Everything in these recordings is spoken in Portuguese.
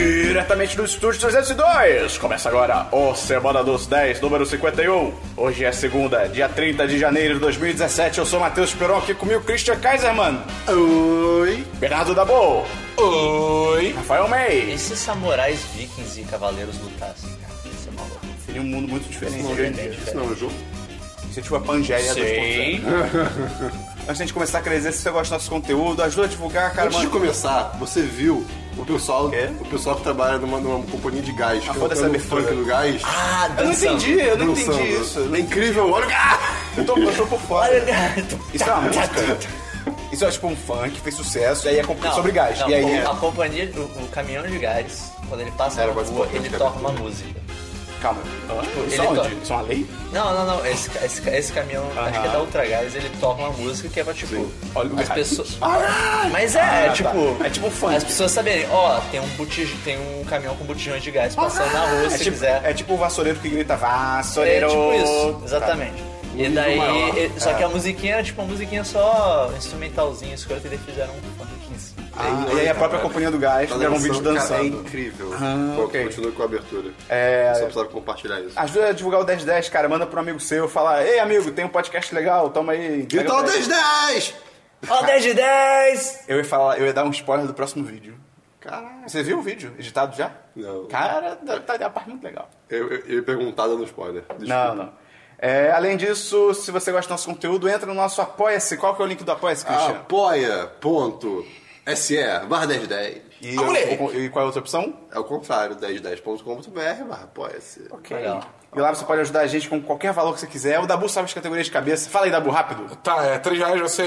diretamente do Estúdio 302. Começa agora o Semana dos 10, número 51. Hoje é segunda, dia 30 de janeiro de 2017. Eu sou Matheus Peron, aqui comigo Christian Kaiserman. Oi. Bernardo Dabo. Oi. Rafael May. E se samurais, vikings e cavaleiros lutassem, cara? Isso é maluco. Seria um mundo muito diferente. Não, hoje em dia. isso não é jogo. Isso é tipo a Pangélia 2.0. Antes de a gente começar a crescer, se você gosta do nosso conteúdo, ajuda a divulgar, cara. Antes de mano. começar, você viu o pessoal, Quê? Ah, o pessoal que trabalha numa, numa companhia de gás, que foda-se a abertura. funk no gás. Ah, Eu não dançando. entendi, eu não dançando. entendi isso. É incrível, olha o gás! Eu tô, eu tô por fora. Olha, gato. Isso é uma música. Isso é tipo um funk, fez sucesso, e aí é comp- Não, sobre gás. não, e aí a é companhia, o, o caminhão de gás, quando ele passa Era na quase rua, importante, ele cara. toca uma música. Calma. isso ele é to- onde? Isso é uma lei? Não, não, não. Esse, ca- esse, ca- esse caminhão, acho que é da Ultragás, ele toca uma música que é pra, tipo, Olha o as gás. pessoas... Ah, Mas é, Ah, é tá. tipo... É tipo um funk. As pessoas saberem, ó, tem um botij, tem um caminhão com botijões de gás passando na rua, é se tipo, quiser. é tipo o vassoureiro que grita É vassoureiro. tipo tá. isso, exatamente. E nível daí, maior. e- só que É. a musiquinha era tipo uma musiquinha só instrumentalzinha, escura que eles fizeram um funk em cima. Ah, e aí a própria companhia do gás fizeram um vídeo Cara, é dançando. incrível. Ah, Bom, ok. Continua com a abertura. É... Só precisava compartilhar isso. Ajuda a é divulgar o 1010, cara. Manda pra um amigo seu, fala, ei amigo, tem um podcast legal, toma aí. Grita o Pega 10! Ó, 10 de 10! Eu ia falar, eu ia dar um spoiler do próximo vídeo. Caralho. Você viu o vídeo editado já? Não. Cara, tá tá uma parte muito legal. Eu, eu, eu ia perguntar dando spoiler. Desculpa. Não, não. É, além disso, se você gosta do nosso conteúdo, entra no nosso Apoia-se. Qual que é o link do Apoia-se, Ah, Cristiano? apoia.se barra 1010. E, Ah, moleque! o- e qual é a outra opção? É o contrário, 1010.com.br barra apoia-se. Legal. E lá você pode ajudar a gente com qualquer valor que você quiser. É O Dabu sabe as categorias de cabeça. Fala aí, Dabu, rápido. Tá, é, 3 reais você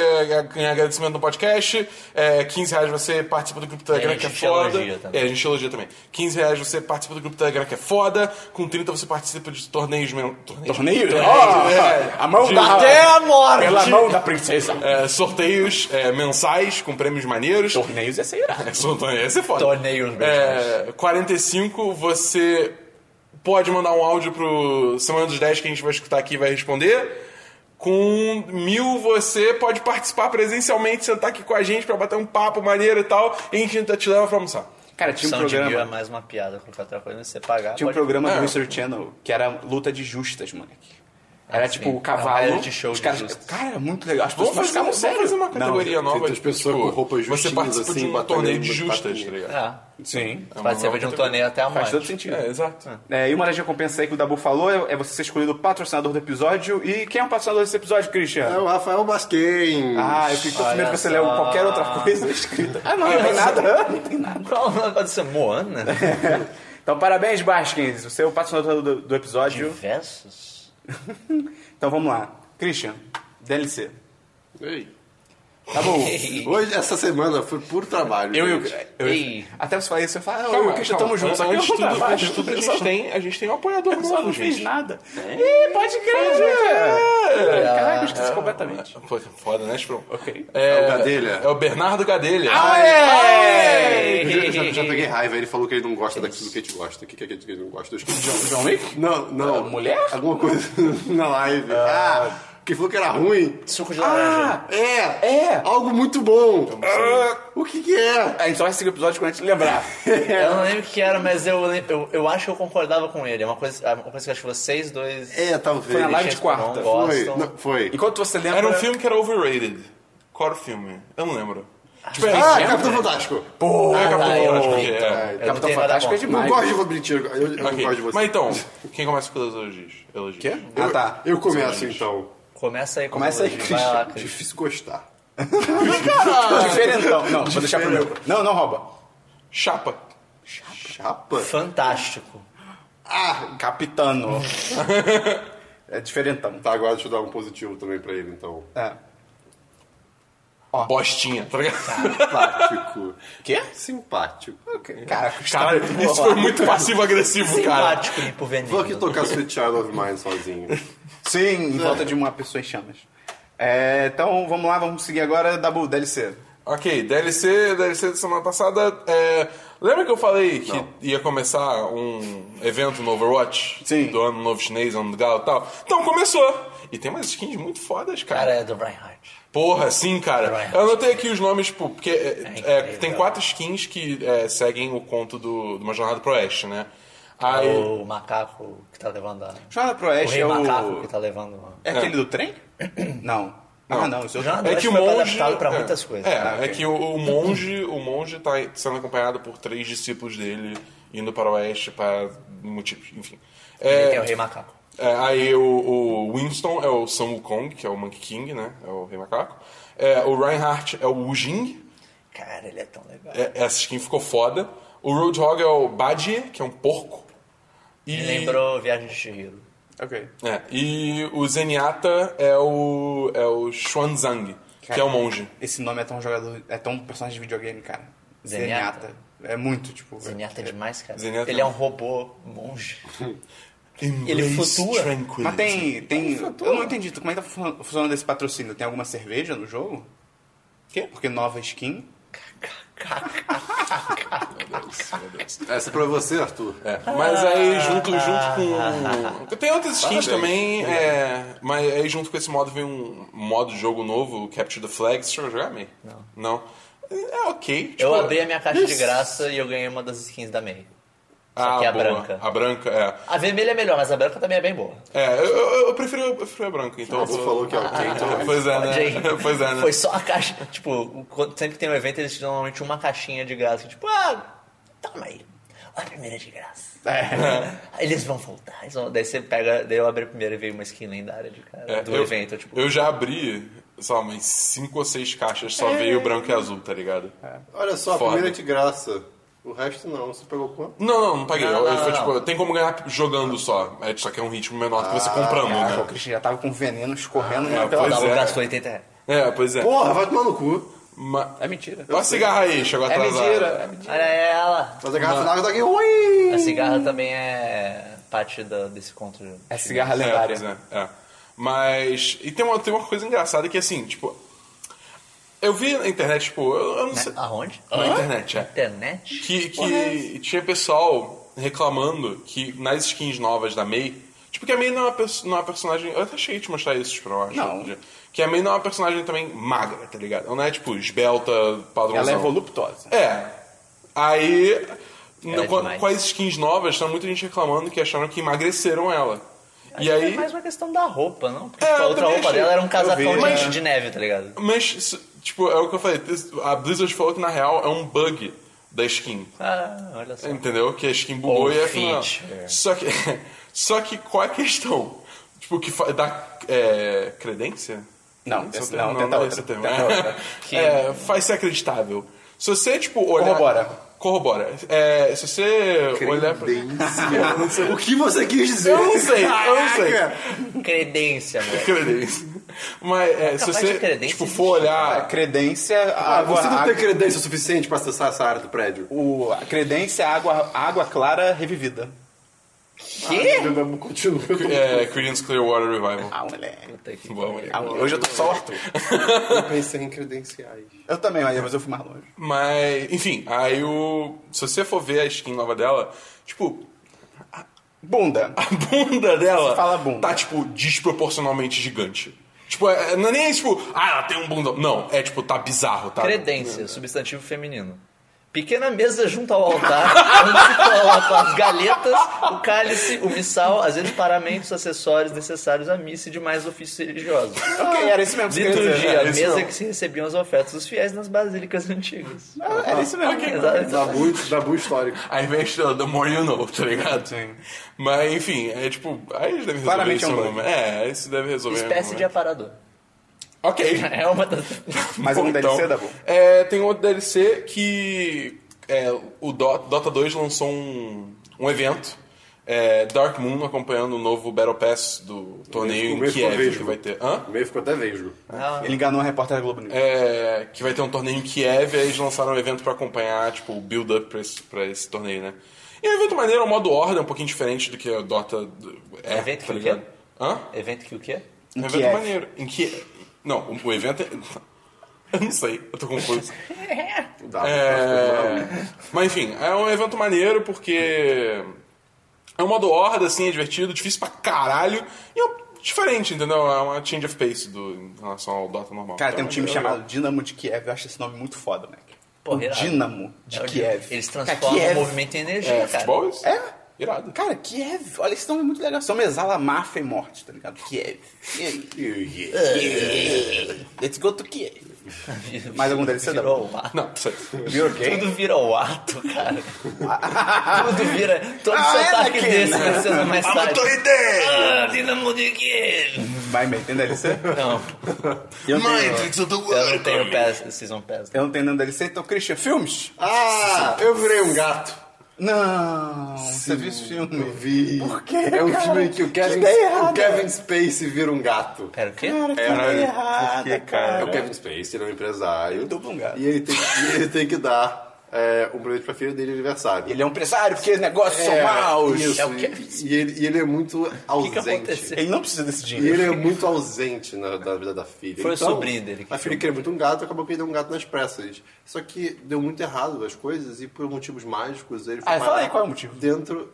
ganha agradecimento no podcast, é, 15 reais você participa do grupo Telegram E a que é gente foda. elogia também. É, a gente elogia também. 15 reais você participa do grupo Telegram que é foda, com 30 você participa de torneios mesmo. Torneios? Torneio? Torneios, Ó, é. a mão De- da... Até a morte! Pela mão da princesa. é, sorteios é, mensais com prêmios maneiros. Torneios ia ser irado. É, sorteio, esse é foda. Torneios mensais. É, 45 você pode mandar um áudio pro Semana dos 10 que a gente vai escutar aqui e vai responder. Com mil você pode participar presencialmente, sentar aqui com a gente pra bater um papo maneiro e tal, e a gente ainda te leva pra almoçar. Cara, tinha um São de mil é programa... mais uma piada, qualquer outra coisa, você pagar. Tinha um pode- programa do É. History Channel que era luta de justas, moleque. Era Ah, tipo sim. o cavalo. Era um reality show os de caras- justas. um- Cara, era muito legal. As pessoas Vamos fazer, ficavam vamos sérias. fazer uma categoria um Não, nova. tipo, as pessoas com roupas Você justinhas, participa assim, de um torneio batalhando de de justas, papinha. tá ligado? Ah, Sim. É participa uma nova de um categoria. torneio até a Faz todo morte. sentido. É, exato. É, e uma das recompensas aí que o Dabu falou é é você ser escolhido patrocinador do episódio. E quem é o patrocinador desse episódio, Christian? É o Rafael Basquem. Ah, eu fico com Olha medo que você só. leu qualquer outra coisa escrita. Ah, não, não tem nada. Não tem nada. Qual o negócio disso? Moana? Então, parabéns, Baskins. Você é o patrocinador do, do episódio. Versus? Então, vamos lá. Christian, DLC. Ei. Tá bom. Ei. Hoje, essa semana, foi puro trabalho. Eu e o... gente. eu- Ei. Até você falar isso, eu falo, ah, eu e Calma, o Christian calma. estamos juntos. Só que eu Antes não de tudo, trabalho, antes de tudo a, eu gente só- tem, a gente tem um apoiador eu só novo, não fiz gente. nada. Ih, pode crer, gente. É. Caraca, eu esqueci completamente. Pô, foda, né, Sprong? Ok. É o Gadelha. Ah, É o Bernardo Gadelha. Aê! Eu já, já- já peguei raiva, ele falou que ele não gosta daquilo que a gente gosta. O que, que é aquilo que ele não gosta? Eu esqueci. John, John Wick? Não, não. Ah, mulher? Alguma coisa na live. Ah, que falou que era ruim. Suco de Ah, laranja. É! É. Então, Algo muito bom! Ah, o que que é? A gente só vai seguir o episódio quando a gente lembrar. é. Eu não lembro o que era, mas eu, lem- eu, eu acho que eu concordava com ele. É uma coisa, é uma coisa que acho que vocês dois. É, talvez. Foi na live de Christian Esperon quarta. Foi, gostam. não, foi. Enquanto você é. lembra... Era um filme que era overrated. Qual era o filme? Eu não lembro. Tipo, Ah, né? é, Capitão Fantástico! é, Capitão eu Fantástico, vi, é. então. Eu não Capitão tenho nada Fantástico é contra. Não demais. gosto de Fabritinho, eu, eu não Ok. gosto de você. Mas então, quem começa com os elogios? elogios? Quê? eu, Ah, tá. eu começo então. É Começa aí, Começa aí, Luigi. Christian. Vai lá, Christian. Difícil gostar. Diferentão. Ah, Não, vou deixar pro meu. Não, não rouba. Chapa. Chapa? Fantástico. Ah, capitano. é diferentão. Tá, agora deixa eu dar um positivo também pra ele então. É. Bostinha, tá ligado? Simpático. Quê? Simpático. Cara, Caralho, isso foi muito passivo-agressivo, cara. Simpático, limpo veneno. Vou aqui tocar Sweet Child of Mine sozinho. Sim, em É. volta de uma pessoa em chamas. É, então, vamos lá, vamos seguir agora. Dabu, DLC. Ok, DLC, DLC da semana passada. é, Lembra que eu falei que Não. ia começar um evento no Overwatch? Sim. Do ano novo chinês, ano do galo e tal? Então começou! E tem umas skins muito fodas, cara. Cara, é do Brian Hart. Porra, sim, cara. Brian Eu anotei aqui os nomes, tipo, porque é, é, incrível. tem quatro skins que é, seguem o conto do, de uma jornada pro oeste, né? Aí, O macaco que tá levando a... Jornada pro O Oeste rei é macaco o. que tá levando a... É aquele do trem? Não. Ah, não, isso é outro. Jornada- é Acho que o que foi monge adaptado pra é, muitas coisas. né? É, Ah, é ok. que o, o monge, o monge tá sendo acompanhado por três discípulos dele indo para o oeste para motivos, enfim. É, Que é o rei macaco. É, aí o, o Winston é o Sun Wukong, que é o Monkey King, né? É o Rei Macaco. É, o Reinhardt é o Wu Jing. Cara, ele é tão legal. É, essa skin ficou foda. O Roadhog é o Badie, que é um porco. E, Me lembrou Viagem de Chihiro. Ok. É, e o Zenyatta é o, é o Xuanzang, que é o monge. Esse nome é tão jogador. É tão personagem de videogame, cara. Zenyatta. Zenyatta. É muito, tipo. Zenyatta é demais, cara. Zenyatta- Ele é um robô monge. Ele flutua. Mas tem. tem eu não entendi. Como é que tá fun- funcionando esse patrocínio? Tem alguma cerveja no jogo? Quê? Porque nova skin. Essa é pra você, Arthur. É, mas aí junto, junto com. Tem outras skins Parabéns. também, é, mas aí junto com esse modo vem um modo de jogo novo, o Capture the Flag. Você chegou a jogar, May? Não. Não. É ok. Eu tipo, abri a minha caixa de isso. graça e eu ganhei uma das skins da May. Só Ah, que é a boa. branca. A branca, é. A vermelha é melhor, mas a branca também é bem boa. É, eu, eu- eu prefiro, eu prefiro a branca, então. O Arthur falou que é ok, então... Pois é, Pode né? ir. Pois é, né? Foi só a caixa. Tipo, quando- sempre que tem um evento, eles tiram normalmente uma caixinha de graça. Tipo, ah, toma aí. A primeira de graça. Eles vão voltar. Eles vão... Daí você pega, daí eu abri a primeira e veio uma skin lendária de cara É, do eu, evento. Tipo, eu já abri, sei lá, umas 5 ou 6 caixas, só veio branco e azul, tá ligado? Olha só, a Foda. primeira é de graça. O resto não. Você pagou quanto? Não, não, não paguei. Não, eu, eu não, fui, não. tipo, tem como ganhar jogando só. É, só que é um ritmo menor que você comprando, Caraca, né? o Christian já tava com veneno escorrendo Ah, na eu pois tela. dava é. um braço 80 reais. É, pois é. Porra, vai tomar no cu. Ma- É mentira. Olha a cigarra aí, chegou É atrasada. mentira, é mentira. Olha ela. Mas a garrafa d'água tá aqui. Ui! A cigarra também é parte da- desse conto. É cigarra É, lendária. pois é, é. Mas. E tem uma, tem uma coisa engraçada que assim, tipo. Eu vi na internet, tipo, eu, eu não sei. né? Aonde? Na internet, é. Internet? Que, que tinha pessoal reclamando que nas skins novas da May. Tipo, que a May não é uma, perso- não é uma personagem. Eu até cheguei a te mostrar isso, tipo, eu acho. Não. outro dia. Que a May não é uma personagem também magra, tá ligado? Ela não é, tipo, esbelta, padrãozão. Ela é voluptuosa. É. Aí, no- com, é demais. com as skins novas, tá muita gente reclamando que acharam que emagreceram ela. e Acho que aí. É mais uma questão da roupa, não? Porque É, tipo, a eu né? outra também roupa achei. dela era um casacão vi, de, mas- de neve, tá ligado? Mas, isso- tipo, é o que eu falei. this- A Blizzard falou que na real é um bug da skin. Ah, olha só. Entendeu? Que a skin bugou Ou e afinal. é. feature. Só que, só que qual é a questão? Tipo, que fa- dá é, credência? Não, Esse é o esse- termo, não, tenta é outra, esse o termo. tenta outra. É, faz ser acreditável. Se você, tipo, olhar. Corrobora. Corrobora. É, se você olhar pra. Credência. o que você quis dizer? Eu não sei, eu não sei. Credência, mano. Credência. Mas é, capaz se de você credência tipo, existe, for A olhar. credência. a Ah, água, você não água- tem credência o suficiente pra acessar essa área do prédio. o, a credência, água, água clara revivida. Que? Continua. É, Credence Clearwater Revival. Ah, moleque. Puta que Boa, moleque. Ah, hoje eu tô só o Arthur. Eu pensei em credenciais. Eu também, mas depois eu fui mais longe. Mas, enfim, aí o. Se você for ver a skin nova dela, tipo, Bunda. a bunda dela Você fala bunda. tá, tipo, desproporcionalmente gigante. Tipo, é- não é nem tipo, ah, ela tem um bundão. Não, é tipo, tá bizarro, tá? Credência, substantivo feminino. Pequena mesa junto ao altar, onde se colocam as galetas, o cálice, o missal, às vezes paramentos, acessórios necessários à missa e demais ofícios religiosos. ok, era isso mesmo. que você queria dizer. Liturgia, é isso mesa mesmo. que se recebiam as ofertas dos fiéis nas basílicas antigas. Ah, Era isso mesmo. Exato. Dabu, Dabu histórico. Aí vem a estrela, the more you know, tá ligado? Sim. Mas, enfim, é tipo, aí eles devem resolver Claramente isso é um em algum bug. momento. É, isso deve resolver. em algum Espécie de momento. aparador. Ok. É uma das... Mais algum DLC, Dabu? É, tem outro DLC que é, o Do- Dota 2 lançou um, um evento, é, Dark Moon, acompanhando o novo Battle Pass do torneio em começo eu Kiev, vejo. que vai ter... Hã? Meio ficou até vejo. Não, Ele enganou a repórter da Globo News. É, que vai ter um torneio em Kiev, aí eles lançaram um evento pra acompanhar, tipo, o build-up pra esse, pra esse torneio, né? E é um evento maneiro, é um modo ordem, um pouquinho diferente do que o Dota do- é, um Evento tá que é? o quê? ligado? Hã? evento que o quê? Um evento Kiev. maneiro. Em que... Não, o, o evento é... Eu não sei, eu tô confuso. Dabu, É... Mas enfim, é um evento maneiro porque é um modo horda, assim, é divertido, difícil pra caralho. E é um diferente, entendeu? É uma change of pace do, em relação ao Dota normal. Cara, tem um time É chamado Dinamo de Kiev. Eu acho esse nome muito foda, né? Pô, O irado. Dinamo de É o Kiev. Eles Cara, transformam Kiev- o movimento em energia, É, cara. futebol isso? É? Irado. Cara, Kiev. Olha, esse nome é muito legal. São exala máfia e morte, tá ligado? Kiev. E aí? Let's go to é? Kiev. Mais algum DLC, Virou o ato. Não, isso aí. Your game. Tudo vira o ato, cara. Tudo vira. Todo Ah, é sotaque daqui, desse né? precisa mais tarde. Torrente! Ah, né, Dinamo de Kiev! Vai, mãe, tem DLC? Não, Eu não tenho- Matrix of the eu não World. tenho pass, Season Pass. Eu não tenho nenhum DLC, então, Christian, filmes? Ah, eu virei um gato. Não, você viu esse Eu filme? vi. Por quê, É um cara? filme que o Que Kevin, ideia o errada. Kevin Space vira um gato. Pera, o quê? Cara, né? errada, Por que, É o cara? Kevin Space, ele é um empresário. Dubla um gato. E ele tem, e ele tem que dar é, um presente pra filha dele de aniversário. Ele um é um empresário, porque negócios são É, maus. Isso. É o Kevin Space. e, ele, e ele é muito ausente. aconteceu? Ele não precisa desse e dinheiro. ele é muito ausente na, na vida da filha. Foi o Então, sobrinho dele que A filha queria muito um gato, acabou que ele deu um gato nas pressas. Só que deu muito errado as coisas e por motivos mágicos ele foi Ah, fala parar aí, qual é o motivo? Dentro.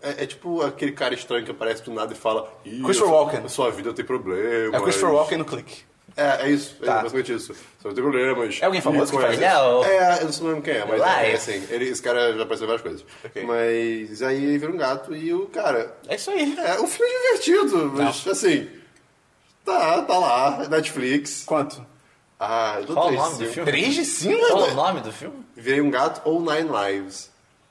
É, é tipo aquele cara estranho que aparece do nada e fala: "Ih, Christopher eu- Walken. Sua vida tem É problemas. o Christopher Walken no clique. É, é isso, é Tá. basicamente isso. Só tem problemas. É alguém famoso E que faz coisas. isso? É, o- É, eu não sei mesmo quem é, mas Lá, é, é. assim. ele- esse cara já apareceu em várias coisas. Mas aí ele vira um gato e o cara. É isso aí. É um filme divertido, mas assim. Tá, tá lá, Netflix. Quanto? Ah, eu dou Qual o três nome do cinco. filme? 3 de 5? Qual o nome do filme? Virei um gato ou Nine Lives.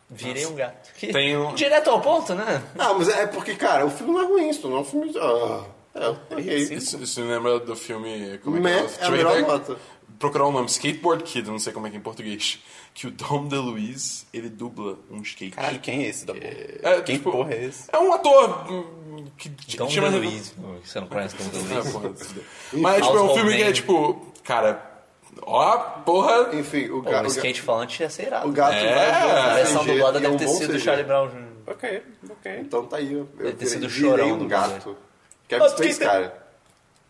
Virei um gato. Que- Tem um- Direto ao ponto, né? Ah, mas é porque, cara, o filme não é ruim, isso não é um filme. Ah, é, ok. Isso, isso me lembra do filme. Como é que Meh, é? é a melhor nota. Procurar o nome, Skateboard Kid, eu não sei como é que é em português. Que o Dom DeLuise, ele dubla um skate. Caralho, quem é esse da É, Quem tipo, porra é esse? É um ator hum, que Dom chama... Luiz. Você não conhece Dom É, Luiz? porra, se fudeu. Mas tipo, é um Household filme que é name. tipo, cara, ó, porra, Enfim, o, Pô, ga um skate falante ia ser irado. o gato. É, vai ver A versão CG, dublada e é um deve ter bom sido CG. Charlie Brown Jr. Ok, ok. Então tá aí. Eu Deve ter sido virei- virei chorão, um né? gato. Kevin Ah, Space, Skater. cara.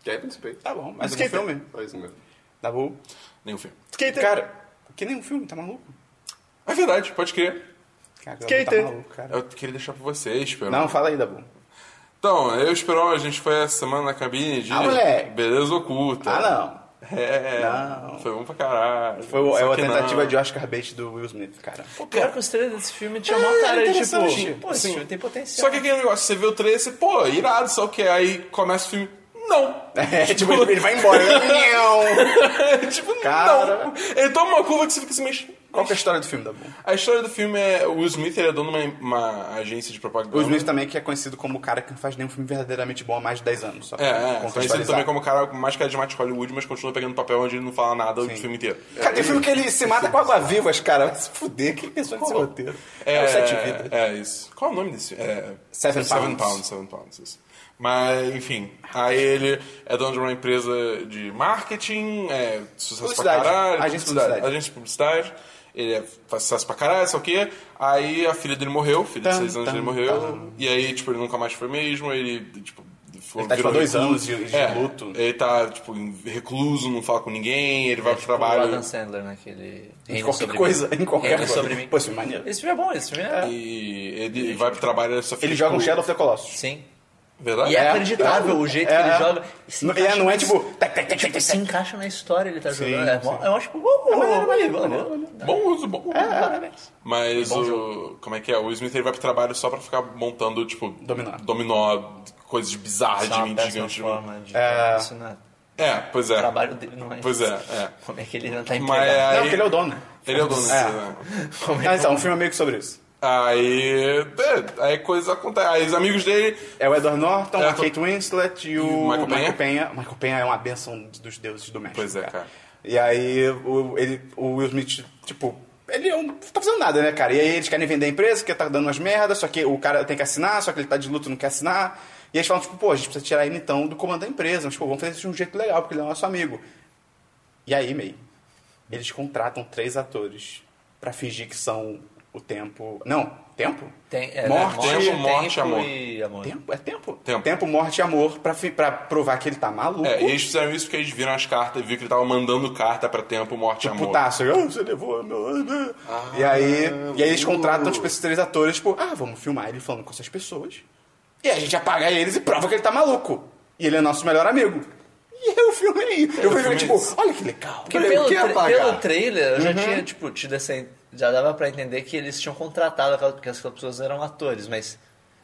Kevin Space. Tá bom, mas que Skater. filme? Só isso mesmo. Tá bom. nenhum filme. Cara, que nem um filme, tá maluco? É verdade, pode crer. Cara, Skater. Tá maluco, cara. Eu queria deixar pra vocês, Esperon. Não, fala aí, Dabu. Então, eu e o Esperon, a gente foi essa semana na cabine de Ah, moleque. Beleza Oculta. Ah, não. É, Não. foi bom pra caralho. Foi o- é Só uma que tentativa não. de Oscar bait do Will Smith, cara. Pô, pior que os três desse filme tinha uma É, cara de interessante. tipo. Pô, esse Sim. filme tem potencial. Só que aquele negócio, você vê o trailer, você, pô, irado, só o que aí começa o filme, não. É, tipo, ele ele vai embora. Não. tipo, Cara. não. Ele toma uma curva que você fica se mexendo. Qual que é a história do filme, Dabu? A história do filme é. O Will Smith ele é dono de uma, uma agência de propaganda. O Will Smith também que é conhecido como o cara que não faz nenhum filme verdadeiramente bom há mais de 10 anos. Só pra É, é. Conhecido contextualizar. também como o cara mais carismático de Hollywood, mas continua pegando papel onde ele não fala nada o Sim. filme inteiro. Cara, tem filme que ele se mata com água-vivas, cara. Vai se fuder, quem pensou nesse roteiro? É, o Sete Vidas. É isso. Qual é o nome desse filme? É, Seven Seven Pounds. Pounds. Seven Pounds, isso. Mas, enfim. Aí ele é dono de uma empresa de marketing, é, sucesso pra Publicidade. caralho. Agência de publicidade. Agência de publicidade. Ele é, faz sucesso pra caralho, sei o quê. Aí a filha dele morreu, filha de Tam, seis anos tam, dele morreu. tam. E aí, tipo, ele nunca mais foi mesmo. Ele, tipo... Ele tá, tipo, há dois anos de, de luto. É, Ele tá, tipo, recluso, não fala com ninguém, ele vai pro tipo, trabalho. O Adam Sandler né, naquele. Em Reino qualquer sobre coisa, mim. em qualquer Reino coisa. sobre mim. Pô, esse filme é maneiro. Esse filme é bom, esse filme é. E ele vai pro trabalho ele só fica, Ele joga um tipo, Shadow of the Colossus. Sim. Verdade? E é acreditável o jeito que ele É. joga. E se Não- encaixa é, não é na- tipo, tac, tac, tac, tipo, tac, se tac. encaixa na história ele tá Sim, jogando. É, mó- é mó, tipo, uou, uou, maneiro, maneiro, uou, maneiro, uou. Bom uso, bom uso. É. Mas o. Como é que é? O Smith ele vai pro trabalho só pra ficar montando, tipo. Dominó. Dominó, coisas bizarras Isso de é mim, uma péssima gigantes. forma de. É. Isso não é É, pois é. trabalho dele, não é. Pois isso. é, é. Como é que ele não tá Mas- empregado? Não, Aí- porque ele é o dono. Ele é o dono desse. É. né? Como é Ah, que- então, um filme é meio que sobre isso. Aí. É, aí coisas acontecem. Aí os amigos dele. É o Edward Norton, É, a Kate Winslet e o Michael Michael Peña. Penha. O Michael Penha é uma benção dos deuses do México. né? Pois é, cara. E aí o, ele, o Will Smith, tipo, ele não tá fazendo nada, né, cara? E aí eles querem vender a empresa, porque tá dando umas merdas, só que o cara tem que assinar, só que ele tá de luto e não quer assinar. E eles falam, tipo, pô, a gente precisa tirar ele então do comando da empresa, mas pô, vamos fazer isso de um jeito legal, porque ele é nosso amigo. E aí, May, eles contratam três atores pra fingir que são o tempo. Não, tempo? Tem, é, morte, morte, tempo, morte, tempo amor. e amor. Tempo? É tempo? Tempo. morte e amor pra, fi- pra provar que ele tá maluco. É, e eles fizeram isso porque eles viram as cartas e viram que ele tava mandando carta pra tempo, morte e amor. Putaço, ah, você levou meu. e aí, e aí eles contratam tipo, esses três atores, tipo, ah, vamos filmar ele falando com essas pessoas. E a gente apaga eles e prova que ele tá maluco. E ele é nosso melhor amigo. E é o filme aí. Eu fui ver, tipo, olha que é Uhum. legal. Porque olha, pelo, eu quero tra- pagar. pelo trailer, eu já tinha, tipo, tido essa... Já dava pra entender que eles tinham contratado aquelas... Porque aquelas pessoas eram atores, mas...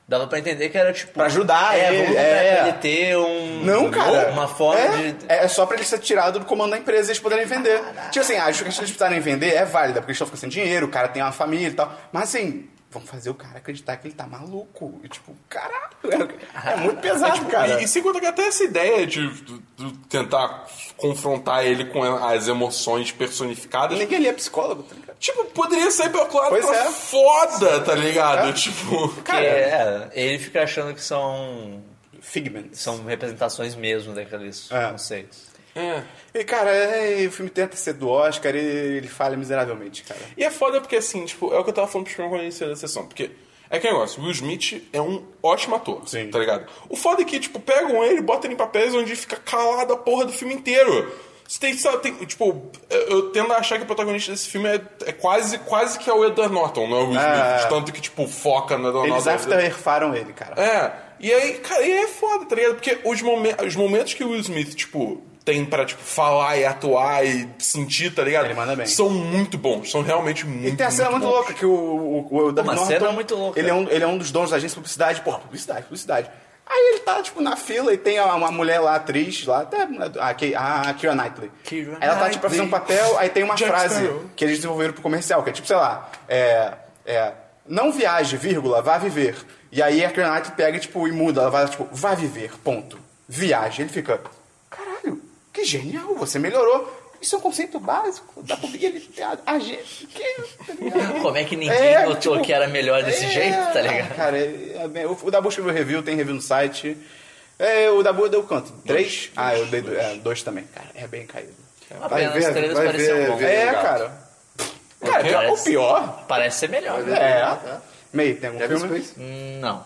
Dava pra entender que era, tipo... Pra ajudar é, ele, vamos comprar é. pra ele ter um... Não, cara. Uma forma é, de... É só pra ele ser tirado do comando da empresa e eles poderem vender. Tipo assim, acho que eles precisarem vender é válida, porque eles estão ficando sem dinheiro, o cara tem uma família e tal. Mas assim, vamos fazer o cara acreditar que ele tá maluco. E tipo, caralho, é, é muito pesado, tipo, cara. E, e sem contar que até essa ideia de, de- de tentar confrontar ele com as emoções personificadas. Ninguém ali é psicólogo, tá ligado? Tipo, poderia sair pelo lado Pois é. pra foda, tá ligado? Tipo. que é, ele fica achando que são... Figments. São representações mesmo daqueles É. conceitos. É. E cara, é, o filme tenta ser do Oscar e ele falha miseravelmente, cara. E é foda porque, assim, tipo, é o que eu tava falando pro Chiron quando eu iniciei a sessão. Porque é que negócio, o Will Smith é um ótimo ator, Sim. tá ligado? O foda é que, tipo, pegam ele, botam ele em papéis onde fica calado a porra do filme inteiro. Você tem, sabe, tem- tipo, eu- eu tendo a achar que o protagonista desse filme é, é quase, quase que é o Edward Norton, não é o Will É. Smith. de Tanto que, tipo, foca no Edward Eles Norton. afterfaram ele, cara. É. E aí, cara, e aí é foda, tá ligado? Porque os, momen- os momentos que o Will Smith, tipo, tem pra, tipo, falar e atuar e sentir, tá ligado? Ele manda bem. São muito bons. São realmente muito, E tem a cena muito, bons. louca que o, o, o Edward Uma Norton, cena muito louca. Ele é, um, ele é um dos donos da agência de publicidade. Porra, publicidade, publicidade. Aí ele tá, tipo, na fila e tem uma, uma mulher lá, atriz, lá, até a, Ke- a Keira Knightley. Keira Ela tá, tipo, fazendo um papel, aí tem uma Jack frase Sparrow. que eles desenvolveram pro comercial, que é tipo, sei lá, é... é não viaje, vírgula, vá viver. E aí a Keira Knightley pega, tipo, e muda. Ela vai, tipo, vá viver, ponto. Viaje. Ele fica, caralho, que genial, você melhorou. Isso é um conceito básico da publicidade. A, a, gente- que- Como é que ninguém É, notou tipo, que era melhor desse é, jeito, tá ligado? Cara, é, é bem- o, o Dabu escreveu review, tem review no site. É, o Dabu deu quanto? Três? ah, eu dei dois, é, dois também. Cara, é bem caído. Uma Vai pena, ver, os trailers vai pareciam ver, bons. ver. É, legal. cara. Cara, pior- Parece- o pior Parece ser melhor, né? é. tá. Meio, tem algum Kevin filme? Space? Hum, Não.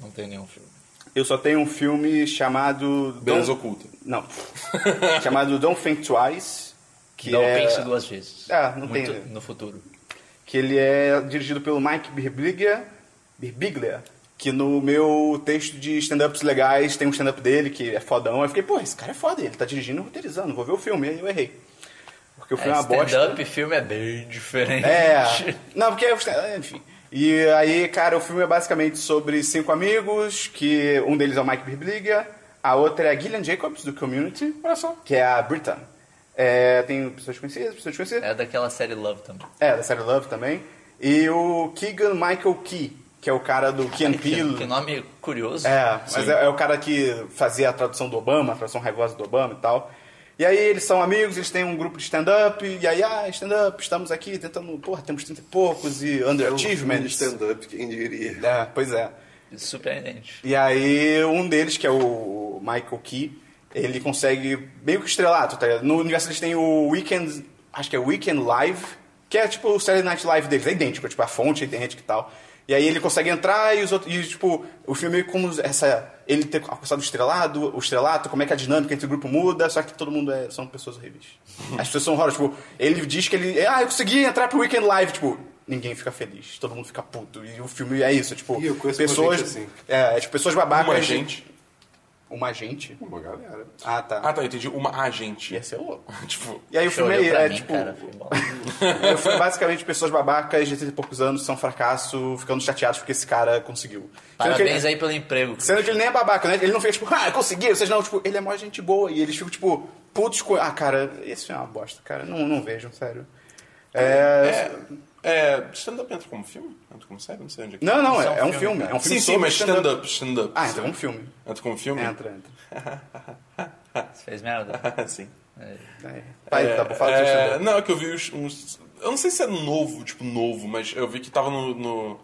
Não tem nenhum filme. Eu só tenho um filme chamado. Beleza Don't- oculta. Não. chamado Don't Think Twice. Que não é... pense duas vezes. Ah, não Muito tem- No futuro. que ele é dirigido pelo Mike Birbiglia, Birbiglia que no meu texto de stand-ups legais tem um stand-up dele que é fodão. Eu fiquei, pô, esse cara é foda, ele tá dirigindo e roteirizando, vou ver o filme. Aí eu errei. Porque o filme é, É, uma bosta. Stand-up filme é bem diferente. É. Não, porque é o stand- enfim. E aí, cara, o filme é basicamente sobre cinco amigos, que um deles é o Mike Birbiglia, a outra é a Gillian Jacobs, do Community, Olha só. que é a Britain. É, tem pessoas conhecidas, pessoas conhecidas. É daquela série Love também. É, da série Love também. E o Keegan Michael Key, que é o cara do Keanu Que, que Peele. nome curioso. É, mas é, é o cara que fazia a tradução do Obama, a tradução raivosa do Obama e tal. E aí eles são amigos, eles têm um grupo de stand-up, e aí, ah, stand-up, estamos aqui tentando, porra, temos 30 e poucos, e É um filme de underachievements. stand-up, quem diria. É, pois é. Surpreendente. E aí, um deles, que é o Michael Key, ele consegue meio que estrelato, tá ligado? No universo eles têm o Weekend, acho que é Weekend Live, que é tipo o Saturday Night Live deles, é idêntico, tipo a fonte é idêntica e tal. E aí ele consegue entrar e os outros. E, tipo, o filme é meio como essa. Ele ter alcançado o estrelado, o estrelato, como é que a dinâmica entre o grupo muda, só que todo mundo é, são pessoas horríveis. As pessoas são horríveis, tipo, ele diz que ele. Ah, eu consegui entrar pro Weekend Live, tipo, ninguém fica feliz, todo mundo fica puto. E o filme é isso, tipo, Ih, eu conheço uma pessoas. gente assim. É, tipo, pessoas babacas. Uma gente. Uma agente? Uma galera. Ah, tá. Ah, tá, entendi. Uma agente. Ia ser louco. tipo, E aí o Você filme é, olhou pra é mim, tipo. cara, foi mal. é, foi basicamente pessoas babacas de 30 e poucos anos são um fracasso, ficando chateados porque esse cara conseguiu. Sendo que, Parabéns ele, aí pelo emprego. sendo que ele nem é babaca, né? Ele não fica tipo, ah, eu consegui, vocês não, tipo, ele é mó gente boa. E eles ficam, tipo, putos com. Ah, cara, esse filme é uma bosta, cara. Não, não vejam, sério. É. é, stand-up entra como filme? Entra como série? Não sei onde é que Não, não, Isso é, é um filme. É um filme Sim, sim, sobre mas stand-up, stand-up. Ah, então é um filme. Entra como filme? Entra, entra. Você fez merda. sim. É. Tá aí, tá por falar do seu É, stand-up. não, é que eu vi uns, uns- Eu não sei se é novo, tipo, novo, mas eu vi que tava no, no,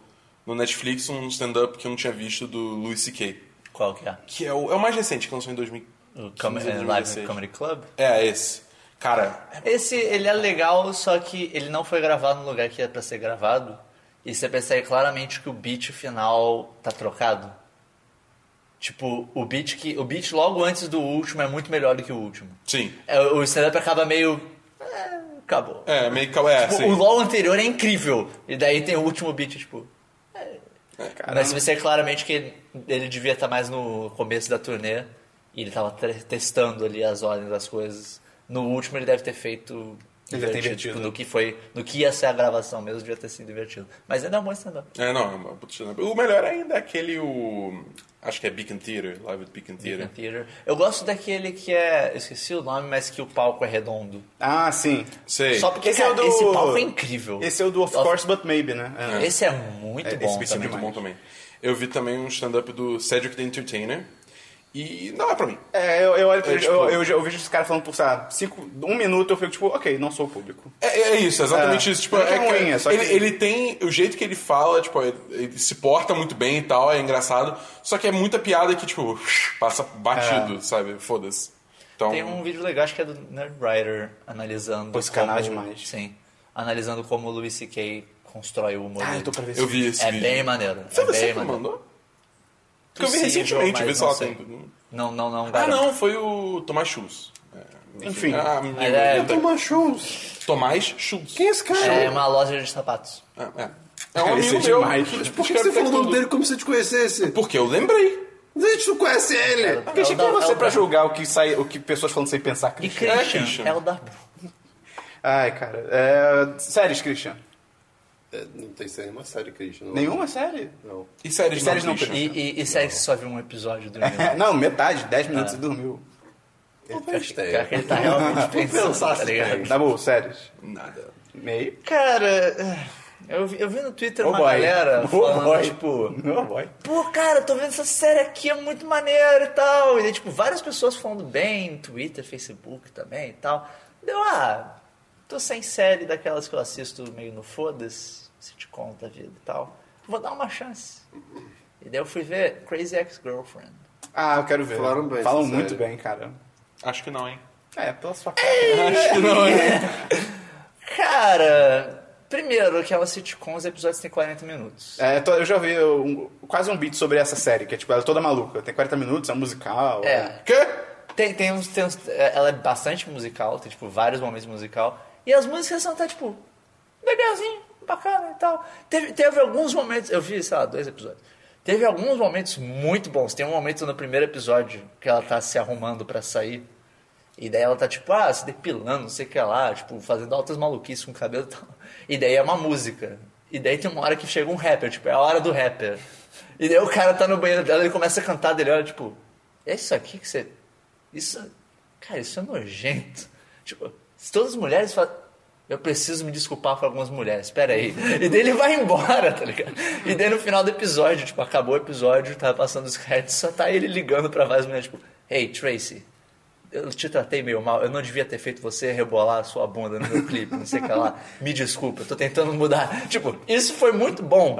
no Netflix um stand-up que eu não tinha visto do Louis C.K. Qual que é? Que é o, é o mais recente, que lançou em 2000. O Com- é, 2016. Live Comedy Club? É, esse. Cara, Esse, ele é legal, só que ele não foi gravado no lugar que era pra ser gravado. E você percebe claramente que o beat final tá trocado. Tipo, o beat que o beat logo antes do último é muito melhor do que o último. sim. É, o stand-up acaba meio... é, acabou. É, meio que. É, Tipo, sim. o LOL anterior é incrível. E daí tem o último beat, tipo... é. Caramba. Mas você vê claramente que ele devia estar mais no tá começo da turnê. E ele tava tre- testando ali as ordens das coisas. No último ele deve ter feito Ele deve ter tipo, invertido. do que foi, do que ia ser a gravação mesmo, devia ter sido divertido. Mas ainda é um bom stand-up. É, não, é uma puta stand-up. O melhor ainda é aquele, o... Acho que é Beacon Theater, Live at Beacon Theater. Theater. Eu gosto daquele que é. Eu esqueci o nome, mas que o palco é redondo. Ah, sim. Sei. Só porque Esse esse, é cara, o do- esse palco é incrível. Esse é o do Of Course But Maybe, né? É. Esse é muito É, bom. esse bicho é também. muito bom também. Eu vi também um stand-up do Cedric the Entertainer. E não é pra mim. É, eu, eu olho pra É, eles, tipo- eu, eu, já- eu vejo esse cara falando por, sabe, cinco, um minuto, eu fico tipo, ok, não sou o público. É, é isso, é exatamente É. isso. Tipo, Não é que é que ruim, é só ele, que- ele tem. O jeito que ele fala, tipo, ele, ele se porta muito bem e tal, é engraçado. Só que é muita piada que, tipo, passa batido, sabe? Foda-se. Então, Tem um vídeo legal, acho que é do Nerdwriter, analisando. Pô, esse canal é como- demais. Sim. Analisando como o Louis C.K. constrói o humor. Ah, dele. eu tô pra ver esse eu vi esse É vídeo. bem maneiro. Foi é você bem que me maneiro. mandou? Porque eu vi Possível, recentemente, mas vi não só sei. tem- Não, não, não. Ah, garanto. não, foi o Tomás Schultz. É, Enfim. Ah, meu, Mas é- eu tô- Toma shows. Tomás Schultz. Quem é esse cara? É uma loja de sapatos. Ah, É, é um Esse amigo é meu. demais. que, Mas tipo, por que escreve você falou o nome tudo. dele como se te conhecesse? Porque eu lembrei. A gente não conhece ele. Porque quem da- é é você o pra da- julgar o que, sai, o que pessoas falam sem pensar, E Christian? Christian, É, Christian. é o da Ai, cara. É... Séries, Christian. É, não tem série, uma série, Christian. não. é? Nenhuma série? Não. E séries, E séries não, não, Christian. E, e, e segue só viu um episódio do É, Universo. não, metade, 10 minutos É. e dormiu. Cara, que ele tá um realmente pensando, pensar tá se ligado? Tá bom, séries. Nada. Meio. Cara, é, eu vi, eu vi no Twitter Oh uma boy. galera Oh falando, boy. tipo... Não, boy. Pô, cara, tô vendo essa série aqui, é muito maneiro e tal. E, daí, tipo, várias pessoas falando bem, no Twitter, Facebook também e tal. Deu, ah, tô sem série daquelas que eu assisto meio no foda-se, sitcom da vida e tal. Vou dar uma chance. E daí eu fui ver Crazy Ex-Girlfriend. Ah, eu quero ver. Falaram bem, Falam essa muito série. bem, cara. Acho que não, hein? É, pela sua cara. Acho que não, hein? Cara, primeiro que é uma sitcom, os episódios têm 40 minutos. É, tô- eu já vi um- quase um beat sobre essa série, que é tipo, ela é toda maluca. Tem 40 minutos, é um musical. É, Quê? Tem, tem uns, tem uns- é, Ela é bastante musical, tem, tipo, vários momentos musical. E as músicas são até, tipo, legalzinho, bacana e tal. Teve, teve alguns momentos... Eu vi, sei lá, dois episódios. Teve alguns momentos muito bons. Tem um momento no primeiro episódio que ela tá se arrumando pra sair. E daí ela tá, tipo, ah, se depilando, não sei o que lá. Tipo, fazendo altas maluquices com o cabelo e tal. E daí é uma música. E daí tem uma hora que chega um rapper, tipo, é a hora do rapper. E daí o cara tá no banheiro dela, ele começa a cantar, dele olha, tipo... É isso aqui que você... Isso. Cara, isso é nojento. Tipo, se todas as mulheres falam. Eu preciso me desculpar com algumas mulheres, peraí. E daí ele vai embora, tá ligado? E daí no final do episódio, tipo, acabou o episódio, tava passando os créditos, só tá ele ligando pra várias mulheres, tipo, hey, Tracy, eu te tratei meio mal, eu não devia ter feito você rebolar a sua bunda no meu clipe, não sei o que lá. Me desculpa, eu tô tentando mudar. Tipo, isso foi muito bom.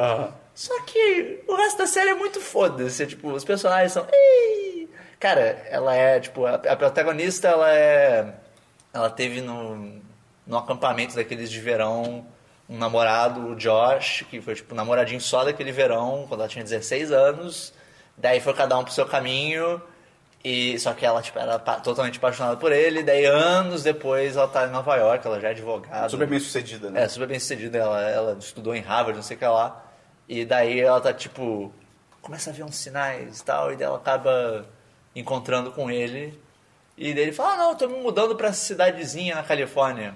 Só que o resto da série é muito foda-se. Tipo, os personagens são. "Ei!" Cara, ela é, tipo, a, a protagonista, ela é. Ela teve no, no acampamento daqueles de verão um namorado, o Josh, que foi, tipo, namoradinho só daquele verão, quando ela tinha 16 anos. Daí foi cada um pro seu caminho. E, só que ela, tipo, era pa- totalmente apaixonada por ele. Daí, anos depois, ela tá em Nova York, ela já é advogada. Super bem sucedida, né? É, super bem sucedida. Ela, ela estudou em Harvard, não sei o que lá. E daí ela tá tipo. Começa a ver uns sinais e tal. E daí ela acaba encontrando com ele. E daí ele fala: Ah, não, eu tô me mudando pra essa cidadezinha na Califórnia.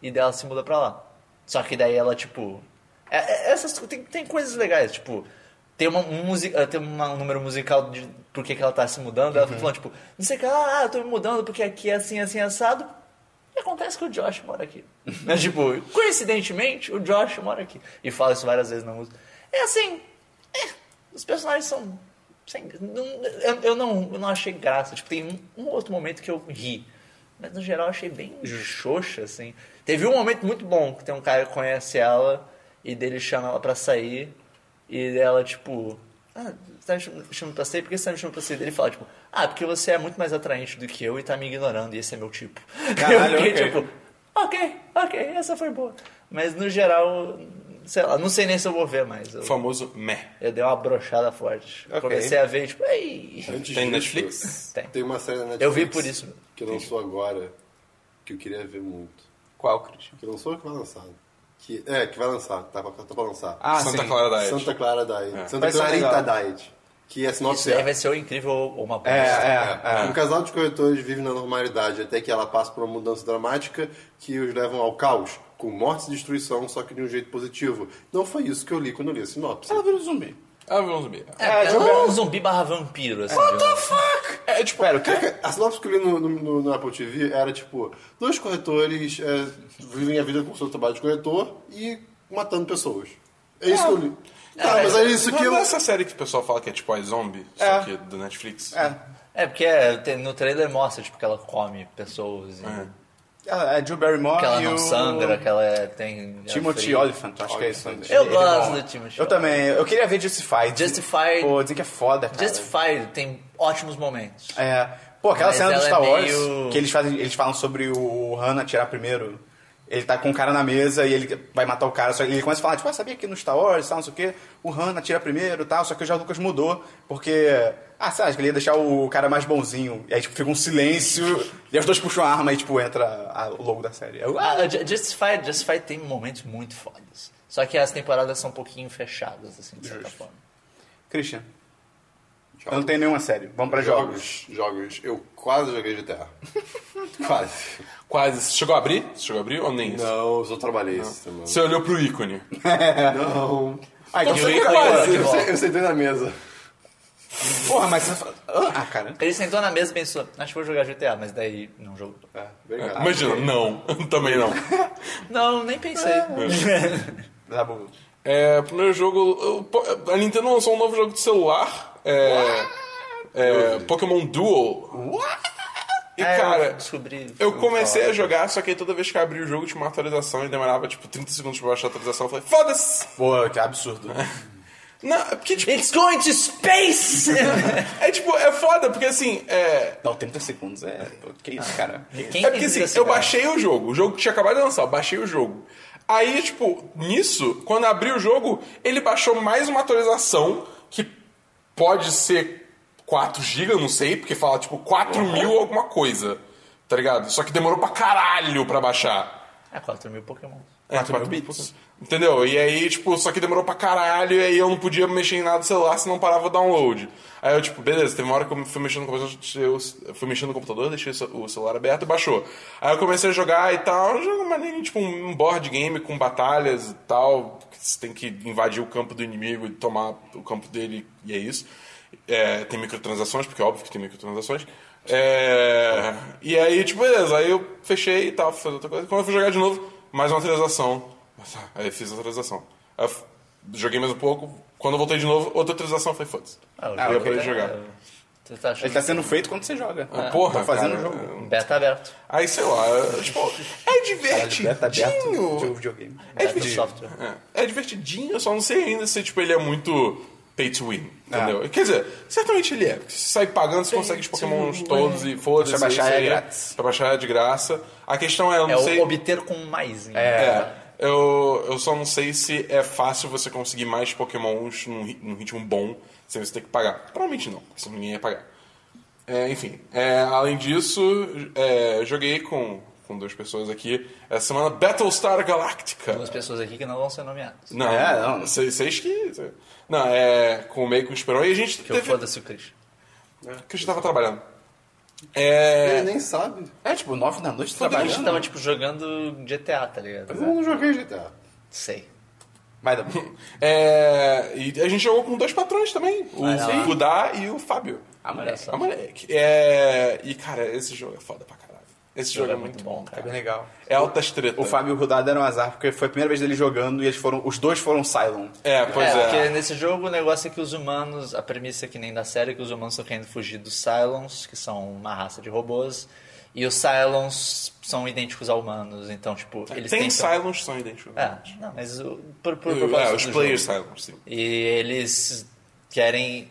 E daí ela se muda pra lá. Só que daí ela, tipo. é- é- essas, tem, tem coisas legais, tipo. Tem, uma, música, tem uma- um número musical de por que, que ela tá se mudando. Ela fica falando, tipo, não sei o que, ah, eu tô me mudando porque aqui é assim, assim, assado. E acontece que o Josh mora aqui. Mas, tipo, coincidentemente, o Josh mora aqui. E fala isso várias vezes na música. É assim, é, os personagens são. sem- não- eu, eu não, eu não achei graça. Tipo, tem um, um outro momento que eu ri. Mas no geral eu achei bem xoxa, assim. Teve um momento muito bom que tem um cara que conhece ela e dele chama ela pra sair. E ela, tipo. Ah, você tá me cham- chamando pra sair? Por que você tá me chamando pra sair? Daí Ele fala, tipo, ah, porque você é muito mais atraente do que eu e tá me ignorando, e esse é meu tipo. Caralho, eu fiquei, ok. tipo, ok, ok, essa foi boa. Mas no geral, sei lá, não sei nem se eu vou ver mais. Eu, O famoso meh. eu dei uma brochada forte. Ok. Comecei a ver, tipo, ei. Antes Tem disso, Netflix? Tem. Tem uma série na Netflix. Eu vi por isso. Que lançou agora, que eu queria ver muito. Qual, Christian? Que lançou ou que vai lançar? Que, é, que vai lançar, tá, pra- tá pra lançar. Ah, Santa sim. Clara Diet. Santa Clara Diet. Santa Parece ser Clarita legal. Diet. que é a sinopse Isso aí vai ser o incrível ou uma assim. É, bosta. é, é. Um casal de corretores vive na normalidade até que ela passa por uma mudança dramática que os levam ao caos, com mortes e destruição, só que de um jeito positivo. Não foi isso que eu li quando eu li a sinopse. Ela vira um zumbi. Ah, vamos ver. É, É, é jogo- um zumbi barra vampiro, assim. What the fuck? É, tipo, pera, o quê? Cara, A sinopse que eu li no, no- no- no Apple TV era tipo: dois corretores é, vivem a vida com o seu trabalho de corretor e matando pessoas. É isso que eu li. Tá, mas é isso Não, que eu. não é essa série que o pessoal fala que é tipo a zombie, É. só que do Netflix. É. É, porque é, tem- no trailer mostra, tipo, que ela come pessoas e... Ela- É Drew Barrymore Que ela e não o... sangra, que ela é- tem... é Timothy fria. Oliphant, acho que é isso. Oliphant. Eu Ele é gosto bom. do Timothy Eu também. Eu queria ver Justified. Justified- Pô, dizem que é foda, cara. Justified tem ótimos momentos. É. Pô, aquela Mas cena do ela é Star Wars meio- que eles, fazem, eles falam sobre o Han atirar primeiro. Ele tá com o cara na mesa e ele vai matar o cara. Só que ele começa a falar, tipo, ah, sabia que no Star Wars, tal, não sei o quê, o Han atira primeiro e tal. Só que o Jorge Lucas mudou, porque... Ah, sabe, acho que ele ia deixar o cara mais bonzinho. E aí, tipo, fica um silêncio. e aí os dois puxam a arma e, tipo, entra a- o logo da série. Eu, ah, Ah, Ju- Justified, Justified tem momentos muito fodas. Só que as temporadas são um pouquinho fechadas, assim, de certa forma. Christian, é eu não tenho nenhuma série. Vamos pra jogos. Jogos, jogos. Eu quase joguei GTA. quase. Quase. Você chegou a abrir? Você chegou a abrir ou nem isso? Não, eu só trabalhei esse semana. Você olhou pro ícone. Não. Ah, então Eu você vi- quer- Quase. Eu, sei- eu sentei na mesa. Porra, mas você... fala- Ah, cara. Ele sentou na mesa e pensou, acho que vou jogar GTA, mas daí não jogou. É, obrigado. Imagina, não. Também não. Não, nem pensei. Dabu. É, primeiro jogo. eu- pô, A Nintendo lançou um novo jogo de celular. É. é, Pokémon Duel. E Ah, eu cara, descobri. eu comecei a jogar, só que aí toda vez que eu abri o jogo tinha uma atualização e demorava tipo 30 segundos pra baixar a atualização. Eu falei, foda-se! Pô, que absurdo. Não, é porque tipo, It's going to space! é tipo, é foda, porque assim, é. Não, 30 segundos é... pô, Que isso, cara. Quem é porque disse assim, desse eu cara? baixei o jogo, o jogo que tinha acabado de lançar, eu baixei o jogo. Aí, tipo, nisso, quando abri o jogo, ele baixou mais uma atualização, que pode ser 4GB, eu não sei, porque fala, tipo, 4 mil ou alguma coisa, tá ligado? Só que demorou pra caralho pra baixar. É 4 mil Pokémon. É, 4 mil bits. Entendeu? E aí, tipo, só que demorou pra caralho, e aí eu não podia mexer em nada do celular senão parava o download. Aí eu, tipo, beleza, teve uma hora que eu fui mexendo no computador, deixei o- eu fui mexendo no computador, deixei o ce- o celular aberto e baixou. Aí eu comecei a jogar e tal, um jogo maneirinho, tipo, um board game com batalhas e tal, que você tem que invadir o campo do inimigo e tomar o campo dele, e é isso. É, tem microtransações, porque é óbvio que tem microtransações. É, e aí, tipo, beleza, aí eu fechei e tal, fui fazer outra coisa. Quando eu fui jogar de novo, mais uma atualização. Aí eu fiz a atualização. Aí eu f- joguei mais um pouco. Quando eu voltei de novo, outra atualização. Eu falei, foda-se. o Aí Ah, eu jogo parei de tá- jogar. Você tá achando Ele tá sendo feito quando você joga. Ah, Porra, tá fazendo o cara. jogo. beta aberto. Aí, sei lá, eu- tipo, é Beta tá aberto de divertidinho. videogame. É Beta divertido. software. É, é divertidinho, eu só não sei ainda se, tipo, ele é muito pay to win, entendeu? Quer dizer, certamente ele é. Porque se você sai pagando, você consegue os pokémons todos e foda-se. Pra baixar isso aí é grátis. Pra baixar é de graça. A questão é, eu não É sei... o obter com mais. né? É, eu, eu só não sei se é fácil você conseguir mais pokémons num, ri- num ritmo bom sem você ter que pagar. Provavelmente não, porque senão ninguém ia pagar. É, enfim, é, além disso, é, joguei com, com duas pessoas aqui essa semana Battlestar Galactica. Duas pessoas aqui que não vão ser nomeadas. Não, É, não, não. Vocês vocês que... Não, é com o meio com o Esperon. E a gente Que eu teve... foda-se o Christian. Que a gente tava trabalhando. É... Ele nem sabe. É tipo, 9 da noite A gente trabalhando. tava, tipo, jogando GTA, tá ligado? Mas eu não joguei GTA. Sei. Vai dar bom. É, e a gente jogou com dois patrões também, Vai lá. o Gudá e o Fábio. Ah, Olha moleque. só. Ah, moleque. É, e cara, esse jogo é foda pra caralho. Esse jogo, é muito bom, É cara. bem legal. É altas treta. O Fábio e o Rudá deram azar, porque foi a primeira vez dele jogando e eles foram. Os dois foram Cylon. É, pois é, é. porque nesse jogo o negócio é que os humanos, a premissa é que nem da série, é que os humanos estão querendo fugir dos Cylons, que são uma raça de robôs, e os Cylons são idênticos a humanos, então, tipo, eles É, Tem tentam... Silence que são idênticos. É, não, mas o, por, por é, propósito os do players jogo. Silence, sim. E eles querem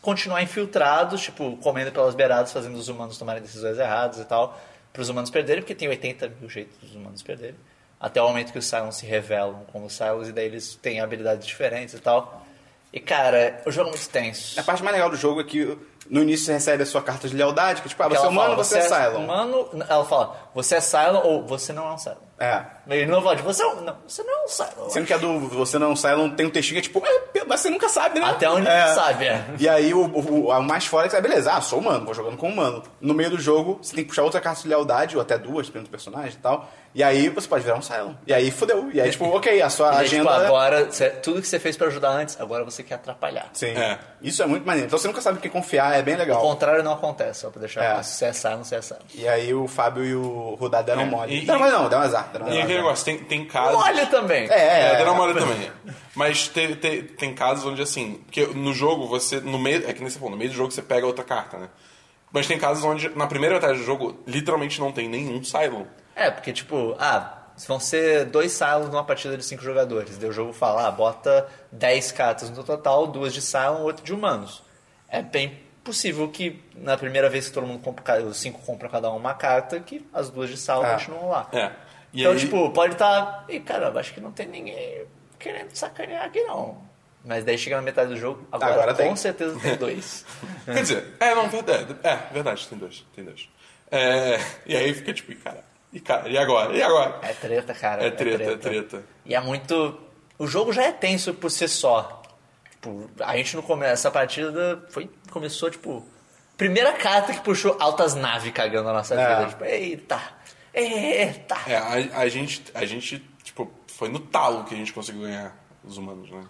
continuar infiltrados, tipo, comendo pelas beiradas, fazendo os humanos tomarem decisões erradas e tal, para os humanos perderem, porque tem 80 mil jeitos dos humanos perderem. Até o momento que os Cylons se revelam como Cylons, e daí eles têm habilidades diferentes e tal. E, cara, o jogo é muito tenso. A parte mais legal do jogo é que No início você recebe a sua carta de lealdade, que tipo, ah, Porque você é ela humano, fala, você é Cylon. Humano, ela fala, você é Cylon ou você não é um Cylon. É. Ele não fala de você, é um- não, você não é um Cylon. Sendo que a do Você Não Cylon tem um textinho que é tipo, é, mas você nunca sabe, né? Até onde É. você sabe. é. E aí o, o, o mais fora é que, ah, beleza, ah, sou humano, vou jogando com humano. No meio do jogo, você tem que puxar outra carta de lealdade, ou até duas, dependendo do personagem e tal. E aí você pode virar um Cylon. E aí fodeu. E aí, tipo, ok, a sua E daí, agenda. é- tipo, agora, cê- tudo que você fez pra ajudar antes, agora você quer atrapalhar. Sim. É. Isso é muito maneiro. Então você nunca sabe o que confiar, é bem O legal. contrário não acontece, só pra deixar É. claro, se é Cylon, se é Cylon. E aí o Fábio e o Rudá deram É, mole. e- Deram mole não, deram azar. Deram E azar. aquele negócio, tem, tem casos. Olha também! É, é, É, é. Dona Moura também. Mas te- te- tem casos onde, assim, porque no jogo você, no meio, é que nem você falou, no meio do jogo você pega outra carta, né? Mas tem casos onde, na primeira metade do jogo, literalmente não tem nenhum Cylon. É, porque tipo, ah, vão ser dois Cylons numa partida de cinco jogadores. Daí o jogo fala, ah, bota 10 cartas no total, duas de Cylon, oito de humanos. É bem possível que na primeira vez que todo mundo compra, ca- os cinco compram cada um uma carta, que as duas de Cylon É. continuam lá. É. E então, aí- tipo, pode estar. Ih, caramba, acho que não tem ninguém querendo sacanear aqui não. Mas daí chega na metade do jogo, agora, Agora com tem. certeza tem dois. Quer dizer, é, não, verdade. É, verdade, tem dois, tem dois. É, e aí fica tipo, e cara, e cara, e agora? E agora? É treta, cara. É treta, é treta. E é muito. O jogo já é tenso por si só. Tipo, a gente não começa. Essa partida foi... começou, tipo. Primeira carta que puxou altas naves cagando a nossa É. vida. Tipo, eita! Eita! É, a, a gente, a gente, tipo, foi no talo que a gente conseguiu ganhar os humanos, né?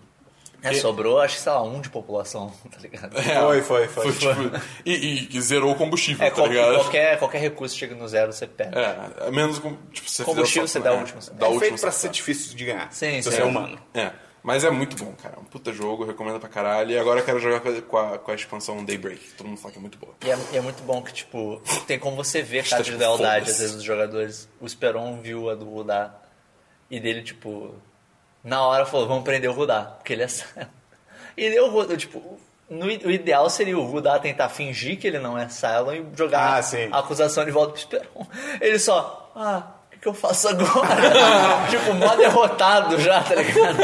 É, sobrou, acho que, sei lá, um de população, tá ligado? É, Foi, foi, foi. tipo, e, e zerou o combustível, É, tá qual- ligado? qualquer, qualquer recurso chega no zero, você perde. É, a menos com, tipo, você Combustível você fizer o dá é, o último, você dá dá. o É último, feito pra você ser dá. difícil de ganhar. Sim, se sim. você é humano. É, mas é muito bom, cara. Um puta jogo, eu recomendo pra caralho. E agora eu quero jogar com a, com a, com a expansão Daybreak. Todo mundo fala que é muito boa. E é, e é muito bom que, tipo, tem como você ver Está, cada tipo, lealdade, foda-se. às vezes, dos jogadores. O Speron viu a do Rudá e dele, tipo, na hora falou, vamos prender o Rudá, porque ele é Cylon. E deu o Rudá, tipo, no, i- o ideal seria o Rudá tentar fingir que ele não é Cylon e jogar Ah, sim. a acusação de volta pro Speron. Ele só, ah, o que, que eu faço agora? tipo, mó derrotado já, tá ligado?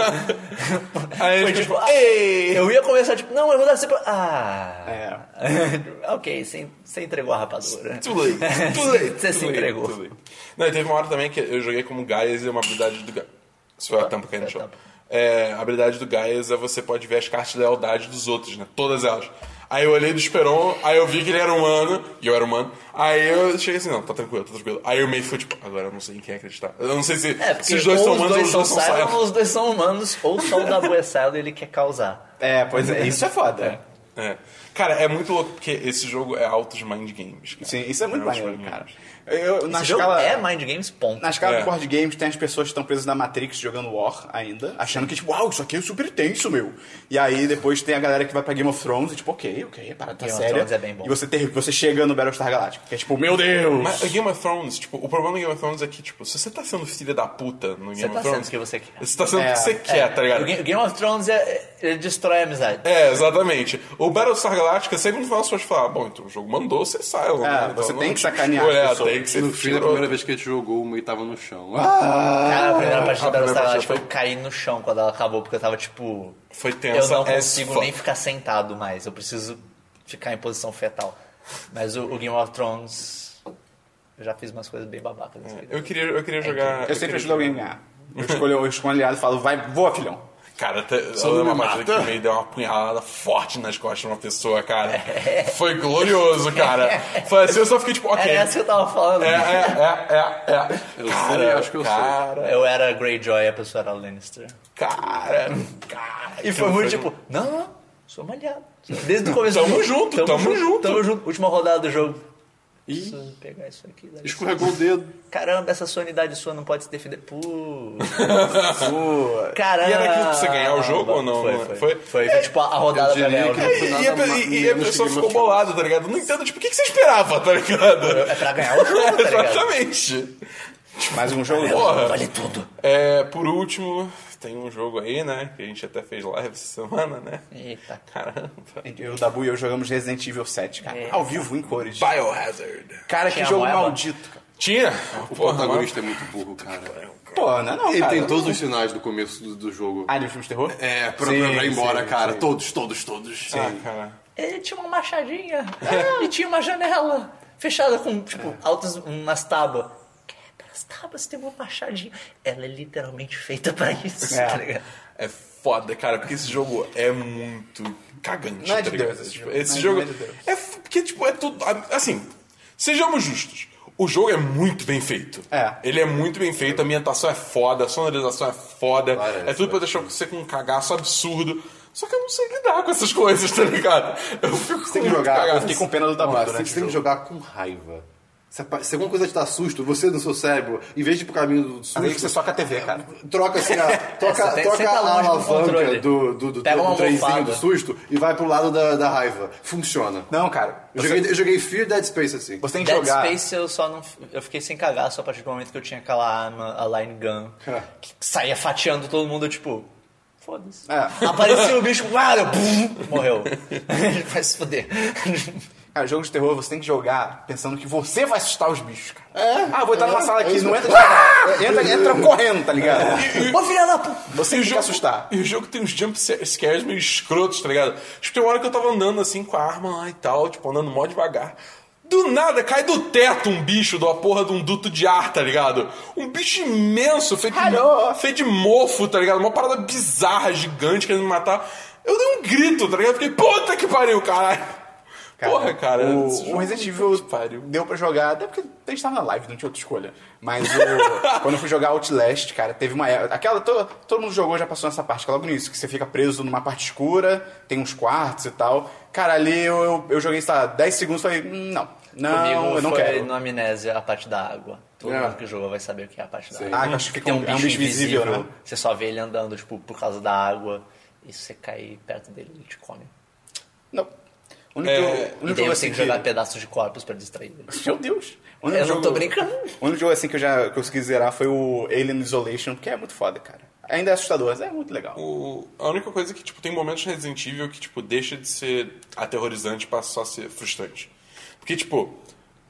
Aí Foi ele tipo, ei! Eu ia começar, tipo, não, eu vou dar sempre. Ah! É, ok, você, você entregou a rapadura. Too late. Too late. Você se too late, entregou. too late. Não, e teve uma hora também que eu joguei como Gaias e uma habilidade do Gaias. Isso foi a tampa caindo no Foi Tá, a chão. tampa. É, a habilidade do Gaias é você pode ver as cartas de lealdade dos outros, né? Todas elas. Aí eu olhei do Esperon, aí eu vi que ele era humano, e eu era humano. Aí eu cheguei assim, não, tá tranquilo, tá tranquilo. Aí o meio foi tipo, agora eu não sei em quem acreditar. Eu não sei se, É, se porque os dois ou são humanos os dois ou são os dois são Cylon, ou Cylon. os dois são humanos, ou só o Dabu é Cylon e ele quer causar. É, pois é, isso é foda. É. Cara, é muito louco, porque esse jogo é altos mind games, cara. um Sim, isso é muito altos maneiro, mind cara. games. Eu, na Esse jogo escala, é Mind Games, ponto. Na escala É. do board games tem as pessoas que estão presas na Matrix jogando War ainda, achando que, tipo, uau, isso aqui é super tenso, meu. E aí depois tem a galera que vai pra Game of Thrones e, tipo, ok, ok, para tá Game of séria. Thrones é bem bom. E você, ter, você chega no Battlestar Galactica, que é tipo, meu Deus! Mas a Game of Thrones, tipo, o problema do Game of Thrones é que, tipo, se você tá sendo filha da puta no Game Você of tá sendo Thrones. o que você quer. Você tá sendo o É, que você quer, tá ligado? O Ga- o Game of Thrones é, ele destrói a amizade. É, exatamente. O Battlestar Galactica, sempre no final você pode falar, bom, então o jogo mandou, você sai. É, É, você tem que sacanear as É, pessoas. tem que ser No fim, da primeira vez que a gente jogou, o meio tava no chão. Ah, Cara, a primeira partida da Battlestar a primeira partida Galactica, foi- eu caí tipo, no chão quando ela acabou, porque eu tava tipo. Foi tensa Eu não as consigo fuck. nem ficar sentado mais, eu preciso ficar em posição fetal. Mas o, o Game of Thrones. Eu já fiz umas coisas bem babacas. nesse Eu vídeo. queria, eu queria jogar. eu sempre queria ajudo alguém a ganhar. Eu escolho, eu escolho um aliado e falo, vai, voa, filhão. Cara, até, não ela é uma me partida mata. que meio deu uma punhalada forte nas costas de uma pessoa, cara. Foi glorioso, cara. Foi assim, eu só fiquei tipo, ok. Era essa que eu tava falando. É, é, é, é, é. Eu sei, cara, acho que eu sei. cara, Eu era Greyjoy e a pessoa era Lannister. Cara, cara. E foi muito tipo, não, não, sou malhado. Desde o começo. um- Tamo junto, tamo junto. Tamo junto. Última rodada do jogo. Ih. Preciso pegar isso aqui. dá licença. escorregou o dedo. Caramba, essa sua unidade sua não pode se defender. Pô, Pô, caramba. E era aquilo pra você ganhar o jogo ou não? Ah, Foi, né? foi. Foi, foi, tipo a rodada Eu pra diria ganhar o que- jogo. E, e a, Nada pe- e- e a menos pessoa que Game of ficou Thrones. bolada, tá ligado? Não entendo, tipo, o que, que você esperava, tá ligado? É pra ganhar o jogo, tá ligado? Exatamente. mais um jogo. Porra. Vale tudo. É, por último, tem um jogo aí, né? Que a gente até fez live essa semana, né? Eita. Caramba. Eu, Dabu e eu jogamos Resident Evil 7, cara. Ao vivo, em cores. Biohazard. Cara, que É. Tinha jogo moeba? maldito. cara. Tinha? O Porra, agora... protagonista é muito burro, cara. Pô, não é não, Ele cara. tem todos os sinais do começo do, do jogo. Ah, de filmes de terror? É, pra, Sim, pra- pra ir embora, sim, cara. sim. Todos, todos, todos. Ah, cara. Ele tinha uma machadinha É. e tinha uma janela fechada com, tipo, altas, umas tábuas. Quebra as tábuas, tem uma machadinha. Ela é literalmente feita pra isso, É. tá ligado? É foda, cara, porque esse jogo é muito cagante. Não é de tá ligado? Deus esse jogo. Esse Não é- jogo não é de Deus. é f- porque tipo é tudo assim. Sejamos justos. O jogo é muito bem feito. É. Ele é muito bem feito, a ambientação é foda, a sonorização é foda. Parece, é tudo pra deixar você com um cagaço absurdo. Só que eu não sei lidar com essas coisas, tá ligado? Eu fico tem que muito jogar, cagado. Eu fiquei com pena do Não, Dabu assim, você durante tem o que jogo. jogar com raiva. Se, apa- se alguma coisa te dá susto, você no seu cérebro, em vez de ir pro caminho do Às vezes você susto, soca a TV, cara. troca assim a, troca, É, Você tem- troca senta a longe do alavanca controle. do, do, do, Pega do uma trenzinho almofada. do susto e vai pro lado da, da raiva. Funciona. Não, cara. Eu Você, joguei, eu joguei Fear Dead Space assim. você tem que Dead jogar. Space eu só não. Eu fiquei sem cagar só a partir do momento que eu tinha aquela arma, a Line Gun, É. que saía fatiando todo mundo, eu, tipo. Foda-se. É. Apareceu o bicho, uau, eu, bum, morreu. Vai se foder. Cara, Ah, jogo de terror você tem que jogar pensando que você vai assustar os bichos, cara. É. Ah, vou entrar numa sala aqui, isso. É, não entra devagar. Entra, entra correndo, tá ligado? Ô filha da puta! Você E tem que assustar. E o jogo tem uns jump scares meio escrotos, tá ligado? Tipo, tem uma hora que eu tava andando assim com a arma lá e tal, tipo, andando mó devagar. Do nada cai do teto um bicho de uma porra de um duto de ar, tá ligado? Um bicho imenso, feito, Alô? feito de mofo, tá ligado? Uma parada bizarra, gigante, querendo me matar. Eu dei um grito, tá ligado? Fiquei, puta que pariu, caralho. porra, cara. esse O, o é jogo- Resident puta Evil que pariu. deu pra jogar, até porque a gente tava na live, não tinha outra escolha. Mas o- quando eu fui jogar Outlast, cara, teve uma época. Aquela, to- todo mundo jogou, já passou nessa parte, que é logo nisso, que você fica preso numa parte escura, tem uns quartos e tal. Cara, ali eu, eu, eu joguei, sei lá, 10 segundos e falei, "Hum, não, não, Comigo eu não um, foi quero. no Amnésia a parte da água. Todo É. mundo que jogou vai saber o que é a parte da Sim. água. Ah, eu acho que tem um é bicho, um bicho invisível, invisível, né? Você só vê ele andando, tipo, por causa da água. E se você cair perto dele, ele te come. Não. O único, É, o E único daí jogo você assim tem então que jogar pedaços de corpos pra distrair ele. Meu Deus. O Eu não tô brincando. O único jogo assim que eu já consegui zerar foi o Alien Isolation, que é muito foda, cara. Ainda é assustador, mas é muito legal. O- a única coisa é que, tipo, tem momentos no Resident Evil que, tipo, deixa de ser aterrorizante pra só ser frustrante. Porque, tipo,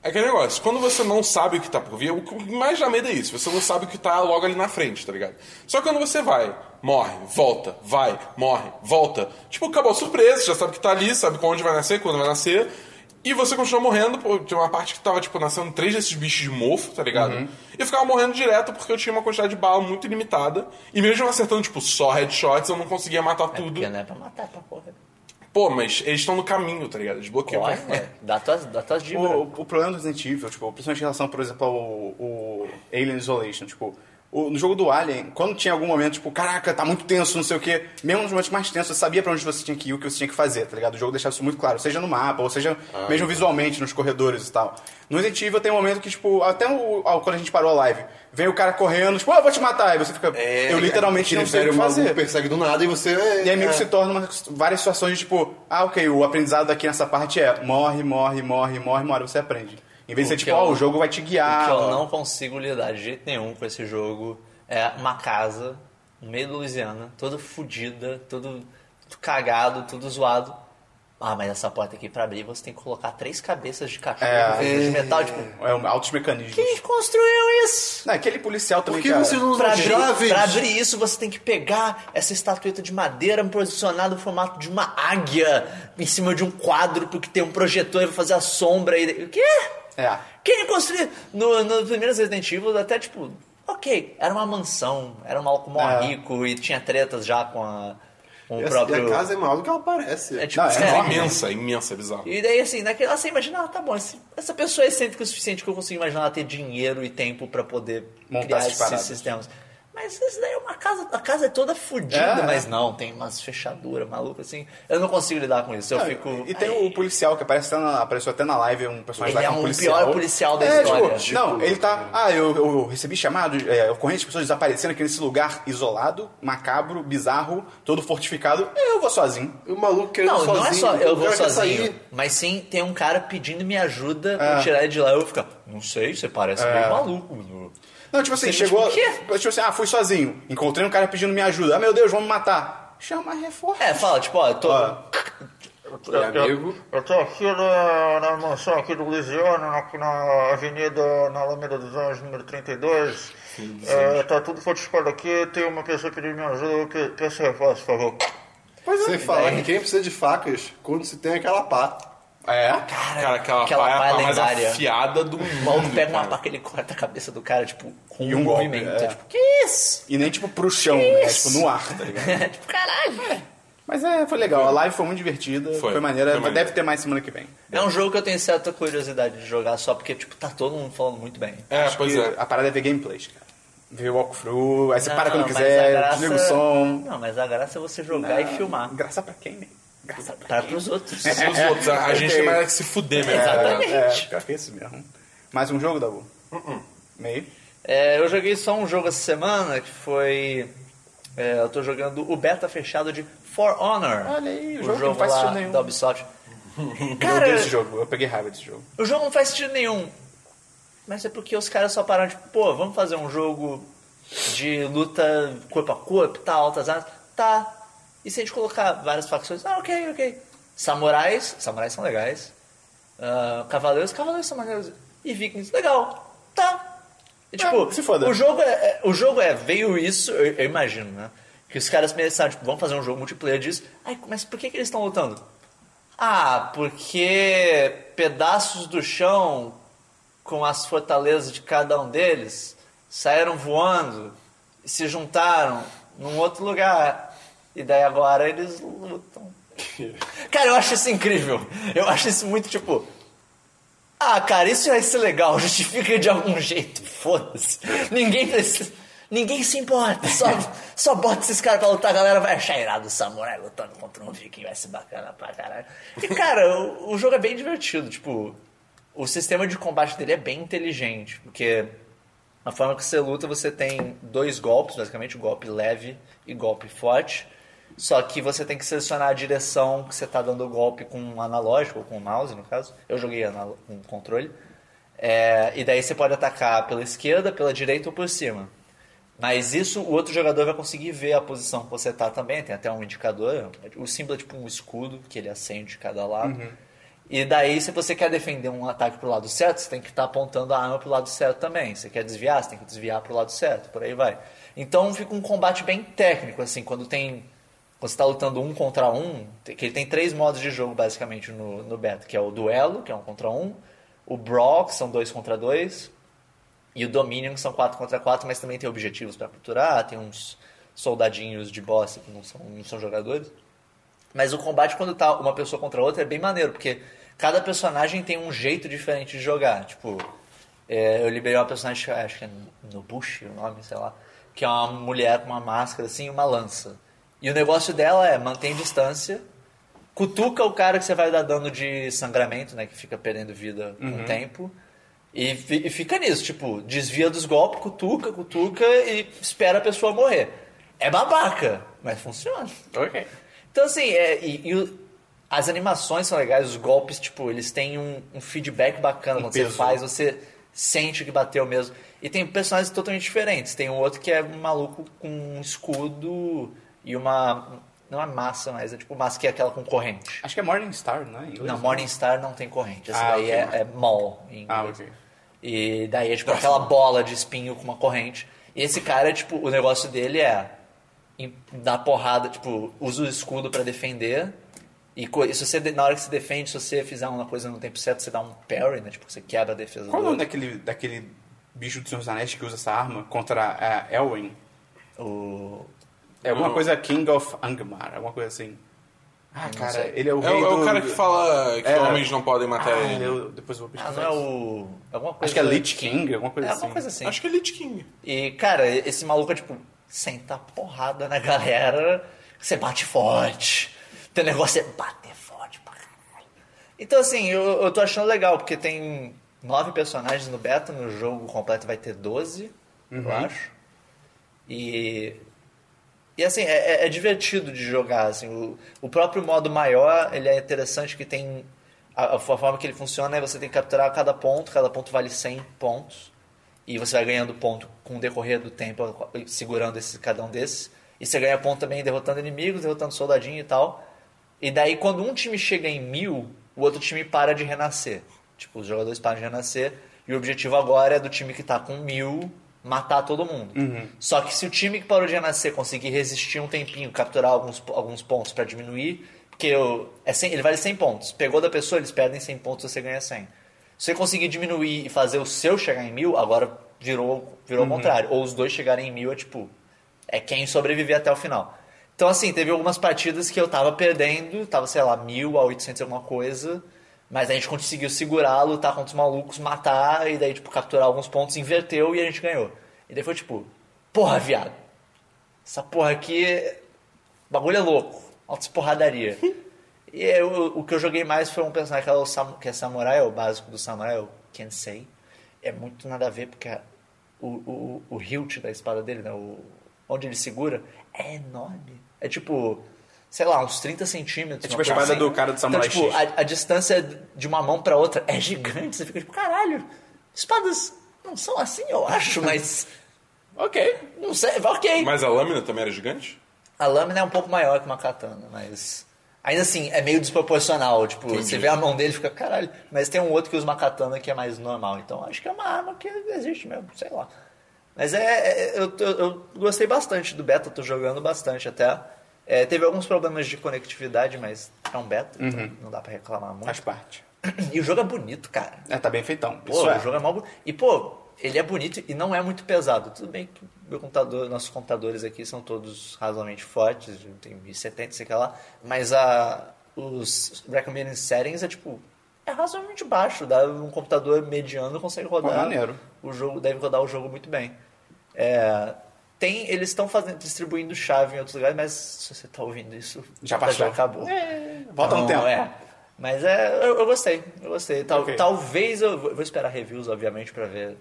é aquele negócio, quando você não sabe o que tá por vir, o que mais dá medo é isso, você não sabe o que tá logo ali na frente, tá ligado? Só que quando você vai, morre, volta, vai, morre, volta, tipo, acabou a surpresa, você já sabe que tá ali, sabe onde vai nascer, quando vai nascer, e você continua morrendo, pô, tem uma parte que tava, tipo, nascendo três desses bichos de mofo, tá ligado? E eu ficava morrendo direto porque eu tinha uma quantidade de bala muito limitada. E mesmo acertando, tipo, só headshots, eu não conseguia matar tudo. Porque não é pra matar, é pra correr. Pô, mas eles estão no caminho, tá ligado? Desbloqueou. Corre, né? mano. Dá tuas, dá tuas dicas. tipo, O, o problema do Resident Evil, tipo, principalmente em relação, por exemplo, ao, o Alien Isolation, tipo, o- no jogo do Alien, quando tinha algum momento, tipo, caraca, tá muito tenso, não sei o quê, mesmo nos momentos mais tensos, você sabia pra onde você tinha que ir, o que você tinha que fazer, tá ligado? O jogo deixava isso muito claro, seja no mapa, ou seja, mesmo visualmente, nos corredores e tal. No Resident Evil tem um momento que, tipo, até o- ao- quando a gente parou a live, vem o cara correndo, tipo, ah, eu vou te matar, aí você fica, eu literalmente Aquele não sei o que velho um maluco fazer. persegue do nada e você. E aí meio é. que se torna uma- várias situações de tipo, ah, ok, o aprendizado aqui nessa parte é morre, morre, morre, morre, morre, você aprende. Em vez de O ser que tipo, eu- ó, o jogo vai te O guiar. que eu ó. não consigo lidar de jeito nenhum com esse jogo é uma casa no meio da Louisiana, toda fodida, todo cagado, tudo zoado. Ah, mas essa porta aqui pra abrir você tem que colocar três cabeças de cachorro É. feitas de metal, tipo, É um, altos mecanismos. quem construiu isso? Não, aquele policial Por também, é- que cara. você não Pra usa abrir, chaves? pra abrir isso, você tem que pegar essa estatueta de madeira posicionada no formato de uma águia em cima de um quadro, porque tem um projetor e vai fazer a sombra. E... O quê? É. Quem construiu? No, no primeiro Resident Evil, até tipo, ok, era uma mansão, era um maluco mó É. rico e tinha tretas já com, a, com o Essa- próprio. E a casa é maior do que ela parece. É tipo, Não, é É, sério. imensa, imensa, é bizarro. E daí assim, naquela você imagina, ah, tá bom, esse- essa pessoa é excêntrica o suficiente que eu consigo imaginar ela ter dinheiro e tempo pra poder Montar criar essas esses paradas. sistemas. Mas isso daí é uma casa, a casa é toda fodida, É. mas não, tem umas fechaduras malucas assim. Eu não consigo lidar com isso, eu Não, fico. E tem Ai. o policial que aparece até na- apareceu até na live, um personagem Ele lá é que um um policial. pior policial da É, história. é. Tipo, não, ele tá. Ah, eu, eu recebi chamado, é, ocorrente de pessoas desaparecendo aqui nesse lugar isolado, macabro, bizarro, todo fortificado. Eu vou sozinho. O maluco querendo Não, sozinho. não é só eu o vou cara quer sozinho, sair. mas sim tem um cara pedindo minha ajuda É. pra tirar ele de lá. Eu fico, não sei, você parece meio maluco. Bruno." Não, tipo assim, Você, chegou. tipo, o Tipo assim, ah, fui sozinho. Encontrei um cara pedindo minha ajuda. Ah, meu Deus, vão me matar. Chama reforço. É, fala, tipo, ó, eu tô. Ó. Tá É, amigo. Eu tô aqui na, na mansão aqui do Louisiana, aqui na avenida, na Alameda dos Anjos, número 32. É, tá tudo fortificado aqui, tem uma pessoa pedindo minha ajuda, eu que- peço reforço, por favor. Sem falar que quem precisa de facas quando se tem aquela pá. É? Cara, aquela, aquela pá é a pá pá mais lendária. afiada do mundo. O maluco pega uma cara. faca, ele corta a cabeça do cara, tipo, com Uhum. E um um golpe, movimento. é. É. Tipo, que isso? E nem tipo pro chão, né? É, tipo no ar, tá ligado? É, tipo, caralho. Mas é, foi legal. A live foi muito divertida, Foi. foi, maneira. Foi maneiro. Deve ter mais semana que vem. É um jogo que eu tenho certa curiosidade de jogar só porque, tipo, tá todo mundo falando muito bem. É, Acho pois que é. A parada é ver gameplays, cara. Ver walkthrough, aí você Não, para quando mas quiser, a graça- desliga o som. Não, mas a graça é você jogar e filmar. Graça pra quem, né? Graça pra Pra pros outros. Se os outros, a, a gente tem mais que se fuder mesmo. tá ligado? Exatamente. Uh-uh. É, pior que isso mesmo. Mais um jogo, Dabu? Meio? É, eu joguei só um jogo essa semana, que foi... é, eu tô jogando o beta fechado de For Honor. Olha aí, o o jogo jogo, que não faz lá sentido nenhum. da Ubisoft. Eu Um Cara, odeio esse jogo, eu peguei raiva desse jogo. o jogo não faz sentido nenhum. Mas é porque os caras só pararam, tipo, pô, vamos fazer um jogo de luta corpo a corpo, tá, altas armas. Tá. E se a gente colocar várias facções? Ah, ok, ok. Samurais, samurais são legais. Ah, cavaleiros, cavaleiros são maneiros. E vikings, legal. Tá. E, tipo, É, se foda. o jogo é, é- o jogo é, veio isso, eu, eu imagino, né? Que os caras pensaram, tipo, vamos fazer um jogo multiplayer disso. Ai, mas por que, que eles estão lutando? Ah, porque pedaços do chão com as fortalezas de cada um deles saíram voando e se juntaram num outro lugar. E daí agora eles lutam. Cara, eu acho isso incrível. Eu acho isso muito tipo. Ah, cara, isso vai ser legal, justifica de algum jeito, foda-se. Ninguém precisa. Ninguém se importa, só, só bota esses caras pra lutar, a galera vai achar irado o samurai lutando contra um viking, vai ser bacana pra caralho. E cara, o, o jogo é bem divertido, tipo, o sistema de combate dele é bem inteligente, porque a forma que você luta, você tem dois golpes, basicamente, golpe leve e golpe forte. Só que você tem que selecionar a direção que você tá dando o golpe com um analógico, ou com o mouse, no caso. Eu joguei anal- com um controle. É, e daí você pode atacar pela esquerda, pela direita ou por cima. Mas isso o outro jogador vai conseguir ver a posição que você tá também. Tem até um indicador. O símbolo é tipo um escudo que ele acende de cada lado. E daí, se você quer defender um ataque pro lado certo, você tem que estar apontando a arma pro lado certo também. Se você quer desviar, você tem que desviar pro lado certo, por aí vai. Então fica um combate bem técnico, assim, quando tem. Quando você tá lutando um contra um, tem- que ele tem três modos de jogo basicamente no, no beta, que é o duelo, que é um contra um, o brawl, que são dois contra dois, e o Dominion, que são 4 contra 4, mas também tem objetivos pra capturar, tem uns soldadinhos de boss que não são, não são jogadores. Mas o combate, quando tá uma pessoa contra a outra, é bem maneiro, porque cada personagem tem um jeito diferente de jogar. Tipo, é, eu liberei uma personagem, acho que é Nobushi o nome, sei lá, que é uma mulher com uma máscara assim e uma lança. E o negócio dela é mantém distância, cutuca o cara que você vai dar dano de sangramento, né? Que fica perdendo vida com o tempo. E, fi- e fica nisso, tipo, desvia dos golpes, cutuca, cutuca e espera a pessoa morrer. É babaca, mas funciona. Ok. Então, assim, é, e, e o- as animações são legais, os golpes, tipo, eles têm um, um feedback bacana quando você peso. faz, você sente que bateu mesmo. E tem personagens totalmente diferentes. Tem um outro que é um maluco com um escudo e uma. Não é massa, mas é tipo massa que é aquela com corrente. Acho que é Morningstar, né? Em inglês, Não, né? Morningstar não tem corrente. Essa Ah, daí ok. é, é mall em Ah, inglês. ok. E daí é tipo aquela bola de espinho com uma corrente. E esse cara, tipo, o negócio dele é em- dar porrada, tipo, usa o escudo pra defender. E, co- e se você, de- na hora que você defende, se você fizer uma coisa no tempo certo, você dá um parry, né? Tipo, você quebra a defesa Qual é o do nome outro. daquele, daquele bicho do Senhor dos Anéis que usa essa arma contra a Elwin? O... É alguma Não. coisa King of Angmar, alguma coisa assim. Ah, cara, sei. ele é o É, rei o- é do- o cara que fala que É. homens não podem matar Ah, ele. eu, depois eu vou Ah, pesquisar não é isso. o... Alguma coisa... Acho que é Lich King, alguma coisa É assim. alguma coisa assim. Acho que é Lich King. E, cara, esse maluco é tipo, senta a porrada na galera, você bate forte. Teu negócio é bater forte pra caralho. Então, assim, eu, eu tô achando legal, porque tem nove personagens no beta, no jogo completo vai ter 12, eu acho. E. E assim, é, é- é divertido de jogar. Assim, o, o próprio modo maior ele é interessante que tem. A, a forma que ele funciona é você tem que capturar cada ponto, cada ponto vale 100 pontos. E você vai ganhando ponto com o decorrer do tempo, segurando esse, cada um desses. E você ganha ponto também derrotando inimigos, derrotando soldadinho e tal. E daí, quando um time chega em mil, o outro time para de renascer. Tipo, os jogadores param de renascer. E o objetivo agora é do time que tá com mil matar todo mundo. Só que se o time que parou de renascer conseguir resistir um tempinho, capturar alguns, alguns pontos pra diminuir, porque o- é 100 ele vale 100 pontos. Pegou da pessoa, eles perdem 100 pontos, você ganha 100. Se você conseguir diminuir e fazer o seu chegar em mil, agora virou, virou ao contrário. Ou os dois chegarem em mil é tipo. É quem sobreviver até o final. Então, assim, teve algumas partidas que eu tava perdendo, tava, sei lá, mil a 800 e alguma coisa. Mas a gente conseguiu segurar, lutar contra os malucos, matar, e daí, tipo, capturar alguns pontos, inverteu e a gente ganhou. E daí foi tipo, porra, viado. Essa porra aqui. é- o Bagulho é louco. Altas porradaria. e eu- o que eu joguei mais foi um personagem que é, o sam- que é samurai, o básico do samurai, o Kensei. É muito nada a ver, porque a- o, o, o hilt da espada dele, né? o- onde ele segura, é enorme. É tipo, sei lá, uns 30 centímetros. É tipo uma a coisa espada do cara do Samurai então, tipo, X. a, a distância de uma mão pra outra é gigante. Você fica tipo, caralho, espadas não são assim, eu acho, mas. Ok. Não sei, ok. Mas a lâmina também era gigante? A lâmina é um pouco maior que uma katana, mas. Ainda assim, é meio desproporcional. Tipo, você vê a mão dele e fica, caralho. Mas tem um outro que usa uma katana que é mais normal. Então acho que é uma arma que existe mesmo, sei lá. Mas é. é- eu, eu- eu gostei bastante do beta, tô jogando bastante até. É, teve alguns problemas de conectividade, mas é um beta, então não dá pra reclamar muito. Faz parte. E o jogo é bonito, cara. É, tá bem feitão. Pô, Isso é. o jogo é mal. E, pô, ele é bonito e não é muito pesado. Tudo bem que meu computador, nossos computadores aqui são todos razoavelmente fortes, tem 1070, sei que lá. Mas a, os recommended settings é tipo. É razoavelmente baixo. Dá um computador mediano consegue rodar. maneiro. O jogo deve rodar o jogo muito bem. É, tem, eles estão fazendo- distribuindo chave em outros lugares, mas se você está ouvindo isso, Já passou. já acabou. Volta um Então, tempo. É. Mas é, eu, eu gostei, eu gostei. Tal- Ok. Talvez eu vou vou esperar reviews, obviamente, pra ver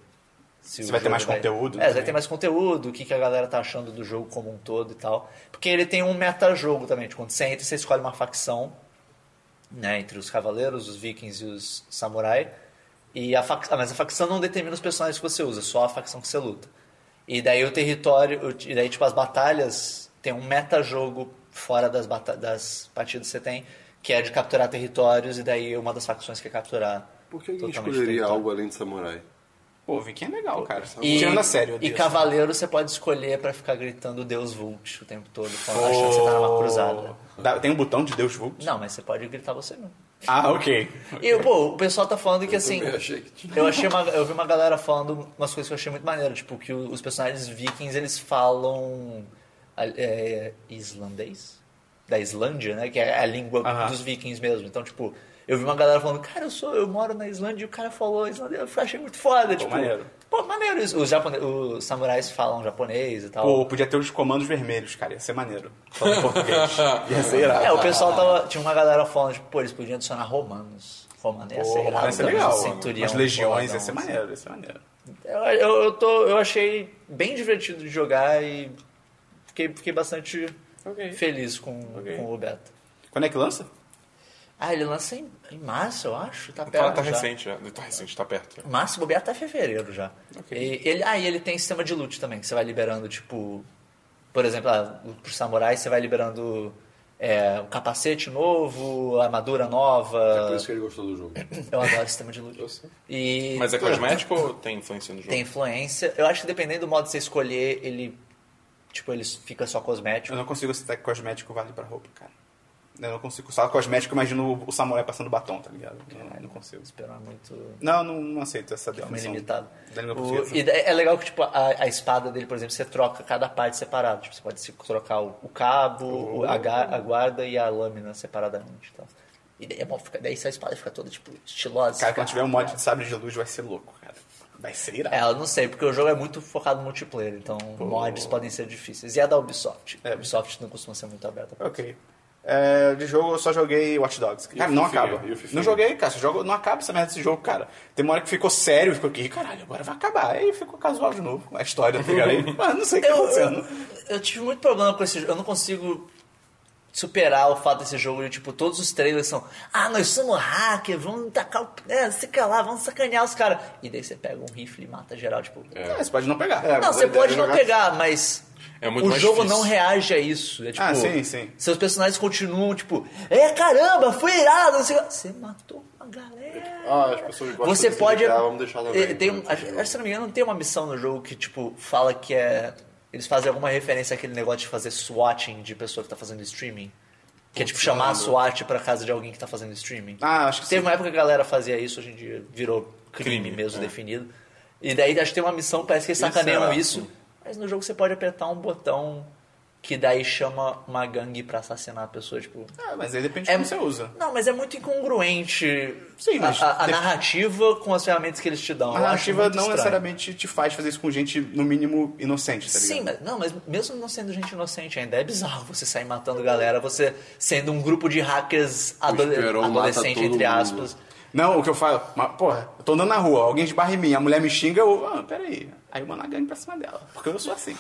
se, o vai ter jogo mais conteúdo É, se vai também. ter mais conteúdo, o que, que a galera tá achando do jogo como um todo e tal. Porque ele tem um metajogo também, tipo, quando você entra, você escolhe uma facção, né, entre os cavaleiros, os vikings e os samurai. E a fac... ah, mas a facção não determina os personagens que você usa, é só a facção que você luta. E daí o território, o- e daí tipo as batalhas, tem um metajogo fora das, bata... das partidas que você tem, que é de capturar territórios, e daí uma das facções quer capturar. Por que alguém totalmente o escolheria território. algo além de samurai? Pô, Viking é legal, cara. E, Tirando a sério. eu e disse. cavaleiro você pode escolher pra ficar gritando Deus Vult o tempo todo, Oh. quando achando que você tá numa cruzada. Dá- tem um botão de Deus Vult? Não, mas você pode gritar você mesmo. Ah, ok. E, pô, o pessoal tá falando que assim. também achei que Eu achei uma, eu vi uma galera falando umas coisas que eu achei muito maneiro, tipo, que o- os personagens vikings eles falam é, islandês? Da Islândia, né? Que é a língua Aham. dos vikings mesmo. Então, tipo, eu vi uma galera falando, cara, eu sou, eu moro na Islândia e o cara falou islandês, eu achei muito foda. tipo, maneiro. Pô, maneiro isso. Os, japone- os samurais falam japonês e tal. Pô, podia ter os comandos vermelhos, cara. Ia ser maneiro. Falando em português. Ia ser irado. É, o pessoal tava. Tinha uma galera falando, tipo, pô, eles podiam adicionar romanos. Romano ia ser Pô, irado né? ia ser também, é legal. centurião, As legiões, ia boladão, ser assim. maneiro, ia ser maneiro. Eu, eu, eu tô, eu achei bem divertido de jogar e fiquei, fiquei bastante Ok. feliz com, Ok. com o beta. Quando é que lança? Ah, ele lança em, em março, eu acho. Tá Tá, perto tá já. recente, já. Tá recente, tá perto. Março, bobear até fevereiro já. E ele, ah, e ele tem sistema de loot também, que você vai liberando, tipo... Por exemplo, ah, pro samurai, você vai liberando é, o capacete novo, a armadura É por nova. isso que ele gostou do jogo. Eu adoro sistema de loot. E Mas é cosmético ou tem influência no jogo? Tem influência. Eu acho que dependendo do modo que você escolher, ele. Tipo, ele fica só Eu cosmético. não consigo citar que cosmético vale pra roupa, cara. Eu não consigo. Só cosmético, imagino o samurai passando batom, tá ligado? Não, não consigo. Esperar é muito. Não, não, não aceito essa Meio definição. limitado. Da língua O- portuguesa. e é é legal que, tipo, a, a espada dele, por exemplo, você troca cada parte separada. Tipo, você pode se trocar o, o cabo, o- a, ga- a guarda e a lâmina separadamente. Tá? E daí, é bom, fica, daí sua espada fica toda, tipo, estilosa. Cara, quando tiver um mod de sabre de luz, vai ser louco, cara. Vai ser irado. É, eu não sei, porque o jogo é muito focado no multiplayer, então mods podem ser difíceis. E é da Ubisoft. É. A Ubisoft não costuma ser muito aberta. pra Ok. É, de jogo eu só joguei Watch Dogs. Cara, o não Fifinha? acaba. E o Fifinha? Não joguei, cara. Esse jogo- não acaba essa merda desse jogo, cara. Tem uma hora que ficou sério, ficou aqui, caralho, agora vai acabar. Aí ficou casual de novo. A história, tá ligado? Aí, mano, não sei o que tá Eu, acontecendo. eu- eu tive muito problema com esse jogo. Eu não consigo superar o fato desse jogo de, tipo, todos os trailers são Ah, nós somos hacker, vamos tacar o... É, se calar, vamos sacanear os caras. E daí você pega um rifle e mata geral, tipo... É, você pode não pegar. Não, você deve pode não jogar- pegar, mas... É muito o mais jogo difícil. não reage a isso. É, tipo, Ah, sim, sim. Seus personagens continuam, tipo, é caramba, foi irado. não sei o que lá." Você matou uma galera. Ah, as pessoas gostam Você de se pode. ligar, vamos deixar também. né? eh, tem um- Vamos acho- deixar. acho, se não me engano, tem uma missão no jogo que, tipo, fala que é. Eles fazem alguma referência àquele negócio de fazer swatting de pessoa que tá fazendo streaming. Que é tipo chamar a SWAT pra casa de alguém que tá fazendo streaming. Ah, acho que Teve sim. uma época que a galera fazia isso, hoje em dia virou crime, Crime, mesmo definido. E daí acho que tem uma missão, parece que eles sacaneiam isso. Mas no jogo você pode apertar um botão que daí chama uma gangue pra assassinar a pessoa, tipo. Ah, mas aí depende de como você usa. Não, mas é muito incongruente Sim, a- mas a, a tem- narrativa com as ferramentas que eles te dão. A Eu acho narrativa muito não estranho. necessariamente te faz fazer isso com gente, no mínimo, inocente, tá ligado? Sim, mas, não, mas mesmo não sendo gente inocente, ainda é bizarro você sair matando galera, você sendo um grupo de hackers adole Esperon mata adolescente, todo entre mundo. aspas. Não, o que eu falo, mas, porra, eu tô andando na rua, alguém esbarra em mim, a mulher me xinga, eu, ah, peraí. Aí eu mando a gangue pra cima dela, porque eu sou assim.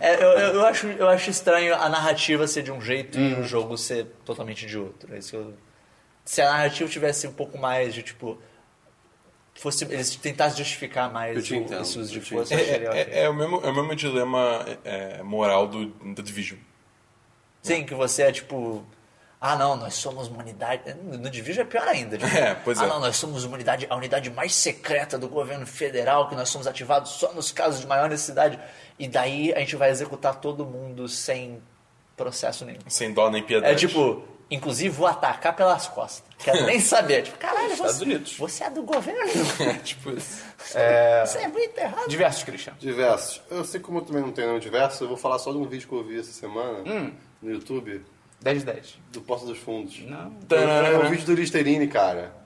É, eu, eu- eu acho, eu acho estranho a narrativa ser de um jeito Hum. e o jogo ser totalmente de outro. É isso que eu- Se a narrativa tivesse um pouco mais de tipo. Fosse, eles tentassem justificar Eu mais te o, entendo, esse uso de eu te força. É, eu acharia é- ok. é- é o, mesmo, é o mesmo dilema é, é, moral do, do Division. Sim, que você é tipo. Ah, não, nós somos uma unidade. No Division é pior ainda. Tipo, É, pois ah, é. não, nós somos uma unidade, a unidade mais secreta do governo federal, que nós somos ativados só nos casos de maior necessidade. E daí a gente vai executar todo mundo sem processo nenhum. Sem dó nem piedade. É tipo, inclusive vou atacar pelas costas. Quero nem saber. Tipo, caralho, Estados você, Unidos. você é do governo? É, tipo isso. Você é muito errado. Diversos, Christian. Diversos. Eu sei como eu também não tenho nenhum diverso, eu vou falar só de um vídeo que eu vi essa semana Hum. no YouTube 10 de 10. do Porta dos Fundos. Não. Então, É né, o vídeo do Listerine, cara.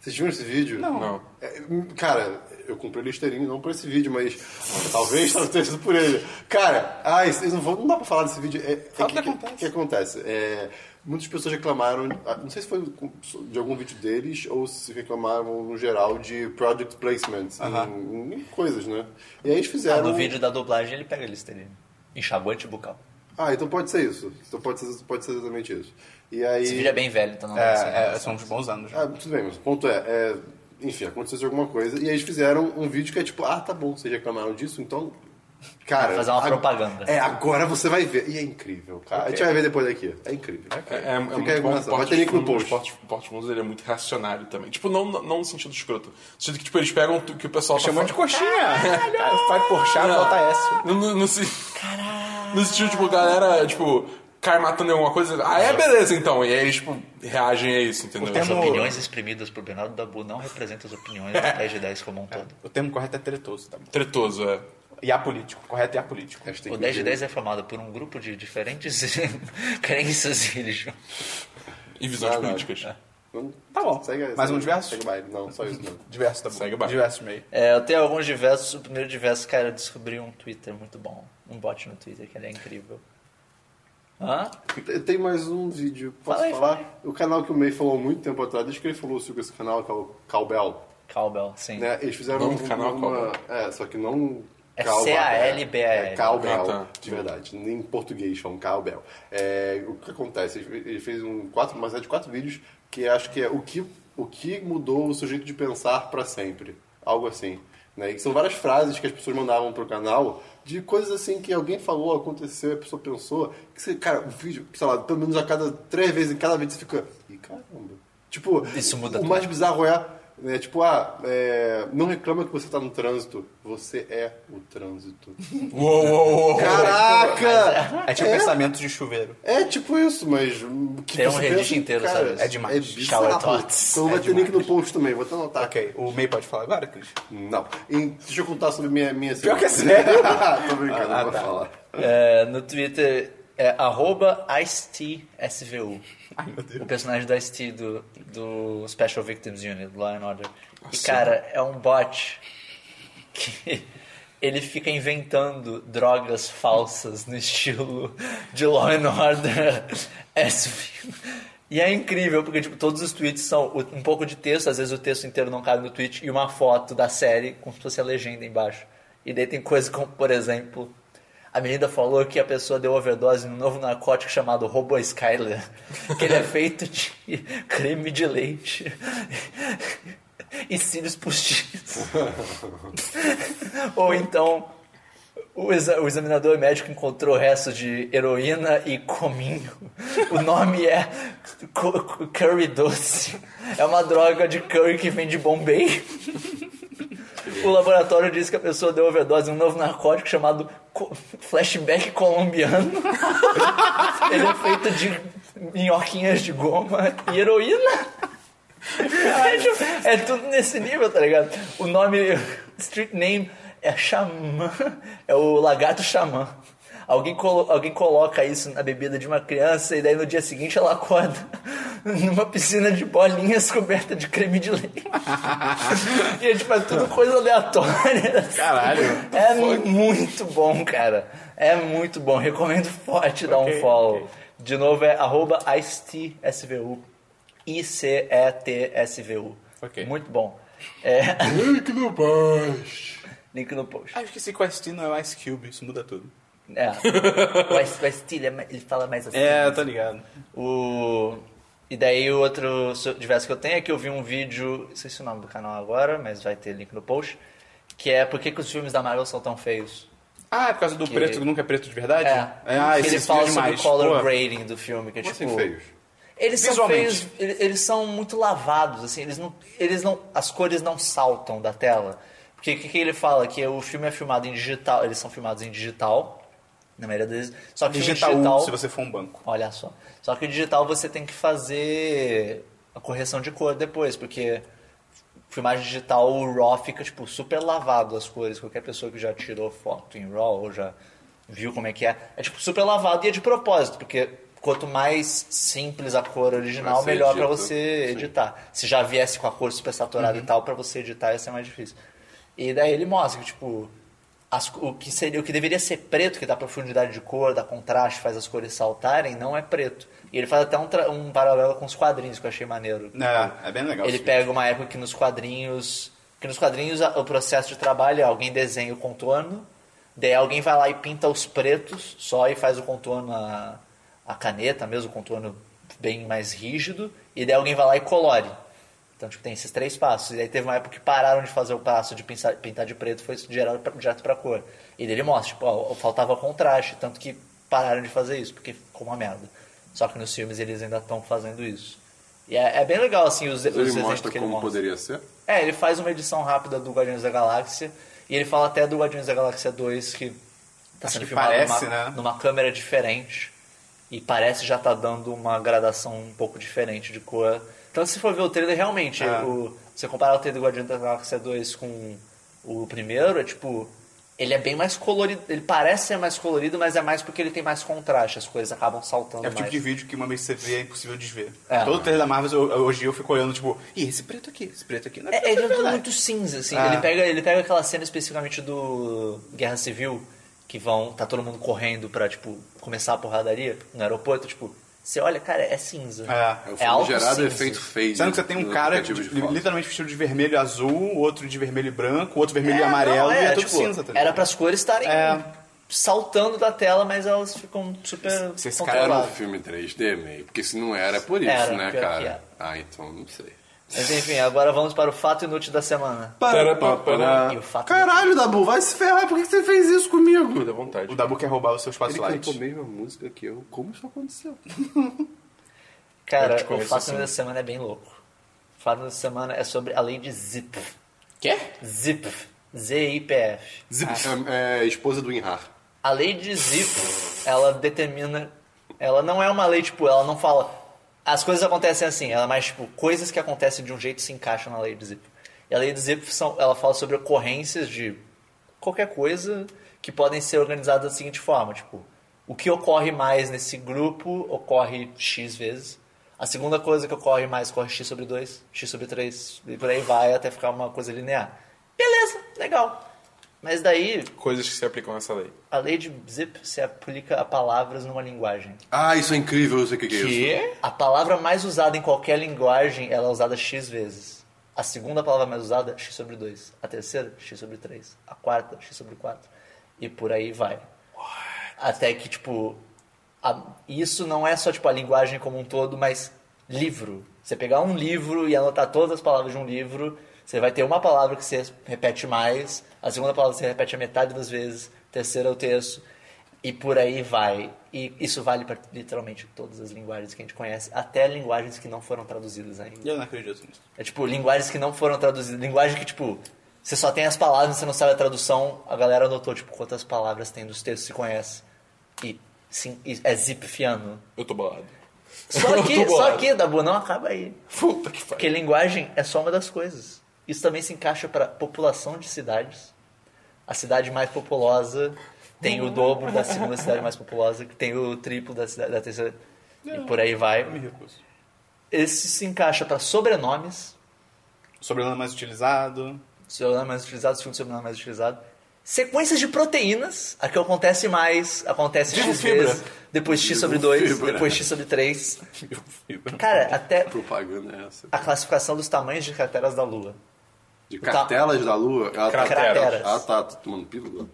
Vocês viram esse vídeo? Não. Não. É, hum, cara, eu comprei Listerine não por esse vídeo, mas talvez não tenha sido por ele. Cara, ai, vocês não, vão, não dá pra falar desse vídeo. É, Fala o é que acontece. O que acontece? É, muitas pessoas reclamaram, ah, não sei se foi com- de algum vídeo deles ou se reclamaram no geral de product placement em, em coisas, né? E aí eles Ah, fizeram. no vídeo da dublagem ele pega listerina. Enxaguante bucal. Ah, então pode ser isso. Então pode ser, pode ser exatamente isso. E aí. Esse vídeo é bem velho, então não vai ser. É, é, são uns bons anos já. Ah, tudo bem, mas o ponto é, é, Enfim, aconteceu alguma coisa e aí eles fizeram um vídeo que é tipo, ah, tá bom, vocês reclamaram disso, então. Cara. Vai fazer uma ag- propaganda. É, agora você vai ver. E é incrível, cara. A gente vai ver depois daqui. É incrível. É, é, é muito aí bom com essa. o Vai ter Porta link no dos post. Fundos, o Porta dos- o Porta dos Fundos, ele é muito reacionário também. Tipo, não, não no sentido escroto. No sentido que, tipo, eles pegam o que o pessoal tá Chamou falando- um de coxinha. Cara, Vai porchar, Não. volta S. No, no, no, se- no sentido, tipo, galera, tipo, cai matando em alguma coisa. Ah, é beleza então. E aí eles, tipo, reagem a isso, entendeu? termo- As opiniões exprimidas por Bernardo Dabu não representam as opiniões do 10 de 10 como um todo. O termo correto é tretoso, tá bom? Tretoso, é. E apolítico. Correto é apolítico. Hashtag O 10 de vídeo. 10 é formado por um grupo de diferentes crenças e religiões. E visões Ah, não. políticas. Não- Tá bom. Segue, Mais segue- um diverso? Segue o baile. Não, só isso não. Diverso, tá bom? Segue o baile. Diverso meio. É, eu tenho alguns diversos. O primeiro diverso, cara, eu descobri um Twitter muito bom. Um bot no Twitter, que ele é incrível. Hã? Tem- Tem mais um vídeo. Posso Fala aí, falar? fala aí. O canal que o May falou há muito tempo atrás, desde que ele falou sobre esse canal, que é o Calbel. Cowbell, sim. né, Eles O fizeram nome do canal é uma... É, só que não... É Cowbell, C-A-L-B-A-L. É Cowbell, Ah, tá. de verdade. Nem em português chama Cowbell. É, o que acontece? Ele ele fez um quatro, uma série de quatro vídeos que acho que é o que, o que mudou o seu jeito de pensar para sempre. Algo assim. Né? E são várias frases que as pessoas mandavam pro canal de coisas assim que alguém falou, aconteceu, a pessoa pensou. Que você, cara, o vídeo, sei lá, pelo menos a cada três vezes, em cada vez você fica... Ih, caramba. Tipo, Isso muda o tudo. mais bizarro é, né, tipo, ah, é, não reclama que você tá no trânsito. Você é o trânsito. Uou, uou, uou. Caraca! É tipo pensamento de chuveiro. É tipo isso, mas. hum, Que Tem um você Reddit pensa, inteiro, cara, sabe? É É demais. bizarro. Shower thoughts. É Então vai ter link no post também, vou até anotar. Ok, o meio pode falar agora, Cris? Não. E deixa eu contar sobre minha. minha Pior que é sério. Ah, tá. Tô brincando, não vou falar. É, no Twitter é arroba IceTSVU. Ai, meu O Deus. personagem do Ice-T do, do Special Victims Unit, do Law and Order. E, cara, é um bot que ele fica inventando drogas falsas no estilo de Law and Order SVU. E é incrível, porque tipo, todos os tweets são o- um pouco de texto, às vezes o texto inteiro não cabe no tweet, e uma foto da série, como se fosse a legenda embaixo. E daí tem coisas como, por exemplo, a menina falou que a pessoa deu overdose num novo narcótico chamado Robo Skyler, que ele é feito de creme de leite e cílios postiços. Ou então, o, exa- o examinador médico encontrou restos de heroína e cominho. O nome é cu- cu- curry doce. É uma droga de curry que vem de Bombay. O laboratório disse que a pessoa deu overdose em um novo narcótico chamado co- flashback colombiano. Ele é feito de minhoquinhas de goma e heroína. É, tipo, é tudo nesse nível, tá ligado? O nome, street name é Xamã, é o lagarto Xamã. Alguém, colo- alguém coloca isso na bebida de uma criança e daí no dia seguinte ela acorda numa piscina de bolinhas coberta de creme de leite. e é tipo, é tudo coisa aleatória. Caralho. É muito bom, cara. É muito bom. Recomendo forte dar um follow. De novo é arroba ICETSVU. I-C-E-T-S-V-U. Ok. Muito bom. É, Link no post. link no post. Acho Ah, que esse Quest não é Ice Cube, isso muda tudo. É. O Ice- o Ice-T, ele, é mais- ele fala mais assim. É, tá ligado. O... E daí o outro su- diverso que eu tenho é que eu vi um vídeo, não sei se é o nome do canal agora, mas vai ter link no post, que é por que, que os filmes da Marvel são tão feios. Ah, é por causa do Que- preto que nunca é preto de verdade? É, Ah, que esse ele fala vídeo é sobre o demais. color Pô. grading do filme, que é Como tipo... assim, feios? Eles são Visualmente. feios, ele- eles são muito lavados, assim, eles não, eles não, as cores não saltam da tela. Porque o que, que ele fala? Que o filme é filmado em digital, eles são filmados em digital, na maioria das vezes. Só que Digital, em digital, se você for um banco. olha só. Só que em digital você tem que fazer a correção de cor depois, porque filmagem digital, o RAW fica, tipo, super lavado as cores. Qualquer pessoa que já tirou foto em RAW ou já viu como é que é, é, tipo, super lavado e é de propósito, porque quanto mais simples a cor original, Mas você melhor pra edita, você sim. editar. Se já viesse com a cor super saturada e tal, pra você editar ia ser mais difícil. E daí ele mostra que, tipo, as co- o, que seria, o que deveria ser preto, que dá profundidade de cor, dá contraste, faz as cores saltarem, não é preto. E ele faz até um, tra- um paralelo com os quadrinhos, que eu achei maneiro. É, é bem legal. Ele esse pega uma época que nos quadrinhos. Que nos quadrinhos a- o processo de trabalho é alguém desenha o contorno, daí alguém vai lá e pinta os pretos só e faz o contorno a, a caneta, mesmo o contorno bem mais rígido, e daí alguém vai lá e colore. Então, tipo, tem esses três passos. E aí teve uma época que pararam de fazer o passo de pintar, pintar de preto, foi gerado pra, direto pra cor. E daí ele mostra, tipo, ó, faltava contraste, tanto que pararam de fazer isso, porque ficou uma merda. Só que nos filmes eles ainda estão fazendo isso. E é, é bem legal, assim, os, os Ele exemplos mostra que como ele mostra. poderia ser? É, ele faz uma edição rápida do Guardiões da Galáxia, e ele fala até do Guardiões da Galáxia 2, que tá Acho sendo que filmado parece, numa, né? numa câmera diferente, e parece já tá dando uma gradação um pouco diferente de cor. Então, se for ver o trailer, realmente, É. o, você comparar o trailer do Guardiões da Galáxia 2 com o primeiro, é tipo... Ele é bem mais colorido, ele parece ser mais colorido, mas é mais porque ele tem mais contraste, as coisas acabam saltando É o mais. tipo de vídeo que uma vez que você vê é impossível desver. É. Todo trailer da Marvel, eu- eu- hoje eu fico olhando, tipo, ih, esse preto aqui, esse preto aqui. Não é, É, preto, é ele é tudo verdade. muito cinza, assim. Ah. Ele, pega, ele pega aquela cena especificamente do Guerra Civil, que vão. tá todo mundo correndo pra, tipo, começar a porradaria no aeroporto, tipo, você olha, cara, é cinza. É, É o é filme alto gerado cinza. efeito feio. Sendo que você tem um no cara de- aplicativo de foto. literalmente vestido de vermelho e azul, outro de vermelho e branco, outro vermelho e É, amarelo, não, e é, é tudo tipo, cinza, tá ligado? Era pras cores estarem É. saltando da tela, mas elas ficam super. Se esse Cara, era um controladas. filme 3D meio, porque se não era, é por isso, Era, né, pior que cara? era. Ah, então, não sei. Mas enfim, agora vamos para o fato inútil da semana. Ah. E o Tá fato Caralho, Dabu, vai se ferrar, por que você fez isso comigo? Dá vontade. O Dabu quer roubar o seu espaço Ele light. cantou a mesma música que eu. Como isso aconteceu? Cara, Eu te o conheço fato assim. da semana é bem louco. O fato da semana é sobre a lei de Zip. Quê? Zip. Z-I-P-F. Zip. É, é, esposa do Inhar. A lei de Zip, ela determina. Ela não é uma lei, tipo, ela não fala. As coisas acontecem assim, ela é mais, tipo, coisas que acontecem de um jeito se encaixam na lei de Zip. E a lei de Zip, são, ela fala sobre ocorrências de qualquer coisa que podem ser organizadas da seguinte forma: tipo, o que ocorre mais nesse grupo ocorre X vezes. A segunda coisa que ocorre mais ocorre X sobre 2, X sobre 3, e por aí vai até ficar uma coisa linear. Beleza, legal. Mas daí, Coisas que se aplicam nessa lei. a lei de Zip se aplica a palavras numa linguagem. Ah, isso é incrível, eu sei o que, que é isso. A palavra mais usada em qualquer linguagem, ela é usada x vezes. A segunda palavra mais usada, x sobre 2. A terceira, x sobre 3. A quarta, x sobre 4. E por aí vai. Até que, tipo, a- isso não é só, tipo, a linguagem como um todo, mas livro. Você pegar um livro e anotar todas as palavras de um livro, você vai ter uma palavra que você repete mais, a segunda palavra você repete a metade das vezes, a terceira é o terço. E por aí vai. E isso vale para literalmente todas as linguagens que a gente conhece, até linguagens que não foram traduzidas ainda. Eu não acredito nisso. É tipo, linguagens que não foram traduzidas. Linguagem que, tipo, você só tem as palavras, você não sabe a tradução. A galera anotou, tipo, quantas palavras tem dos textos que conhece. E, sim, e é zipfiano. Eu tô bolado. Só Eu que, tô só bolado. que, Dabu, não acaba aí. Puta que pariu. Porque linguagem é só uma das coisas. Isso também se encaixa para população de cidades. A cidade mais populosa tem o dobro da segunda cidade mais populosa, que tem o triplo da, cidade, da terceira. E por aí É. Eu me vai. recuso. Esse se encaixa para sobrenomes. Sobrenome mais utilizado. Sobrenome é mais utilizado, segundo sobrenome mais utilizado. Sequências de proteínas. A que acontece mais, acontece Digo X fibra. vezes. Depois X sobre Digo 2, fibra. depois X sobre 3. Cara, até Propaganda é essa. a classificação dos tamanhos de crateras da Lua. De cartelas da lua? Ah, tá. Crateras. Ah, tá. Tô tomando pílula.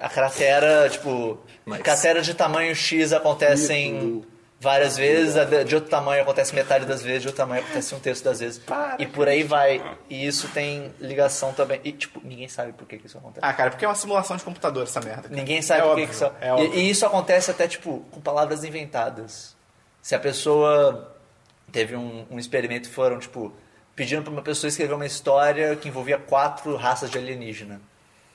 A cratera, tipo, cratera de tamanho X acontecem Ih, várias vezes, a de de outro tamanho acontece metade das vezes, de outro tamanho acontece um terço das vezes. E por aí vai. E isso tem ligação também. E, tipo, ninguém sabe por que, que isso acontece. Ah, cara, porque é uma simulação de computador essa merda. cara. Ninguém sabe é por que óbvio, que isso É óbvio. e, e isso acontece até, tipo, com palavras inventadas. Se a pessoa teve um, um experimento e foram, tipo, pedindo pra uma pessoa escrever uma história que envolvia quatro raças de alienígena.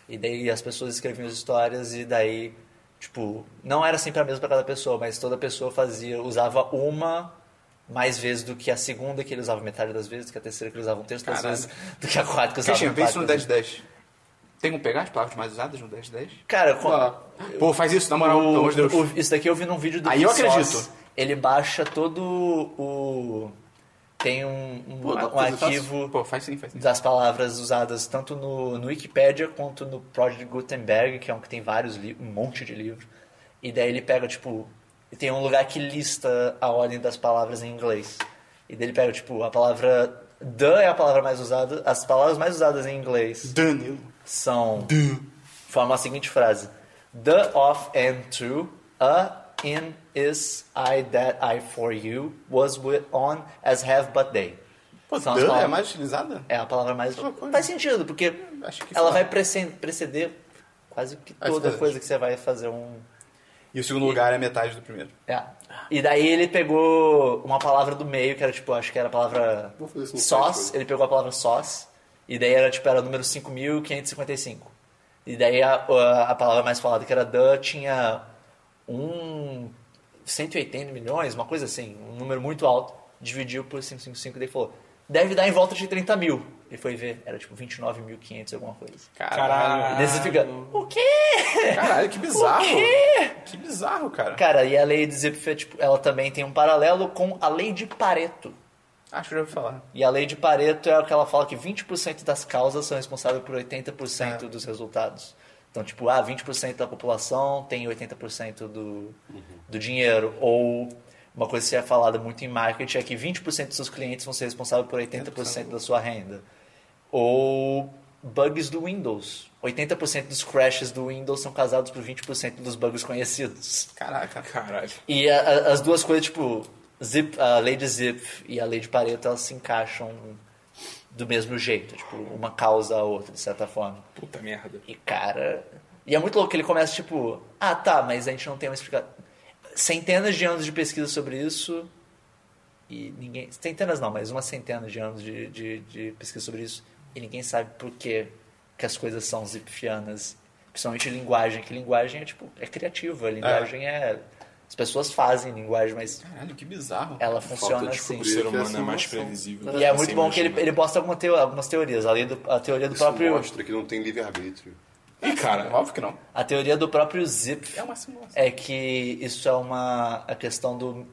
E daí as pessoas escreviam as histórias e daí, tipo, não era sempre a mesma pra cada pessoa, mas toda pessoa fazia, usava uma mais vezes do que a segunda que ele usava metade das vezes, do que a terceira que ele usava um terço das Caralho. vezes, do que a quarta que usava Christian, vê metade isso no das vezes. 1010. Tem como pegar as palavras mais usadas no 1010? Cara, com... Pô, faz isso, na moral, então, O- pelo amor de Deus. o- isso daqui eu vi num vídeo do Aí eu Vsauce. acredito. Ele baixa todo o. Tem um, um- Pô, dá é um pra fazer arquivo Pô, faz sim, faz sim. das palavras usadas tanto no, no Wikipedia quanto no Project Gutenberg, que é um que tem vários livros, um monte de livros. E daí ele pega, tipo. e Tem um lugar que lista a ordem das palavras em inglês. E daí ele pega, tipo, a palavra. The é a palavra mais usada. As palavras mais usadas em inglês Danilo. são forma a seguinte frase: The of and to a in is I that I for you was with on as have but they. Pô, São as Dan é a palavras- mais utilizada? é a palavra mais loucura. né? faz sentido porque Acho que ela fala. vai precen- preceder quase que As toda coisas. coisa que você vai fazer um E o segundo lugar é metade do primeiro. é. E daí ele pegou uma palavra do meio, que era tipo, acho que era a palavra Vou fazer isso no sós. site, Ele pegou a palavra sós. E daí era tipo, era o número 5.555. E daí a, a, a palavra mais falada, que era the, tinha um 180 milhões, uma coisa assim, um número muito alto. Dividiu por 555 e daí falou, deve dar em volta de 30 mil. Ele foi ver, era tipo 29.500 alguma coisa. E daí você fica, o quê? Caralho, que bizarro. O quê? Que bizarro, cara. Cara, e a lei de Zipf, é, tipo, ela também tem um paralelo com a lei de Pareto. Acho que eu já ouvi falar. E a lei de Pareto é o que ela fala que 20% das causas são responsáveis por 80% dos resultados. Então, tipo, ah, 20% da população tem 80% do, do dinheiro. Ou uma coisa que é falada muito em marketing é que 20% dos seus clientes vão ser responsáveis por 80% da sua renda. Ou bugs do Windows. 80% dos crashes do Windows são causados por 20% dos bugs conhecidos. Caraca. Caralho. E a- a- as duas coisas, tipo, zip, a lei de Zip e a lei de Pareto, elas se encaixam do mesmo jeito. Tipo, uma causa a outra, de certa forma. Puta merda. E, cara... E é muito louco que ele começa, tipo... Ah, tá, mas a gente não tem uma explicação... Centenas de anos de pesquisa sobre isso... E ninguém... Centenas não, mas uma centena de anos de, de, de pesquisa sobre isso. E ninguém sabe por que que as coisas são zipfianas. Principalmente linguagem, que linguagem é, tipo... É criativa, linguagem é... As pessoas fazem linguagem, mas Caralho, que bizarro. ela funciona assim. descobrir. O ser que humano essa é mais noção. previsível. Tá E é Você muito bom que ele, imagina. ele mostra alguma teo- algumas teorias. A, lei do, a teoria do né? Isso próprio... mostra que não tem livre-arbítrio. Ih, cara. É Óbvio que não. A teoria do próprio Zip É uma simulação. é que isso é uma a questão do,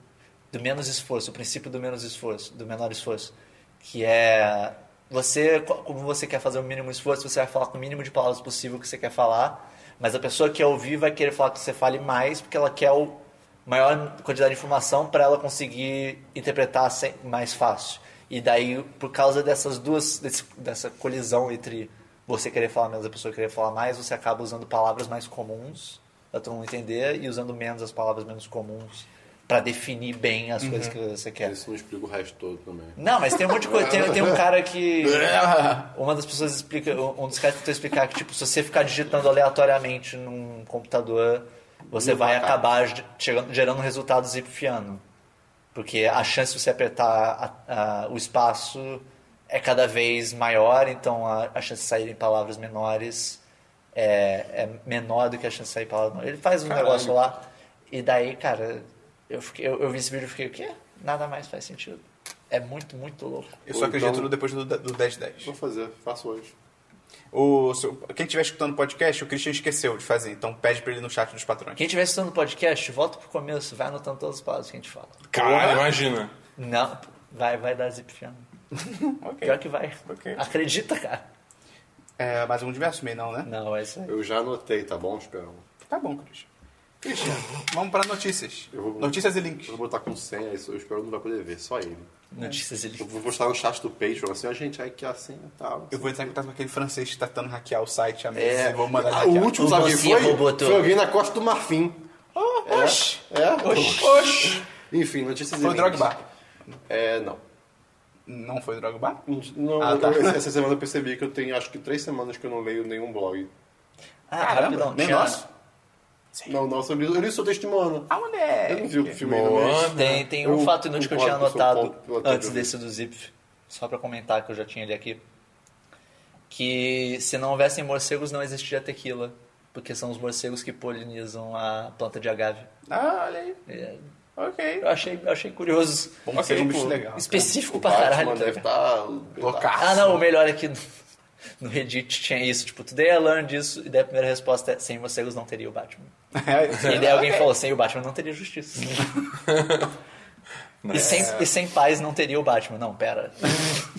do menos esforço, o princípio do menos esforço, do menor esforço, que é você co- como você quer fazer o mínimo esforço, você vai falar com o mínimo de palavras possível que você quer falar, mas a pessoa que ouvir vai querer falar que você fale mais porque ela quer o maior quantidade de informação para ela conseguir interpretar sem- mais fácil. E daí, por causa dessas duas, desse- dessa colisão entre você querer falar menos e a pessoa querer falar mais, você acaba usando palavras mais comuns para todo mundo entender e usando menos as palavras menos comuns para definir bem as coisas que você quer. Isso não explica o resto todo também. Não, mas tem um monte de coisa. Tem, tem um cara que. Uma das pessoas um explica. Um dos caras tentou explicar que, tipo, se você ficar digitando aleatoriamente num computador, você Mil vai macaco. acabar ge- chegando- gerando resultados hipfiano. Porque a chance de você apertar a- a- o espaço é cada vez maior, então a, a chance de sair em palavras menores é, é menor do que a chance de sair em palavras menores. Ele faz um Caralho. negócio lá, e daí, cara, eu, fiquei- eu, eu vi esse vídeo e fiquei, o quê? Nada mais faz sentido. É muito, muito louco. Eu só Ou acredito então- no depois do, do 10-10. Vou fazer, faço hoje. O, se- quem estiver escutando o podcast, o Christian esqueceu de fazer, então pede pra ele no chat dos patrões. Quem estiver assistindo o podcast, volta pro começo, vai anotando todas as palavras que a gente fala. Caralho, imagina. Não, vai, vai dar zip fiano. Ok. Pior que vai. Ok. Acredita, cara. É, mais um diverso meio não, né? Não, é isso aí. Eu já anotei, tá bom, Esperão? Tá bom, Christian. Christian, vamos pra notícias. Eu vou- Notícias e links. Eu vou botar com senha, isso o Esperão não vai poder ver, só ele. Notícias ele. Eu vou postar no chat do Patreon, assim, a gente, aí que a senha e tal. Eu vou entrar em contato com aquele francês que tá tentando hackear o site há meses É, e vou mandar ele ah, o hackear. último, O sabe quem Boncinha foi? Um robotou. Foi alguém na Costa do Marfim. Oh, Oxi! É? Oxi! Oxi! Enfim, notícias Foi o e links. Drogba. É, não. Não foi o Drogba? Não, Ah, tá. eu- essa semana eu percebi que eu tenho acho que três semanas que eu não leio nenhum blog. Ah, rapidão. nem tinha- nosso. Não, nossa, eu li, eu li sua testemunha. Ah, moleque! Eu não vi o filme ainda, mas... Moana. Tem, tem um Eu fato inútil que eu tinha concordo com o seu anotado ponto, eu até antes vi. desse do zip. Só pra comentar que eu já tinha ele aqui. Que se não houvessem morcegos, não existiria tequila. Porque são os morcegos que polinizam a planta de agave. Ah, olha aí. É, Ok. Eu achei, eu achei curioso. Bom, seja um Tipo, bicho legal. Específico O pra caralho. Batman tá deve ligado? estar... Loucaço. Ah, não, o melhor é que no, no Reddit tinha isso. Tipo, today I learned isso. E daí a primeira resposta é: sem morcegos não teria o Batman. E daí é alguém É. Ok. falou: sem o Batman não teria justiça. e, sem, e sem paz não teria o Batman. Não, pera.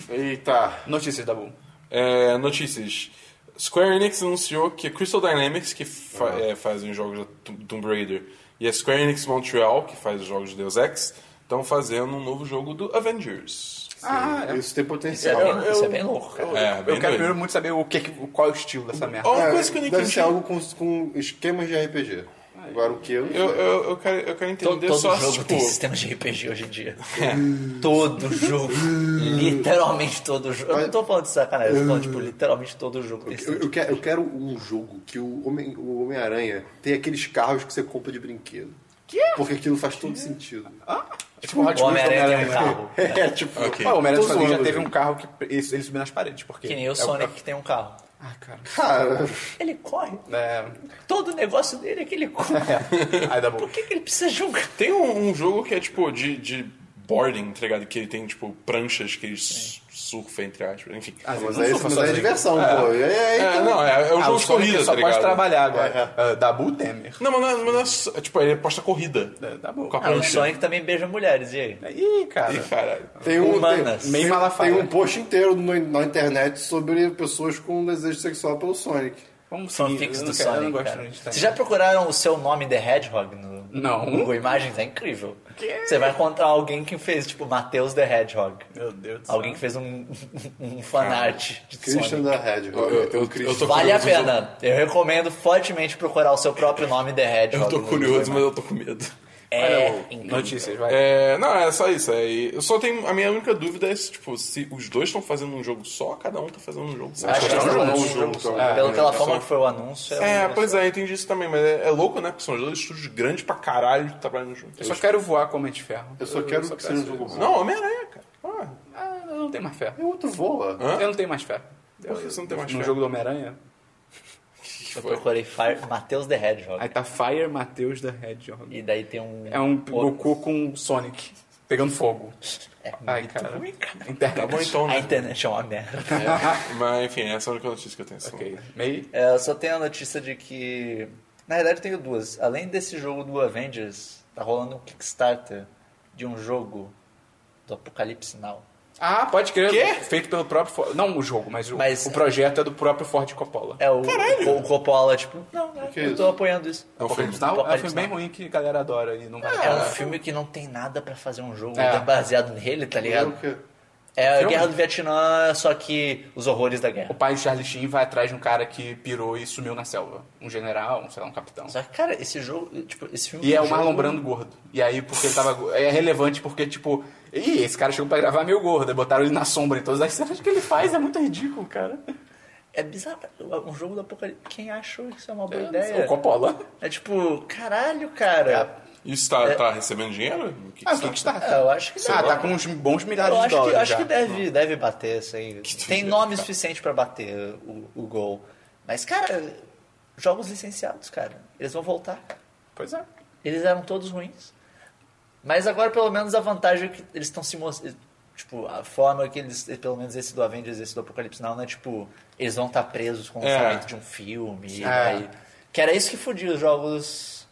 Eita. Notícias da Boom. É, notícias. Square Enix anunciou que a Crystal Dynamics, que fa é, fazem os jogos da Tom- Tomb Raider, e a Square Enix Montreal, que faz os jogos de Deus Ex, estão fazendo um novo jogo do Avengers. Ah, é. Isso tem Isso é potencial. bem, Eu- isso é bem louco, cara. É, bem Eu quero doido. primeiro muito saber o que, que- qual é o estilo dessa merda. Ó, uma É, coisa que eu não deve ser entendi. algo com, com esquemas de RPG. Agora o que eu... Eu, eu, eu quero, eu quero Todo, entender todo só, jogo tipo... tem sistema de RPG hoje em dia. todo jogo. literalmente todo jogo. Eu não tô falando de sacanagem, eu tô falando, tipo, literalmente todo jogo tem Eu, sistema eu quero, eu quero um jogo que o Homem- o Homem-Aranha tem aqueles carros que você compra de brinquedo. Que? Porque aquilo faz todo sentido. É tipo Hot de. O Homem-Aranha tem um né? carro. É, tipo... Ok. Ah, o Homem-Aranha Tô também já zoando, teve um gente. carro que ele, ele subiu nas paredes. Porque Que nem é o Sonic que tem um carro. Ah, cara. Cara, Ele corre. É, Todo o negócio dele é que ele corre. é. Aí dá bom. Por que, que ele precisa jogar? Tem um, um jogo que é, tipo, de, de boarding, tá ligado? Que ele tem, tipo, pranchas que ele su- surfa, entre aspas, enfim. Ah, eu mas não é sou isso, fã mas sozinho. é diversão, pô. É, é, É, então. não, é, é um Ah, jogo o de Sonic corrida, só tá pode ligado? trabalhar agora. Ah, Dabu Temer. Não, mas não é, mas não é só- Tipo, ele aposta corrida. É, Dabu. Com a Ah, o prancha. Sonic também beija mulheres, e aí? Ih, cara. Ih, caralho. Tem um, Humanas. tem- Meio tem malafaia. um post inteiro no- na internet sobre pessoas com desejo sexual pelo Sonic. Vamos seguir. Fanfics eu do não quero- Eu não Sonic, gosto cara. muito de Vocês já procuraram o seu nome The Hedgehog no Não. no Google Imagens? É incrível. Quê? Você vai encontrar alguém que fez, tipo, Matheus The Hedgehog. Meu Deus do céu. Alguém que fez um, um fanart de Christian Sonic. da Red. Eu, eu, eu, eu tô Vale a um curioso, pena. Eu recomendo fortemente procurar o seu próprio nome The Hedgehog. Eu tô no Google curioso, mas Imagens. eu tô com medo. É Olha, incrível. Notícias, vai. É, não, é só isso. É, eu só tenho. A minha única dúvida é se, tipo, se os dois estão fazendo um jogo só, cada um tá fazendo um jogo só. Acho que É um sim, jogo, né? é um jogo só. Pelo- É, Pela é forma só- que foi o anúncio. É, um- pois é, eu entendi isso também, mas é, é louco, né? Porque são os dois estúdios grandes pra caralho trabalhando juntos. Eu só quero voar com o Homem de Ferro. Eu só quero que seja um jogo bom. Não, Homem-Aranha, cara. Ah, Ah, eu não tenho mais fé. É outro voa. Hã? Eu não tenho mais fé. Por que você não tem mais No fé? jogo do Homem-Aranha, Eu procurei Fire, Matheus The Hedgehog. aí tá Fire Mateus da Hedgehog. E daí tem um. É um outro- Goku com Sonic pegando fogo. É muito Ai, cara. ruim, cara. Internet. Tá bom então, Ah, A né? internet é uma merda. Mas enfim, essa é a única notícia que eu tenho. Ok. Meio. É, eu só tenho a notícia de que. Na verdade, eu tenho duas. Além desse jogo do Avengers, tá rolando um Kickstarter de um jogo do Apocalipse Now. Ah, pode crer. Quê? Feito pelo próprio Ford. Não o jogo, mas o, Mas- o projeto é do próprio Ford Coppola. É o, o, o Coppola, tipo, não, não, que é eu isso? tô apoiando isso. É um filme. Apocalipse Now é um Apocalipse filme bem Now. ruim que a galera adora e não vai. É um filme que não tem nada pra fazer um jogo É. baseado nele, tá É ligado? o quê? É a Filme? Guerra do Vietnã, só que os horrores da O guerra. pai de Charlie Sheen vai atrás de um cara que pirou e sumiu na selva. Um general, um, sei lá, um capitão. Só que, cara, esse jogo, tipo, esse filme... E é o jogo- Marlon Brando gordo. E aí, porque ele tava. go- É relevante porque, tipo. Ih, esse cara chegou pra gravar meio gordo. Aí Botaram ele na sombra em todas as cenas que ele faz. É muito ridículo, cara. É bizarro. Um jogo do apocalipse. Quem achou que isso é uma boa O ideia? Coppola. É tipo, caralho, É cara. Isso tá, tá recebendo dinheiro? O que que Ah, o tá- Kickstarter. É, eu acho que Ah, deve. tá com uns bons milhares Eu de acho que, dólares. eu acho já. que deve, deve bater, assim. Tem tá. nome suficiente pra bater o, o gol. Mas, cara, jogos licenciados, cara. Eles vão voltar. Pois é. Eles eram todos ruins. Mas agora, pelo menos, a vantagem é que eles estão se mostrando. Tipo, a forma que eles. Pelo menos esse do Avengers, esse do Apocalipse Now, não é tipo. Eles vão estar presos com o É. lançamento de um filme. É. aí- que era isso que fudia os jogos.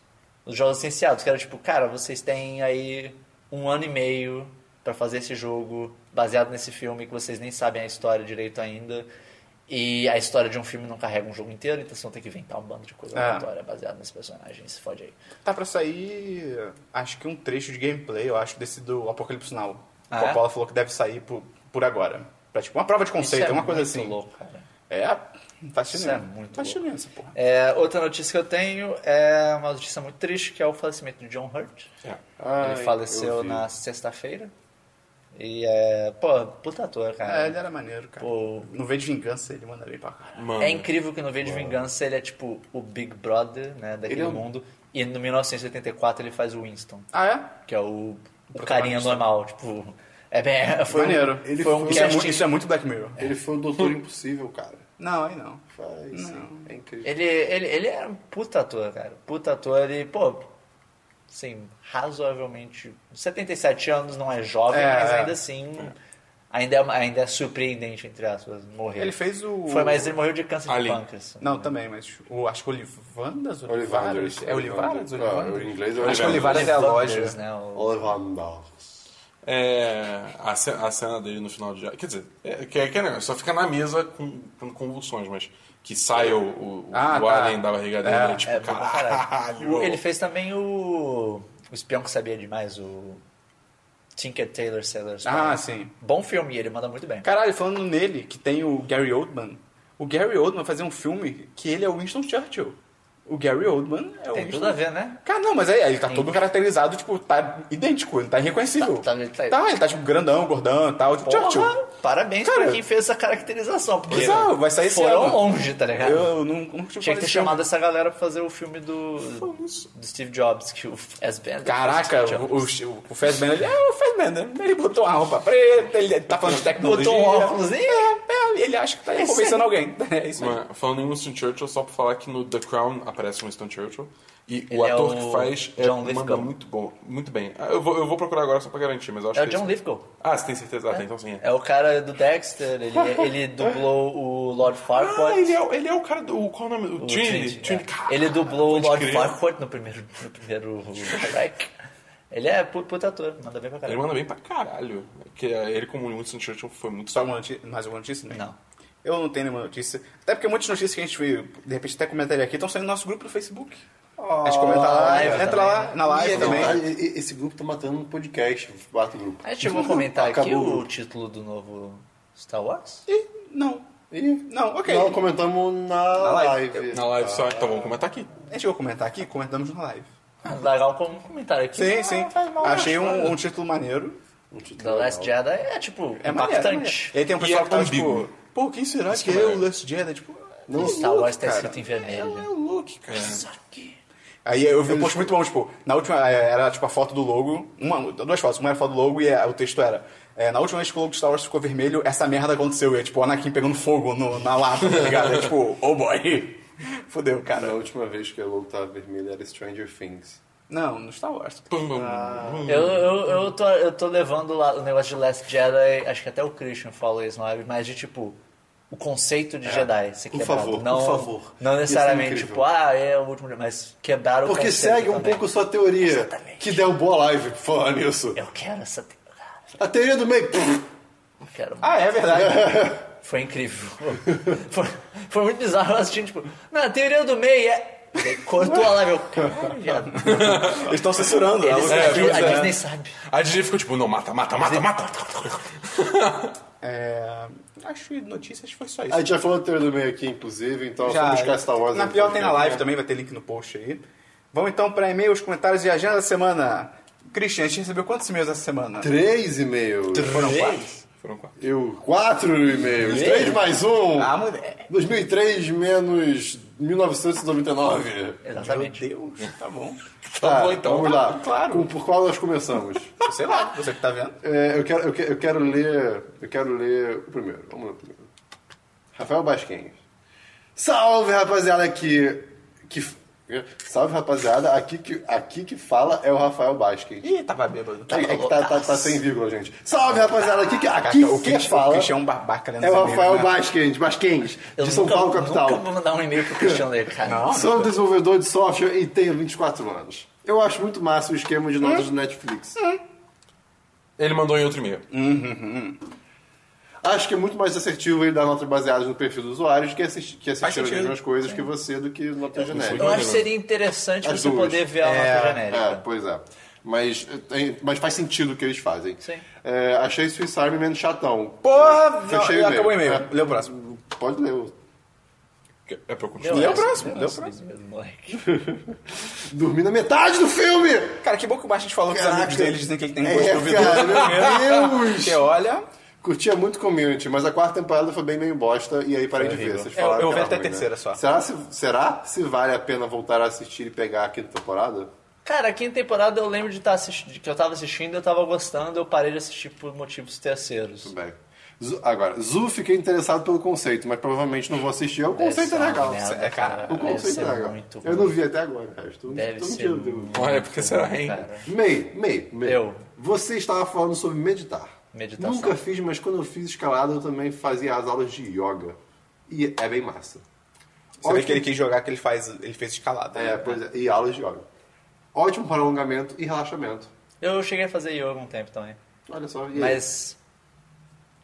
Os jogos licenciados. Que era tipo, cara, vocês têm aí um ano e meio pra fazer esse jogo baseado nesse filme que vocês nem sabem a história direito ainda. E a história de um filme não carrega um jogo inteiro, então vocês vão ter que inventar um bando de coisa É. aleatória baseado nesse personagem. Se fode aí. Tá pra sair, acho que um trecho de gameplay, eu acho, desse do Apocalipse Now. Ah, o é? Coppola falou que deve sair por, por agora. Pra, tipo, uma prova de Isso conceito, é uma coisa muito assim. louco, cara. É, tá chinês. é muito tá louco. chinês essa porra. É, outra notícia que eu tenho é uma notícia muito triste, que é o falecimento de John Hurt. É. Ai, ele eu faleceu vi. na sexta-feira. E é. Pô, puta ator, É, cara. ele era maneiro, cara. Pô. Não vê de vingança, ele manda bem pra caralho. Mano. É incrível que no V de Vingança ele é tipo o Big Brother, né, daquele Ele é um- mundo. E no 1984 ele faz o Winston, Ah, é? que é o, o Protagonista. carinha normal, tipo. É bem. Foi um- maneiro. ele foi um foi- Isso é, muito, casting. isso é muito Black Mirror. Ele foi o Doutor Impossível, cara. Não, aí não. Faz, sim. É incrível. Ele, ele, ele era um puta ator, cara. Puta ator e, pô, assim, razoavelmente. 77 anos não é jovem, É, mas é. ainda assim. Ainda é, uma- ainda é surpreendente, entre aspas, morrer. Ele fez o... É. Foi, mas ele morreu de câncer Ali. de pâncreas. Não, também, mas o, acho que Olivandas? Olivanders. É Olivaras? Ah, Olivanders? em inglês é Acho que Olivanders. Olivaras é a Olivanders, loja. Né, o- Olivanders. É, a, ce- a cena dele no final de. Quer dizer, é, que, que, não, só fica na mesa com, com convulsões, mas que sai o, o, Ah, o tá. alien da barriga dele, É, é, tipo, É, bom pra caralho. caralho. Ele fez também o. O Espião que Sabia Demais, o. Tinker Taylor Sailor Spy. Ah, sim. Bom filme, ele manda muito bem. Caralho, falando nele, que tem o Gary Oldman. O Gary Oldman vai fazer um filme que ele é o Winston Churchill. O Gary Oldman é o Tem Winston tudo a ver, né? Cara, não, mas aí ele tá Sim. todo caracterizado, tipo, tá idêntico, ele tá irreconhecível. Tá, tá, ele tá- ele tá tipo grandão, gordão e tal. Tipo, Porra, Churchill. parabéns Cara, pra quem fez essa caracterização. Porque bizarro, vai sair esse foram ano. longe, tá ligado? Eu não, não tive Tinha que ter esse chamado filme. essa galera pra fazer o filme do, do Steve Jobs, que o As Band. Caraca, o, o, o Fazbear, ele é o Fazbear, né? Ele botou uma roupa preta, ele tá falando de tecnologia. Botou um óculosinho? É, é, ele acha que tá convencendo alguém. É isso aí. Mas, falando em Winston Churchill, só pra falar que no The Crown aparece Winston Churchill. E Ele o é ator o que faz é, John manda Lithgow. muito bom, muito bem. Ah, Eu vou, eu vou procurar agora só pra garantir, mas eu acho É o que John esse- Lithgow. Ah, você tem certeza? Ah, tem, então sim. É. É o cara do Dexter, ele, ele dublou o Lord Ah, Farquaad. ele é, o- ele é o cara do. Qual o nome? O, o Trinity. Trinity. é. Ele dublou o pode Lord crer. Farquaad no primeiro, no primeiro Shrek. Ele é pu- puta ator, manda bem pra Ele caralho. manda bem pra caralho. Que é, ele, como Winston Churchill, foi muito Só uma notícia, mais alguma notícia? Né? Não. Eu não tenho nenhuma notícia. Até porque muitas notícias que a gente veio, de repente até comentaria aqui, estão saindo no nosso grupo do Facebook. a gente comenta lá, live entra também, lá né? na live E, também. na verdade, e- Esse grupo tá matando um podcast. Bata o grupo. A gente chegou a comentar aqui Acabou. o título do novo Star Wars? Ih, não. Ih, Não, ok. Não, comentamos na, live. live. Na live só. Então vamos comentar aqui. A gente vai comentar aqui, comentamos na live. Ah, Legal como um comentário aqui. Sim, Ah, sim. faz mal, Achei não. um, um título maneiro. Um título The Last legal. Jedi é, tipo, É maneiro. é maneiro. impactante. E aí tem um E pessoal é que tá tipo, ambíguo. pô, quem será Isso que que é é o maneiro. Last Jedi? Tipo, Não é o Star Luke, Wars tá cara. escrito em vermelho. É o Luke, cara. Isso aqui. Aí eu vi um post muito bom, tipo, na última eh, era tipo a foto do logo, uma, duas fotos, uma era a foto do logo e eh, o texto era. eh, na última vez que o logo de Star Wars ficou vermelho, essa merda aconteceu. E é tipo o Anakin pegando fogo no- na lata, tá ligado? É tipo, oh boy. Fudeu, Na cara. última vez que a logo tava vermelha era Stranger Things. Não, no Star Wars. Pum, pum, pum. Eu, eu, eu, tô, eu tô levando lá o negócio de Last Jedi, acho que até o Christian falou isso na live, mas de tipo, o conceito de Jedi ser É. Por quebrado. favor, não, por favor. Não Isso é necessariamente, incrível. tipo, ah, é o último, mas quebraram o Porque conceito segue um também. pouco sua teoria. Exatamente. Que deu boa live pra falar nisso. Eu quero essa... temporada, A teoria do meio. pff, Eu quero... Ah, é verdade. Foi incrível. foi, foi muito bizarro eu assistindo, tipo, na teoria do meio é... Cortou a live, eu... Caralho, viado. Eles estão censurando. Eles- né? a pois Disney- a é. Disney sabe. A Disney ficou tipo, não, mata, mata, mata, mata. É, acho que notícias foi só isso. A gente já falou da teoria do meio aqui, inclusive, então Já, vamos buscar Star Wars. na no pior tem na podcast. live também, vai ter link no post aí. Vamos então para e-mails, comentários e agenda da semana. Christian, a gente recebeu quantos e-mails essa semana? Três e-mails. Foram Três? quatro. Foram quatro. Eu, quatro e-mails. Três mais um. Ah, moleque. 2003 menos 1999. Meu Exatamente. Deus, tá bom. Tá bom, então. Vamos lá. claro. Com- por qual nós começamos? Sei lá, você que tá vendo. É, eu, quero, eu, quero, eu quero ler. Eu quero ler o primeiro. Vamos ler o primeiro. Rafael Basquens. Salve, rapaziada, que. que salve, rapaziada. Aqui que, aqui que fala é o Rafael Basquens. Ih, tava bêbado. Tá É que tá, tá, tá sem vírgula, gente. Salve, rapaziada, aqui que, aqui Caraca, o que Christian- o fala. Christian é um babaca lendo É o essa merda, Rafael né? Basquens, Basquens, de São nunca, Paulo, capital. nunca vou mandar um e-mail pro Cristiano dele, cara. Sou desenvolvedor de software e tenho 24 anos. Eu acho muito massa o esquema de notas do Netflix. Ele mandou em outro e-mail. Hum. Acho que é muito mais assertivo ele dar notas baseadas no perfil dos usuários que, assistir, que assistiram as sentido. mesmas coisas que você do que notas Então Eu genéricas. acho que seria interessante As você duas. poder ver a É, nota É, genérica. pois é. Mas, tem- mas faz sentido o que eles fazem. Sim. É, achei Swiss Army menos chatão. Porra, não, Fechei o e-mail. acabou o e-mail. É. Lê o próximo. Pode ler o É pra eu continuar. Deu Lê o essa, próximo, deu lê o essa próximo. mesmo, moleque. Dormi na metade do filme! Cara, que bom que o Bastos falou que os Caraca. amigos dele dizem que ele tem um gosto É, duvidoso. cara, meu Deus! Porque olha, Curtia muito Community, mas a quarta temporada foi bem meio bosta e aí parei de ver. horrível. Vocês Eu- É, falaram eu que vi era até a ruim, né? terceira só. Será se, será se vale a pena voltar a assistir e pegar a quinta temporada? Cara, a quinta temporada eu lembro de estar assistindo, que eu tava assistindo, eu tava gostando, eu parei de assistir por motivos terceiros. Tudo bem. Zu- agora, Zu fiquei interessado pelo conceito, mas provavelmente não vou assistir. O conceito é Essa legal. merda, é, cara, O deve conceito ser é legal. muito Eu ruim. não vi até agora, cara. Estou Deve estou ser mentindo. Olha, porque será, hein? Cara. Mei, Mei, Mei. Eu. Você estava falando sobre meditar. Meditação. Nunca fiz, mas quando eu fiz escalada, eu também fazia as aulas de yoga. E é bem massa. você vê que ele quis jogar que ele, faz, ele fez escalada. né? É, pois é. E aulas de yoga. Ótimo para alongamento e relaxamento. Eu cheguei a fazer yoga um tempo também. Olha só. E aí? Mas.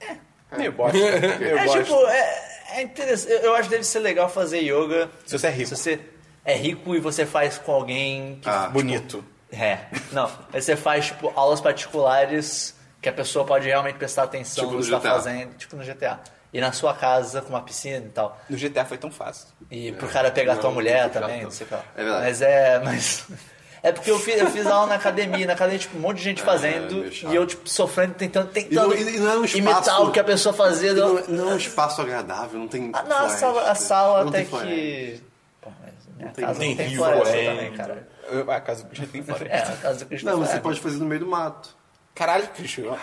É. Meio bosta. Meio é bosta. tipo, é, é interessante. Eu, eu acho que deve ser legal fazer yoga. Se você é rico. Se você é rico e você faz com alguém que Ah, Bonito. É, não. Aí você faz, tipo, aulas particulares que a pessoa pode realmente prestar atenção Tipo no no que está GTA. fazendo, tipo no GTA. E na sua casa, com uma piscina e tal. No GTA foi tão fácil. E pro cara pegar É. não, tua mulher não, também, não. não sei o que lá. É verdade. Mas é, mas... É porque eu fiz, eu fiz aula na academia, na academia, tipo, um monte de gente fazendo, meio chato. e eu, tipo, sofrendo, tentando, tentando É, e não é um imitar espaço- o que a pessoa fazia. Não, não é um espaço agradável, não tem. Ah, não, a floresta. sala, a sala Não até tem floresta. que... Pô, mas minha tem- é. casa tem não tem rio, floresta porém. também, cara. Eu, a casa do Christian tem fora. É, a casa do Cristiano Não, mas você Ferreira. pode fazer no meio do mato. Caralho, Christian. ó.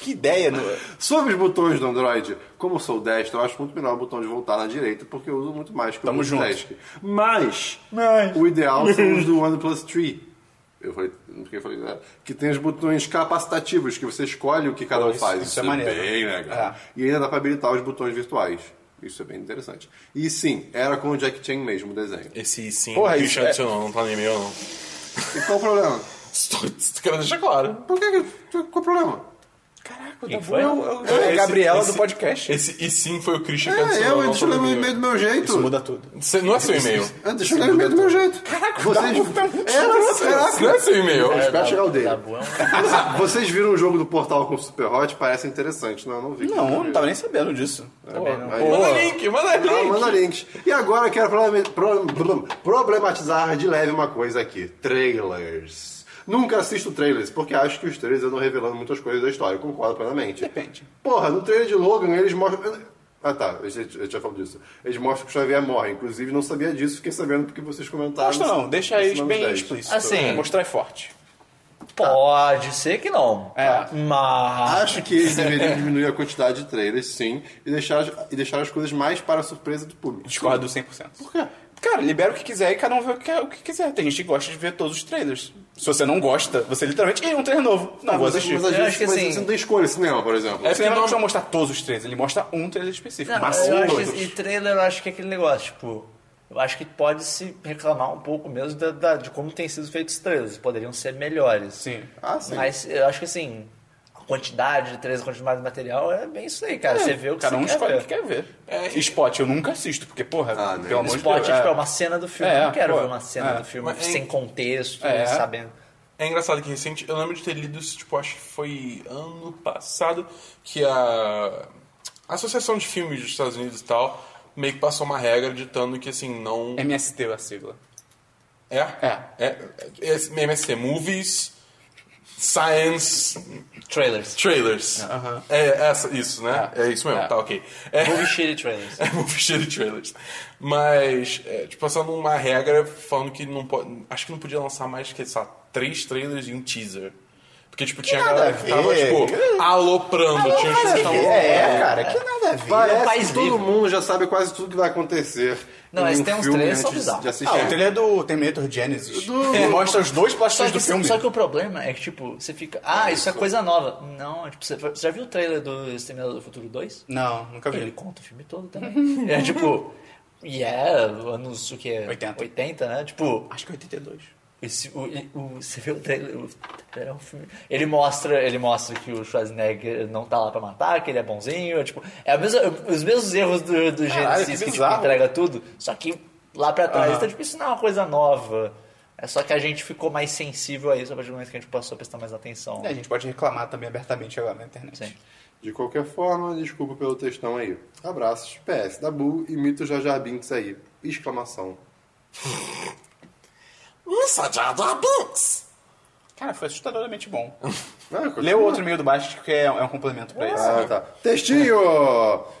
Que ideia. No... Sobre os botões do Android, como eu sou destro, eu acho muito melhor o botão de voltar na direita, porque eu uso muito mais que Tamo o multitask. Mas, Mas. o ideal são os do OnePlus 3. Eu falei, porque eu falei, né? que tem os botões capacitativos, que você escolhe o que cada Pô, um isso- faz. isso é maneiro. bem legal. É. E ainda dá pra habilitar os botões virtuais. Isso é bem interessante. E sim, era com o Jack Chan mesmo o desenho. Esse sim, Porra, que isso isso é- adicionou, não tá no e-mail, não. E qual o problema? Estou, estou querendo deixar claro. Por que? Qual o problema? Caraca, tá Quem bom. foi? Eu, eu, eu, Esse- Gabriela esse- do podcast. Esse e sim foi o Christian que É, adicionou. eu, não um eu foi te no lembro meio do meu jeito. Isso muda tudo. Você- Não é seu e-mail. Eu deixo eu ler do meu jeito. Caraca, vocês. Era, Isso não é seu e-mail. Eu espero chegar o dele. Dabu é um- Vocês viram o jogo do Portal com o Super Hot? Parece interessante. Não, eu não vi. Não, eu não tá. tava nem sabendo disso. Pô, aí- Manda link, manda link. Ah, manda links. E agora eu quero problem- problem- problem- problematizar de leve uma coisa aqui: trailers. Nunca assisto trailers, porque acho que os trailers andam revelando muitas coisas da história. Eu concordo plenamente. Depende. Porra, no trailer de Logan eles mostram. Ah tá, eu já, eu já falo disso. Eles mostram que o Xavier morre. Inclusive, não sabia disso, fiquei sabendo porque vocês comentaram. Mostra não, deixa isso isso nos bem 10. explícito. Assim. Mostrar é forte. Pode ser que não. Tá. É. Mas. Acho que eles deveriam diminuir a quantidade de trailers, sim, e deixar, as- e deixar as coisas mais para a surpresa do público. Discordo 100%. Por quê? Cara, libera o que quiser e cada um vê o que, o que quiser. Tem gente que gosta de ver todos os trailers. Se você não gosta, você literalmente... Ih, um trailer novo. Não, vou Ah, Mas, assistir. mas às Eu vezes acho que mas assim- você não tem escolha cinema, por exemplo. O É porque cinema não não- precisa mostrar todos os trailers. Ele mostra um trailer específico. Não, máximo eu acho dois. que, e trailer eu acho que é aquele negócio, tipo. Eu acho que pode se reclamar um pouco mesmo da, da- de como têm sido feitos os trailers. Poderiam ser melhores. Sim. Ah, sim. Mas eu acho que assim. A quantidade de trailers, a quantidade de material é bem isso aí, cara. você vê o que Cada você um quer escolhe ver. o que quer ver. Spot eu nunca assisto, porque, porra, Ah, né? pelo amor de Spot é Deus. tipo é uma cena do filme. um É, eu não quero pô, ver uma cena é. do filme Mas- sem contexto, É. sabendo. É engraçado que recente, eu lembro de ter lido isso, tipo, acho que foi ano passado, que a Associação de Filmes dos Estados Unidos e tal meio que passou uma regra ditando que, assim, não... MST é a sigla. É? É. é, é, é MST Movies Science Trailers. Trailers. É essa, isso, né? É, isso mesmo, tá ok. É, Movie Shitty Trailers. é movie shitty trailers. Mas, é, tipo, passando uma regra falando que não pode. Acho que não podia lançar mais que, sei lá, três trailers e um teaser. Porque, tipo, tinha nada galera a que tava, ver. tipo, aloprando. tinha uns que estavam É, cara, que nada a ver. Parece país que todo vivo. mundo Um já sabe quase tudo que vai acontecer. Não, em mas um tem uns filme trailers que são antes bizarros. de assistir. Ah, o trailer do Terminator Genesis. Ele mostra os dois Só plastões que, do filme. só que o problema é que, tipo, você fica. Ah, isso é coisa nova. Não, tipo, você, você já viu o trailer do Exterminador do Futuro 2? Não, nunca Ele vi. conta o filme todo também. é tipo. Yeah, anos o que é? 80. 80, né? Tipo, Acho que 82. esse, o, o- você vê o trailer. O trailer é um filme. Ele mostra, ele mostra que o Schwarzenegger não tá lá pra matar, que ele é bonzinho. É, tipo, é a mesma- os mesmos erros do, Caralho, do Genesis que que tipo, bizarro. entrega tudo, só que lá pra trás. Aham. Então, tipo, isso não é uma coisa nova. É só que a gente ficou mais sensível a isso a partir do momento que a gente passou a prestar mais atenção. É, a gente pode reclamar também abertamente agora na internet. Sim. De qualquer forma, desculpa pelo textão aí. Abraços, PS, Dabu e Mito Jajar Binks aí. Exclamação. Cara, foi assustadoramente bom. Ah, continua. Lê o outro meio do baixo que é, é um complemento pra esse. Ah, tá. Textinho!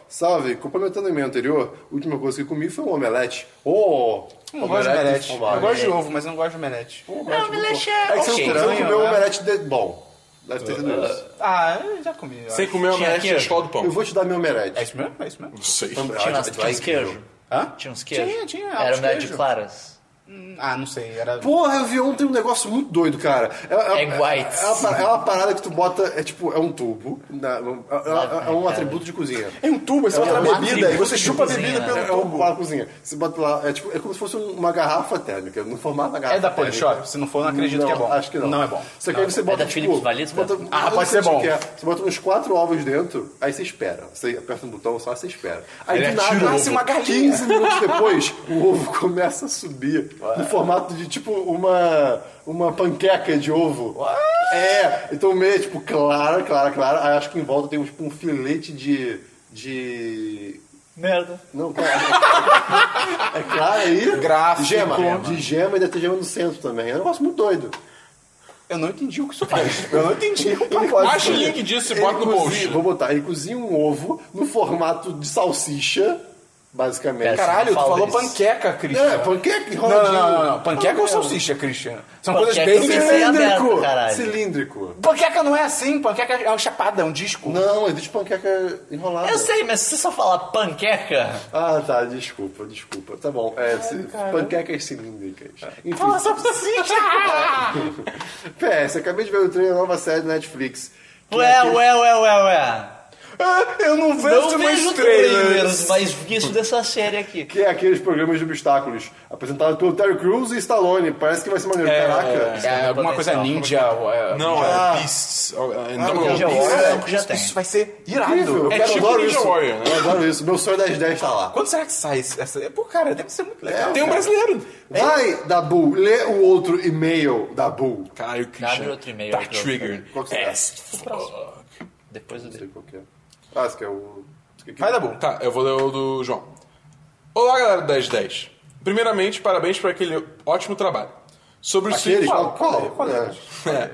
Salve, complementando o e-mail anterior, a última coisa que comi foi um omelete. Oh! Hum, um Eu não gosto de omelete. Eu saudável. gosto de ovo, mas eu não gosto de omelete. Oh, omelete muito bom. omelete é É que você ok. não- você não Estranho, comeu um né? omelete de... bom. Deve ter Uh, sido isso. Ah, eu já comi. eu Sem acho. comer o Tinha omelete queijo. na escola do pão. Eu vou te dar meu É omelete. isso mesmo? É isso mesmo? Não sei. Tinha, Ah, umas, tinha uns incrível. queijo. Hã? Tinha uns queijo. Tinha, tinha, Era um uns omelete de queijo. claras. Hum, Ah, não sei. Era... Porra, eu vi ontem um negócio muito doido, cara. É, é, Egg whites. É, uma, par- é uma parada que tu bota, é tipo, é um tubo. na- é, é- é um atributo de cozinha. É um tubo, você É bota na uma bebida bebida, e você chupa a bebida né? pelo É é tubo. uma cozinha. Você bota lá, é, tipo, é como se fosse uma garrafa térmica, no formato da garrafa. É da térmica. Polishop? Se não for, não acredito Não, que é bom. Acho que não. Não é bom. Só que aí você bota. da tipo, Philips Valeta? você bota- Ah, eu pode sei ser bom. o que é. Você bota uns quatro ovos dentro, aí você espera. Você aperta um botão só, você espera. Aí é Ele do atira nada, o nasce ovo. uma galinha. 15 minutos depois, o ovo começa a subir no formato de tipo uma, uma panqueca de ovo. É, então meio tipo clara, clara, clara. Aí acho que em volta tem tipo, um filete de. de. Merda. Não, claro. é claro aí. Gráfico. Gema. De gema e deve ter gema no centro também. É um negócio muito doido. Eu não entendi o que isso faz. Eu não entendi. Ele pode Acha o fazer. link disso e Ele bota no cozinha- post. Vou botar. Ele cozinha um ovo no formato de salsicha, basicamente. Cara, Caralho, tu Fala falou isso. panqueca, É, Christian. panqueca Não, enroladinho. não, não, não, não. Panqueca ou salsicha, Christian? São coisas Panqueca bem eu pensei diferentes. é aberto, Cilíndrico. caralho. Cilíndrico. Panqueca não é assim. Panqueca é uma chapada, é um disco. Não, existe panqueca enrolada. Eu sei, mas se você só falar panqueca, Ah, tá, desculpa, desculpa. Tá bom. É, ci- panquecas cilíndricas. Enfim. Fala é salsicha! PS, acabei de ver o trailer da nova série da Netflix. que ué, é aquele- ué, ué, ué, ué. Ah, Eu não Não vejo vejo mais trailers, trailers. mas vi isso dessa série aqui. Que é aqueles programas de obstáculos, apresentado pelo Terry Crews e Stallone. Parece que vai ser maneiro. Caraca. É, alguma coisa ninja. é- Não, Ah. é Beasts. Ah, não, não, Ninja Beasts. Warrior. Isso- é o que já tem. Isso vai ser Incrível, irado. eu É quero- tipo adoro Ninja isso. Warrior, né? Eu adoro isso. Meu sonho das 10 tá lá. Quando será que sai essa? Pô, cara, deve ser muito legal. Tem um brasileiro. Vai, Dabu, lê o outro e-mail, Dabu. Caralho, Abre Christian. outro e-mail, Tá abre outro triggered. É. Qual que será? Depois eu Não sei digo. qual que é. Ah, esse que é o... Vai dar bom. Tá, eu vou ler o do João. Olá, galera do 1010. Primeiramente, parabéns por aquele ótimo trabalho. Sobre o Aquele? Switch. Qual? Qual? Qual é?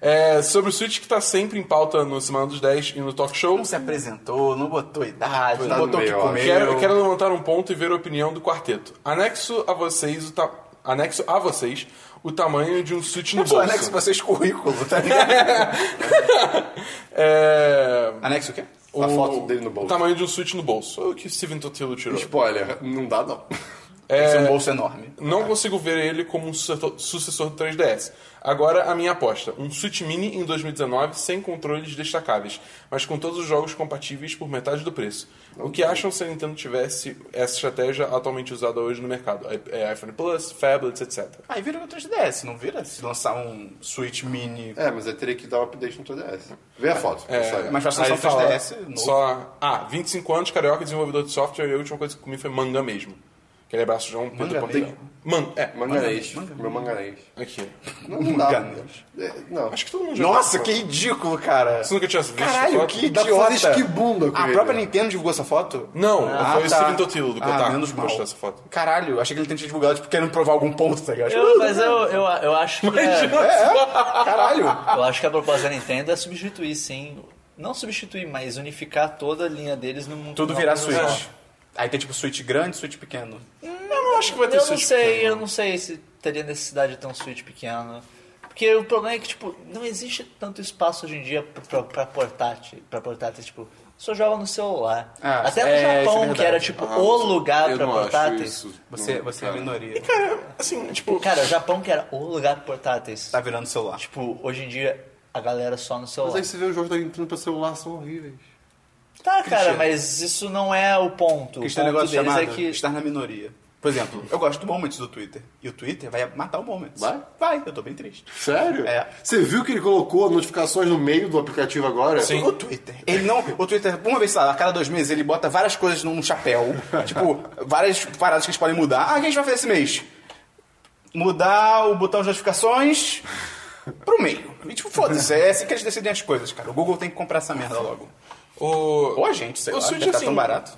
É, sobre o Switch que tá sempre em pauta no Semana dos 10 e no Talk Show. Não se apresentou, não botou idade, Tá não no botou o que meio, ó. comer. Quero, quero levantar um ponto e ver a opinião do quarteto. Anexo a vocês o, ta... anexo a vocês, o tamanho de um Switch no Só bolso. anexo vocês currículo, tá ligado? É, anexo o quê? Tá A foto dele no bolso. O tamanho de um Switch no bolso. Foi o que o Steven Totillo tirou. Spoiler, não dá não. Esse é um bolso enorme. Não consigo ver ele como um sucessor sucessor do 3DS. Agora, a minha aposta. Um Switch Mini em 2019 sem controles destacáveis, mas com todos os jogos compatíveis por metade do preço. O que acham se a Nintendo tivesse essa estratégia atualmente usada hoje no mercado? I- é, iPhone Plus, Fablets, etc. Aí vira o 3DS, não vira? Se lançar um Switch Mini... É, mas eu teria que dar um update no 3DS. Vê a foto. só aí. Mas vai Aí lançar um fala, 3DS novo. Só... Ah, 25 anos, carioca, desenvolvedor de software, e a última coisa que comi foi manga mesmo. Que Aquele abraço, João Manganês. Pedro Portela. Man, é, Manganês. Meu manganês. aqui. Não, não dá. Manganês. É, não. Acho que todo mundo já Nossa, viu que essa ridículo, cara. foto. Você nunca tinha visto essa Caralho, foto? que Dá pra idiota. fazer esquibunda com a ele. né? própria Nintendo divulgou essa foto? Não, Ah, foi o tá. Steven Totilo do Ah, Kotaku menos que mal. postou essa foto. Caralho, achei que ele tinha divulgado, tipo, querendo provar algum ponto, tá ligado? Eu- mas eu, eu, eu acho que. é- Caralho. Eu acho que a proposta da Nintendo é substituir, sim. Não substituir, mas unificar toda a linha deles num. Tudo numa virar coisa só. Switch. Aí tem, tipo, Switch grande, Switch pequeno. Eu não acho que vai ter Eu não Switch sei, pequeno. eu não sei se teria necessidade de ter um Switch pequeno. Porque o problema é que, tipo, não existe tanto espaço hoje em dia pra- pra, pra portátil. Pra portátil, tipo, só joga no celular. Ah, Até é, no isso é Japão, verdade. que era, tipo, Ah, o mas lugar eu pra não acho portátil. isso. Você, Não, você é a cara. minoria. Cara, assim, tipo... Cara, o Japão que era o lugar pra portáteis. Tá virando celular. Tipo, hoje em dia a galera só no celular. é Mas aí você vê os jogos da Nintendo pra celular são horríveis. Tá, cara, Cristiano. mas isso não é o Porque ponto. O isso tem um ponto negócio deles chamado é que. estar na minoria. Por exemplo, eu gosto do Moments do Twitter. E o Twitter vai matar o Moments. Vai? Vai, eu tô bem triste. Sério? É. Você viu que ele colocou notificações no meio do aplicativo agora? Sim. O Twitter. Ele não. O Twitter, uma vez, sei lá, a cada dois meses, ele bota várias coisas num chapéu. tipo, várias paradas que eles podem mudar. Ah, o que a gente vai fazer esse mês? Mudar o botão de notificações pro meio. E tipo, foda-se, é assim que eles decidem as coisas, cara. O Google tem que comprar essa merda logo. O... Ou a gente, sei o lá, Switch, deve tá assim, tão barato.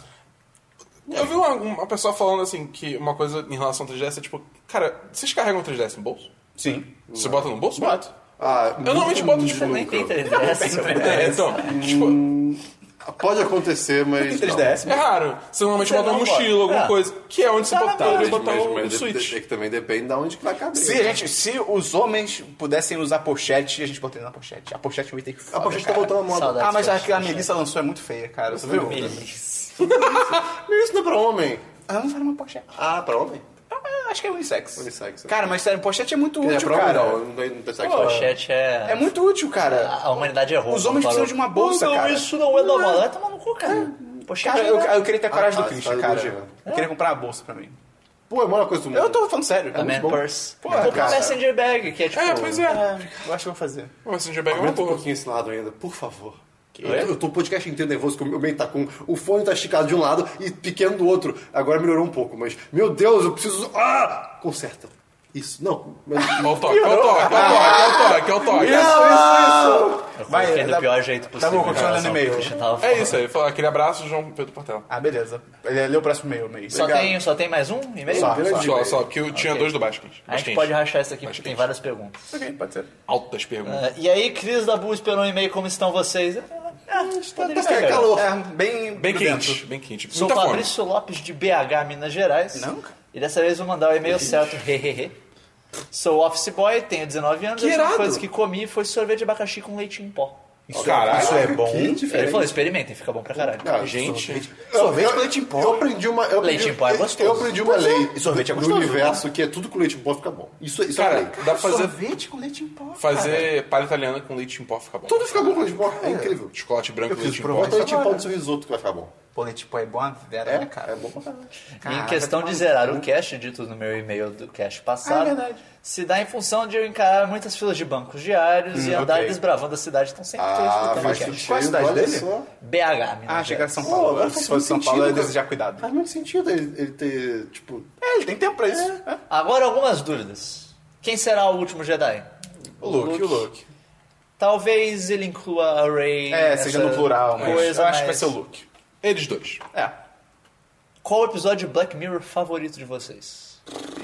Eu vi uma, uma pessoa falando, assim, que uma coisa em relação ao 3DS é, tipo... Cara, vocês carregam o 3DS no bolso? Sim. Você bota no bolso? Boto. Ah, Eu normalmente boto, tipo... Você nem tem 3DS. É, então, tipo... Pode acontecer, mas. Tem 3DS? É raro. Você normalmente Você bota uma não bota. mochila, alguma É. coisa. Que é onde você Tá na botar, mesa, Talvez, botar mas, o, o mas Switch. é que também depende de onde que vai caber. Se, a gente, se os homens pudessem usar pochete, a gente botaria na pochete. A pochete é um item que A foda, pochete tá cara. voltando a moda. Saudade. Ah, mas a que a Pochete. Melissa lançou é muito feia, cara. Você viu? Beleza. Mas isso não é pra homem. Ela não era uma pochete. Ah, pra homem? Ah, acho que é unissex. Unissex, é. Cara, mas sério, pochete é muito Quer dizer, útil, pra homem cara. não, né? não tem, não tem sexo. Pô, Pochete É é. muito útil, cara. A humanidade é errou. Os homens Falou, precisam de uma bolsa, "Não, cara." Isso não é da moda. Vai tomar no cu, cara. Pochete Cara, é eu, da- eu queria ter a coragem Ah, do tá, Christian, tá cara. elogiando. Eu queria comprar uma bolsa pra mim. Pô, é a maior coisa do mundo. Eu tô falando sério. tá da Man Pô, Purse. Porra, Compra um cara. Messenger Bag, que é tipo. É, pois é. é, eu acho que eu vou fazer. O Messenger Bag é uma Aumenta um porra. pouquinho esse lado ainda, por favor. Eu, eu tô o podcast inteiro nervoso, que o meu meio tá com. O fone tá esticado de um lado e pequeno do outro. Agora melhorou um pouco, mas. Meu Deus, eu preciso. Ah! Conserta. Isso. Não. Mas... Olha o toque, olha o toque, olha o toque, olha o toque. Eu Vai, coloquei dá- do pior jeito possível. bom, em continua relação lendo ao que e-mail. o Christian tava É falando. isso aí, fala, aquele abraço, João Pedro Portela. Ah, beleza. Ele lê o próximo e-mail, meio. Só tem, só tem mais um e-mail? Só. Grande Só, e-mail. só, que eu tinha Ok. dois do basquete. A gente Basquete. pode rachar isso aqui porque Basquete. tem várias perguntas. Ok, pode ser. Altas perguntas. Ah, e aí, Cris da Bu esperou um e-mail, como estão vocês? Ah, poderia tá ser melhor. calor. É, bem, Bem grudento. quente, bem quente. Sou Tá Muita fome. Fabrício Lopes de BH, Minas Gerais. Não, cara. E dessa vez vou mandar o e-mail certo. Hehehe. Sou office boy, tenho 19 anos. Que a única irado. coisa que comi foi sorvete de abacaxi com leite em pó. Isso, Caralho. Isso é bom. Que Ele diferente. falou, experimentem, fica bom pra caralho. Ah, Gente, Sorvete com leite em Eu pó. aprendi uma. Eu aprendi, Leite em pó é eu- gostoso. Eu aprendi uma lei E sorvete é do gostoso, universo que é tudo com leite em pó fica bom. Isso, isso é cara, uma lei. dá pra fazer, Sorvete com leite em pó. fazer palha italiana com leite em pó, fica bom. Tudo fica bom com leite em pó. É incrível. Chocolate branco Eu com fiz leite em pó. provar. Bota leite em pó no seu risoto que vai ficar bom. Pô, leite em pó é bom, a vera, né, É, cara? cara, é bom pra caralho. Em Caraca, questão de maluco. zerar o cash, dito no meu e-mail do cash passado, Ah, é verdade. se dá em função de eu encarar muitas filas de bancos diários e andar ok. desbravando a cidade, então sempre tô Ah, escutando faz o cash. sentido. Qual a cidade olha dele? só. BH, Minas Ah, achei que era Gerais. São Pô, Paulo. agora Se faz fosse São muito Paulo, eu ia sentido, desejar cara. cuidado. Faz muito sentido ele, ele ter, tipo, É, ele tem tempo pra isso. É. Agora algumas dúvidas. Quem será o último Jedi? O Luke, o Luke. Talvez ele inclua a Rey. É, nessa seja no plural, mas coisa, eu acho que vai mas- ser o Luke. Eles dois. É. Qual o episódio de Black Mirror favorito de vocês?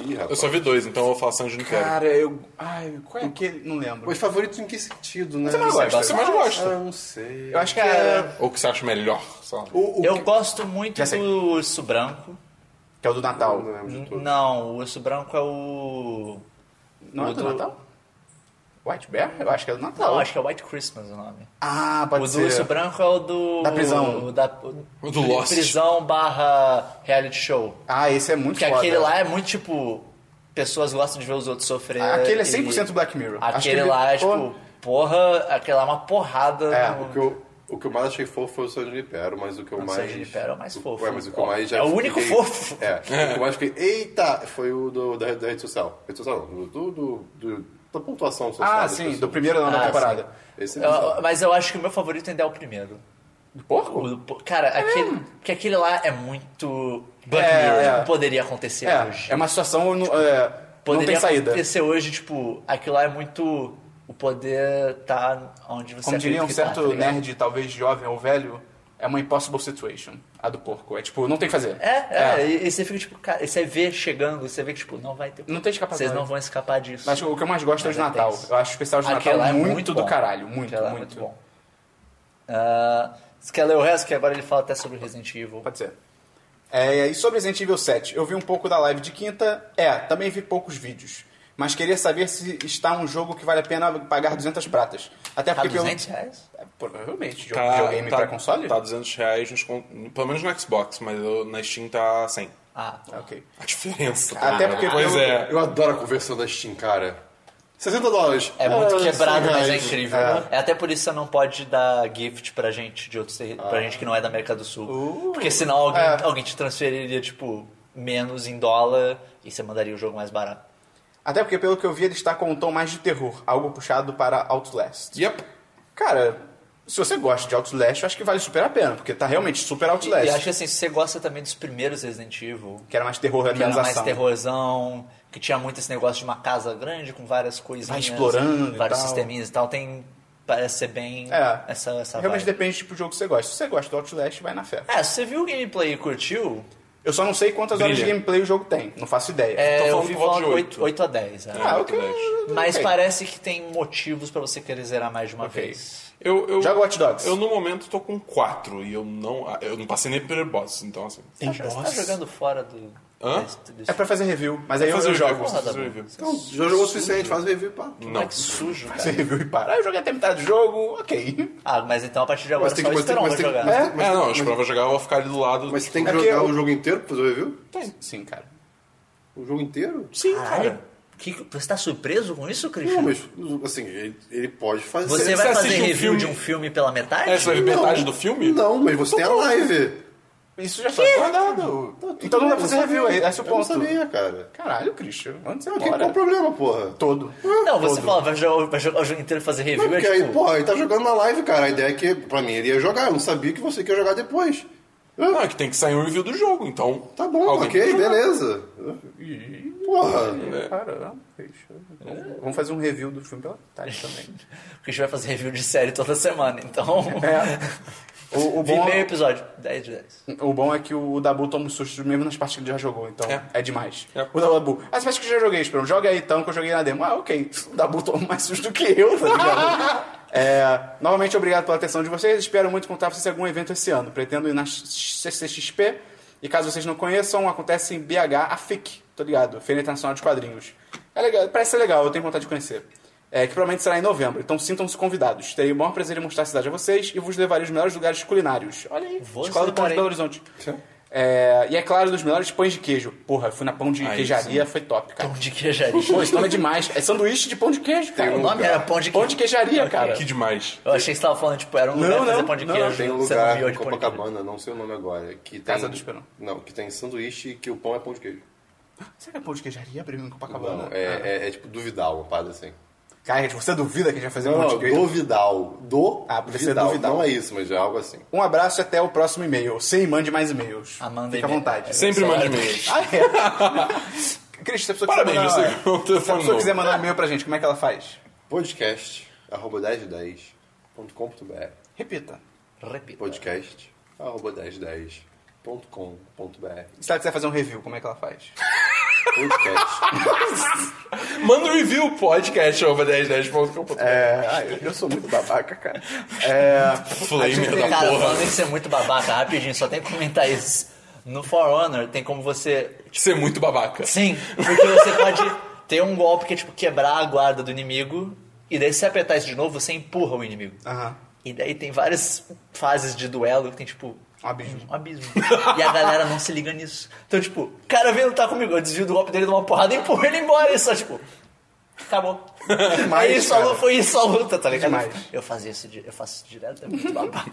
Ih, Eu rapaz. só vi dois, então eu vou falar Sanji não quero. Cara, eu... Ai, qual é aquele? Não lembro. Mas favorito em que sentido, né? Você mais gosta? Você mais gosta. Ah, não sei. Eu acho que Cara, é... Ou que você acha melhor, sei lá. O, o Eu que- gosto muito Já sei. do Urso Branco. Que é o do Natal. Não lembro de tudo. Não, o Urso Branco é o. Não é o do O do- Natal? White Bear? Eu acho que é do Natal. Não, acho que é White Christmas o nome. Ah, o pode do ser. Urso Branco é o do. Da prisão. O, da, O do Lost. Prisão barra reality show. Ah, esse é muito Porque foda. aquele lá é muito tipo. Pessoas gostam de ver os outros sofrer. Aquele é e- 100% Black Mirror. Acho que Aquele ele- lá é Pô. tipo. Porra, aquele lá é uma porrada. É, no- o que eu, o que eu mais achei fofo foi o San Junipero, mas o que eu O mais... San Junipero é o mais fofo. É, mas o que eu mais já É o único fiquei- fofo. É, o que eu mais fiquei... Eita! Foi o do, da, da rede social. Rede social não, do... do, do- da pontuação social. Ah, das sim, pessoas. do primeiro ano Ah, da temporada. Esse é Eu- bizarro. mas eu acho que o meu favorito ainda é o primeiro. Do porco? O- pô, Cara, aquele, porque aquele lá é muito Black É, Mirror. é. Tipo, poderia acontecer hoje. É, é uma situação no- é, não Poderia tem saída. acontecer hoje, tipo, aquilo lá é muito. O poder tá onde você Como diria um acredita que tá, certo tá ligado? nerd, talvez jovem ou velho, é uma impossible situation. A do porco. É tipo, não tem o que fazer. É, é, E, e você fica, tipo, cara, e você vê chegando, você vê que, tipo, não vai ter. Não tem escapatória. Vocês não vão escapar disso. Mas o que eu mais gosto é o de Mas é Natal. tenso. Eu acho o especial de Aquele Natal lá é muito, muito do bom. caralho. Muito, Aquele lá muito. é muito bom. Ah, você quer ler o resto? Que agora ele fala até sobre Resident Evil. Pode ser. É, e sobre Resident Evil 7, eu vi um pouco da live de quinta. É, também vi poucos vídeos. Mas queria saber se está um jogo que vale a pena pagar 200 pratas. Até Tá porque... pelo- 200 reais? É, Provavelmente. Jogo, videogame pra console? Tá 200 reais, nos con- pelo menos no Xbox, mas eu- na Steam tá 100. Ah, Ok. A diferença. tá Até ligado? porque Pois pelo- é. Eu adoro a conversão da Steam, cara. 60 dólares. É muito Ah, quebrado, mas é 100 reais. incrível. É até por isso que você não pode dar gift pra gente de outros terri- pra gente que não é da América do Sul. Porque senão alguém, Ah. É. alguém te transferiria, tipo, menos em dólar e você mandaria o jogo mais barato. Até porque, pelo que eu vi, ele está com um tom mais de terror. Algo puxado para Outlast. Yep. Cara, se você gosta de Outlast, eu acho que vale super a pena. Porque tá realmente super Outlast. E acho que assim, se você gosta também dos primeiros Resident Evil, Que era mais terror, que era menos mais ação. terrorzão, que tinha muito esse negócio de uma casa grande com várias coisinhas. Vai explorando e Vários tal. sisteminhas e tal. Tem, parece ser bem É. essa, essa Realmente vibe. depende do tipo de jogo que você gosta. Se você gosta do Outlast, vai na fé. É, se você viu o gameplay e curtiu, Eu só não sei quantas horas de Brilha. gameplay o jogo tem. Não faço ideia. Tô é, eu falando vi por volta falar de 8, oito. 8 a 10. é. Ah, ok. Outlast. Mas Ok. parece que tem motivos pra você querer zerar mais de uma Ok. vez. Eu, eu, Joga Watch Dogs. Eu no momento tô com 4 e eu não. Eu não passei nem primeiro boss, então assim. Tem Tá- Você tá jogando fora do... Hã? desse- desse- É pra fazer review, mas aí eu, fazer eu o jogo. jogo, Porra, fazer Dabu. o review. Não, Então, já jogou o suficiente, faz o review e pá. Como Não. é que sujo, cara? Fazer review e parar. Ah, Eu joguei até metade do jogo, ok. Ah, mas então a partir de agora Mas só tem que- mas tem- esperar um mas pra tem- jogar. mas- É, não, eu esperava jogar, eu vou ficar ali do lado. Mas tem que É porque jogar eu- o jogo inteiro pra fazer o review? Sim, cara. O jogo inteiro? Sim, Caralho, cara. que, que- você tá surpreso com isso, Christian? Não, mas assim, ele, ele pode fazer. Você Você vai fazer assiste um review filme- de um filme pela metade? É, você vai ver Não. metade do filme? Não, mas você tem a live. Tá, Isso já foi guardado. Então não dá pra fazer review, é- esse é o Eu não ponto. sabia, cara. Caralho, Christian. Onde você Não, que, qual o mora? problema, porra? Ah, Todo. Não, você fala, vai jogar, vai jogar o jogo inteiro e fazer review, Não, é porque tipo... aí, porra, ele tá jogando na live, cara. A ideia é que, pra mim, ele ia jogar. Eu não sabia que você queria jogar depois. Não, é que tem que sair um review do jogo, então. Tá bom, alguém ok, tem que jogar. beleza. Porra. Caramba, Christian. Vamos- Vamos fazer um review do filme pela tarde também. O Christian vai fazer review de série toda semana, então... É. O, o Vi bom, meio episódio, 10 de 10. o bom é que o Dabu toma um susto mesmo nas partes que ele já jogou, então é, É. demais. É. O Dabu, as partes que eu já joguei, Esperão, joga aí então que eu joguei na demo. Ah, ok. O Dabu toma mais susto que eu, tá ligado? É, novamente, obrigado pela atenção de vocês. Espero muito contar pra vocês em algum evento esse ano. Pretendo ir na CCXP. E caso vocês não conheçam, acontece em BH, a FIC, tá ligado? Feira Internacional de Quadrinhos. É legal, parece ser legal, eu tenho vontade de conhecer. É, que provavelmente será em novembro, então sintam-se convidados. Terei o maior prazer em mostrar a cidade a vocês e vos levarei aos melhores lugares culinários. Olha aí, Vou Escola do Pão de levarei. Belo Horizonte. É, e é claro, dos melhores pães de queijo. Porra, eu fui na pão de Aí queijaria, foi top, cara. Pão de queijaria. Pô, esse nome é demais. É sanduíche de pão de queijo, cara. O nome era pão de um Pão de queijaria, Ok. cara. Que demais. Eu achei que você tava falando, tipo, era um Não, lugar pra fazer não, pão de não, queijo. Tem um você não lugar viu em de pão de queijo. Copacabana, não sei o nome agora, que tem... Casa do Esperão. Não, que tem sanduíche e que o pão é pão de queijo. Será que é pão de queijaria abrindo em Copacabana? Ah, Não, é, é- é tipo duvidal, uma parada assim. Cara, você duvida que a gente vai fazer um Não, pão não, de queijo? duvidal. Do Ah, podia ser Dovidal. Não é isso, mas é algo assim. Um abraço e até o próximo e-mail. Sim, mande mais e-mails. Amanda Fica à e-mail. vontade. Sempre mande e-mails. Ah, é? Cris, se a pessoa quiser Parabéns, mandar- você ganhou um Se a telefone pessoa novo. quiser mandar um e-mail pra gente, como é que ela faz? podcast arroba 1010.com.br Repita. Repita. podcast arroba 1010.com.br E Se ela quiser fazer um review, como é que ela faz? podcast Manda um review podcast over 1010.com.br. É, ah, eu- eu sou muito babaca, cara. É, Flamer da Cara, porra. falando isso é muito babaca, rapidinho, só tem que comentar isso. No For Honor tem como você. Ser muito babaca. Sim, porque você pode ter um golpe que é tipo quebrar a guarda do inimigo, e daí se você apertar isso de novo, você empurra o inimigo. Aham. E daí tem várias fases de duelo que tem tipo. Um abismo. Um abismo. E a galera não se liga nisso. Então, tipo, o cara vem lutar comigo, eu desvio do golpe dele, dou uma porrada e empurro ele embora. E só, tipo, acabou. Demais, Aí só cara. lu- foi isso a luta, tá ligado? Demais. Eu fazia isso, di- eu faço isso direto, é muito babaca.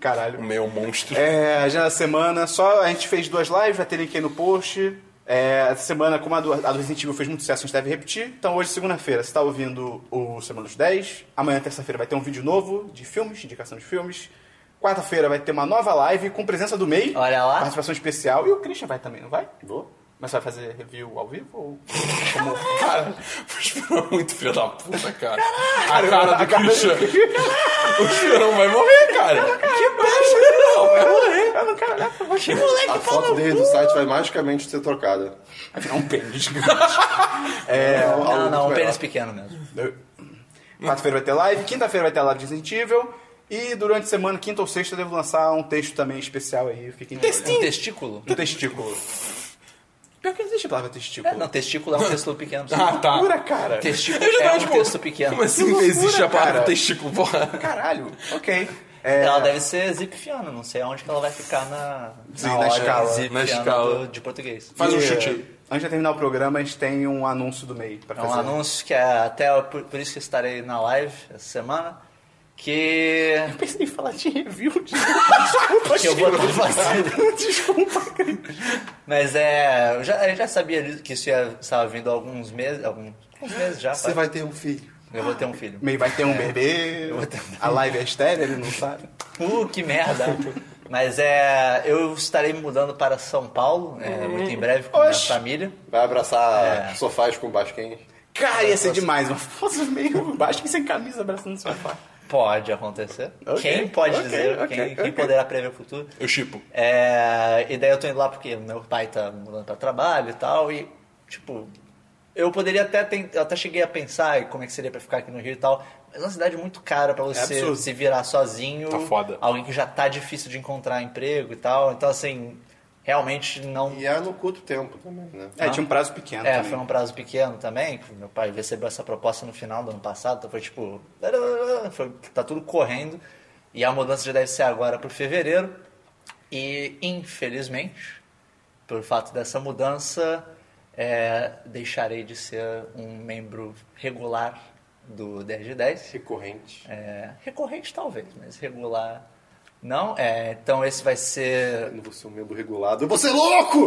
Caralho. O meu monstro. É, agenda da semana. Só a gente fez duas lives, vai ter link aí no post. É, essa semana, como a do, a do Resident Evil fez muito sucesso, a gente deve repetir. Então hoje, segunda-feira, você tá ouvindo o Semana dos 10. Amanhã, terça-feira, vai ter um vídeo novo de filmes, indicação de filmes. Quarta-feira vai ter uma nova live com presença do MEI. Olha lá. Participação especial. E o Christian vai também, não vai? Vou? Mas vai fazer review ao vivo ou... Cara, o Esperão é muito filho da puta, cara. A cara do Christian. O Esperão vai morrer, cara. Que beijo, Esperão. Vai morrer. Eu não quero olhar pra você. A foto dele do site vai magicamente ser trocada. Vai virar um pênis gigante. É, Não, não, um pênis pequeno mesmo. Quarta-feira vai ter live. Quinta-feira vai ter a live de Resident Evil. E durante a semana, quinta ou sexta, eu devo lançar um texto também especial aí. Fiquem de olho. Um testículo? Um testículo. Pior que não existe a palavra testículo. Não, testículo é um texto pequeno. Ah, tá. Pura, cara. Testículo Eu já é tava um tipo, texto pequeno. Como assim não existe a palavra cara. testículo, porra? Caralho. Ok. É, Ela deve ser zipfiana, não sei aonde que ela vai ficar na, Sim, na escala. Na na escala. escala. de português. Faz um e, chute aí. Antes de terminar o programa, a gente tem um anúncio do MEI pra É fazer. um anúncio que é até por, por isso que estarei na live essa semana. Que. Eu pensei em falar de review. de- Desculpa, que eu vou Chico. fazer. Desculpa, cara. Mas é. Eu já, eu já sabia disso, que isso ia estar vindo há alguns meses. Alguns, alguns meses já. Você faz- vai ter um filho. Eu vou ter um filho. MEI vai ter um bebê. A live é estéreo, ele não sabe. Uh, que merda! Mas é. Eu estarei me mudando para São Paulo, é, Uhum. muito em breve, com minha Oxe. família. Vai abraçar É. sofás com basquinhos. Cara, ia ser demais. Uma foto meio baixo sem camisa abraçando o sofá. Pode acontecer. Ok, Quem pode ok, dizer? ok, quem, quem ok. poderá prever o futuro? Eu chipo. É, e daí eu tô indo lá porque meu pai tá mudando pra trabalho e tal, e tipo, eu poderia até tentar, eu até cheguei a pensar em como é que seria pra ficar aqui no Rio e tal, mas é uma cidade muito cara pra você absurdo. se virar sozinho, Tá foda. alguém que já tá difícil de encontrar emprego e tal, então assim, realmente não... E é no curto tempo também, né? É, tinha um prazo pequeno É, também. foi um prazo pequeno também, que meu pai recebeu essa proposta no final do ano passado, então foi tipo, foi, tá tudo correndo, e a mudança já deve ser agora pro fevereiro, e infelizmente, por fato dessa mudança, é, deixarei de ser um membro regular do 10 de 10, Recorrente. É, recorrente talvez, mas regular não, É, então esse vai ser Eu não vou ser um membro regulado. Eu vou ser louco!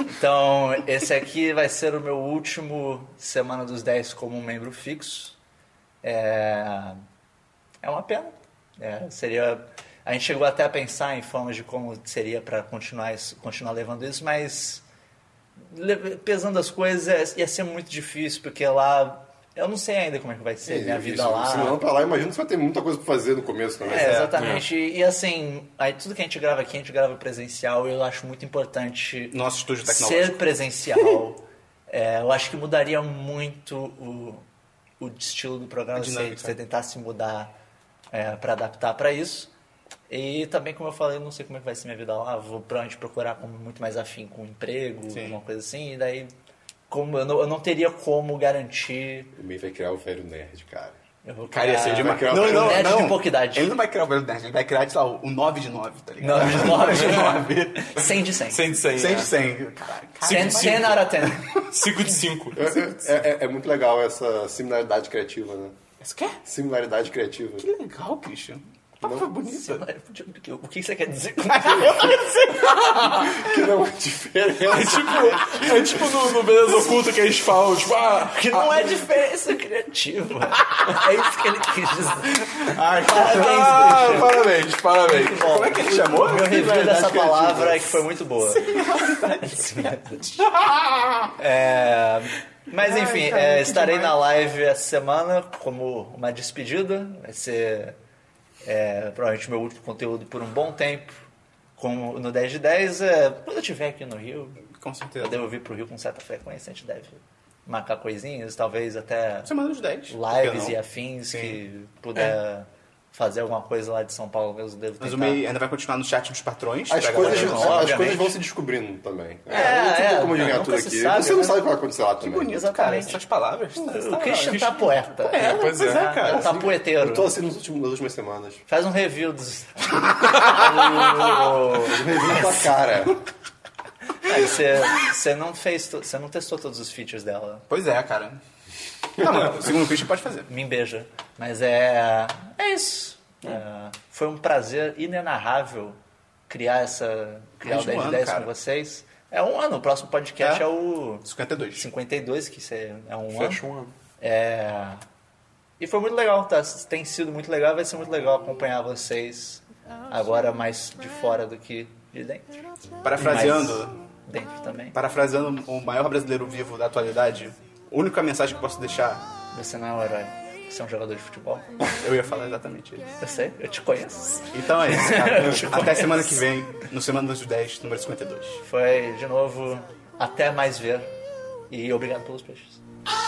Então, esse aqui vai ser o meu último Semana dos 10 como um membro fixo. É, é uma pena. É, seria... A gente chegou até a pensar em formas de como seria para continuar, isso- continuar levando isso, mas le- pesando as coisas é, ia ser muito difícil, porque lá. Eu não sei ainda como é que vai ser minha vida Isso, lá. Se não pra lá, imagino que você vai ter muita coisa pra fazer no começo também. É, exatamente. E assim, aí tudo que a gente grava aqui, a gente grava presencial, e eu acho muito importante Nosso estúdio tecnológico. ser presencial. é, eu acho que mudaria muito o, o estilo do programa A se dinâmica. você tentasse mudar é, para adaptar para isso. E também, como eu falei, eu não sei como é que vai ser minha vida lá. Vou pra gente procurar como muito mais afim com emprego, Sim. alguma coisa assim. E daí, como eu não, eu não teria como garantir. O meio vai criar o velho nerd, cara. Eu vou Cara, ia ser Ah, criar- demais. criar um Não, velho não, nerd não. de pouca idade. Ele não vai criar o velho nerd, ele vai criar, sei lá, o 9 de 9, tá ligado? 9 de 9. 9. 100 de 100. 100 de 100. 100 de 100. Caralho. cara. 10, 10 out of 10. 5 né? de 5. É, é- é- é muito legal essa similaridade criativa, né? Isso que é? Similaridade criativa. Que legal, Tá Christian. A palavra bonita. O que você quer dizer com Que não é diferença. É tipo, é tipo no, no Beleza Oculta que eles falam, tipo, ah, Que não é diferença criativa. É isso que ele quis dizer. tá, Ai, cara. ah, parabéns, parabéns. Como é que ele chamou? Meu review dessa criativa. palavra é que foi muito boa. É, mas enfim, é, estarei na live essa semana como uma despedida. Vai ser é, provavelmente meu último conteúdo por um bom tempo. Como no 10 de 10, é, quando eu estiver aqui no Rio, Com eu certeza. devo vir pro Rio com certa frequência, a gente deve marcar coisinhas, talvez até Semana dos 10. por que lives não? e é afins Sim. que puder fazer alguma coisa lá de São Paulo mesmo, devo tentar. Mas o MEI ainda vai continuar no chat dos patrões. As pra coisas, galera. é não, as coisas né? obviamente. vão se descobrindo também. É, não tem é, como adivinhar nunca tudo se aqui. sabe, Você não né? sabe o que vai acontecer lá também. é Bonito, cara. Exatamente. Essas palavras. Tá- O tá- Christian tá poeta. É, Pois pois é. é, cara. Ele tá poeteiro. Eu tô assim nos últimos, nas últimas semanas. Faz um review dos. Eu revi tua cara. Aí você, você não fez. to- Você não testou todos os features dela. Pois é, cara. Não, mano, segundo o Christian pode fazer. Me beija. Mas é. É isso. É, foi um prazer inenarrável criar essa. Criar Mais o de um 10 de ano, 10 cara. com vocês. É um ano. O próximo podcast é, É. o 52. 52, que isso é é um ano. Fecha um ano. É... E foi muito legal, tá? Tem sido muito legal, vai ser muito legal acompanhar vocês agora mais de fora do que de dentro. Parafraseando, Mas dentro também. parafraseando o maior brasileiro vivo da atualidade, a única mensagem que eu posso deixar, Você não é um herói. Você é um jogador de futebol. eu ia falar exatamente isso. Eu sei, eu te conheço. Então é isso, cara. Até semana que vem, no Semana dos 10, número 52. Foi, de novo, até mais ver. E obrigado pelos peixes. I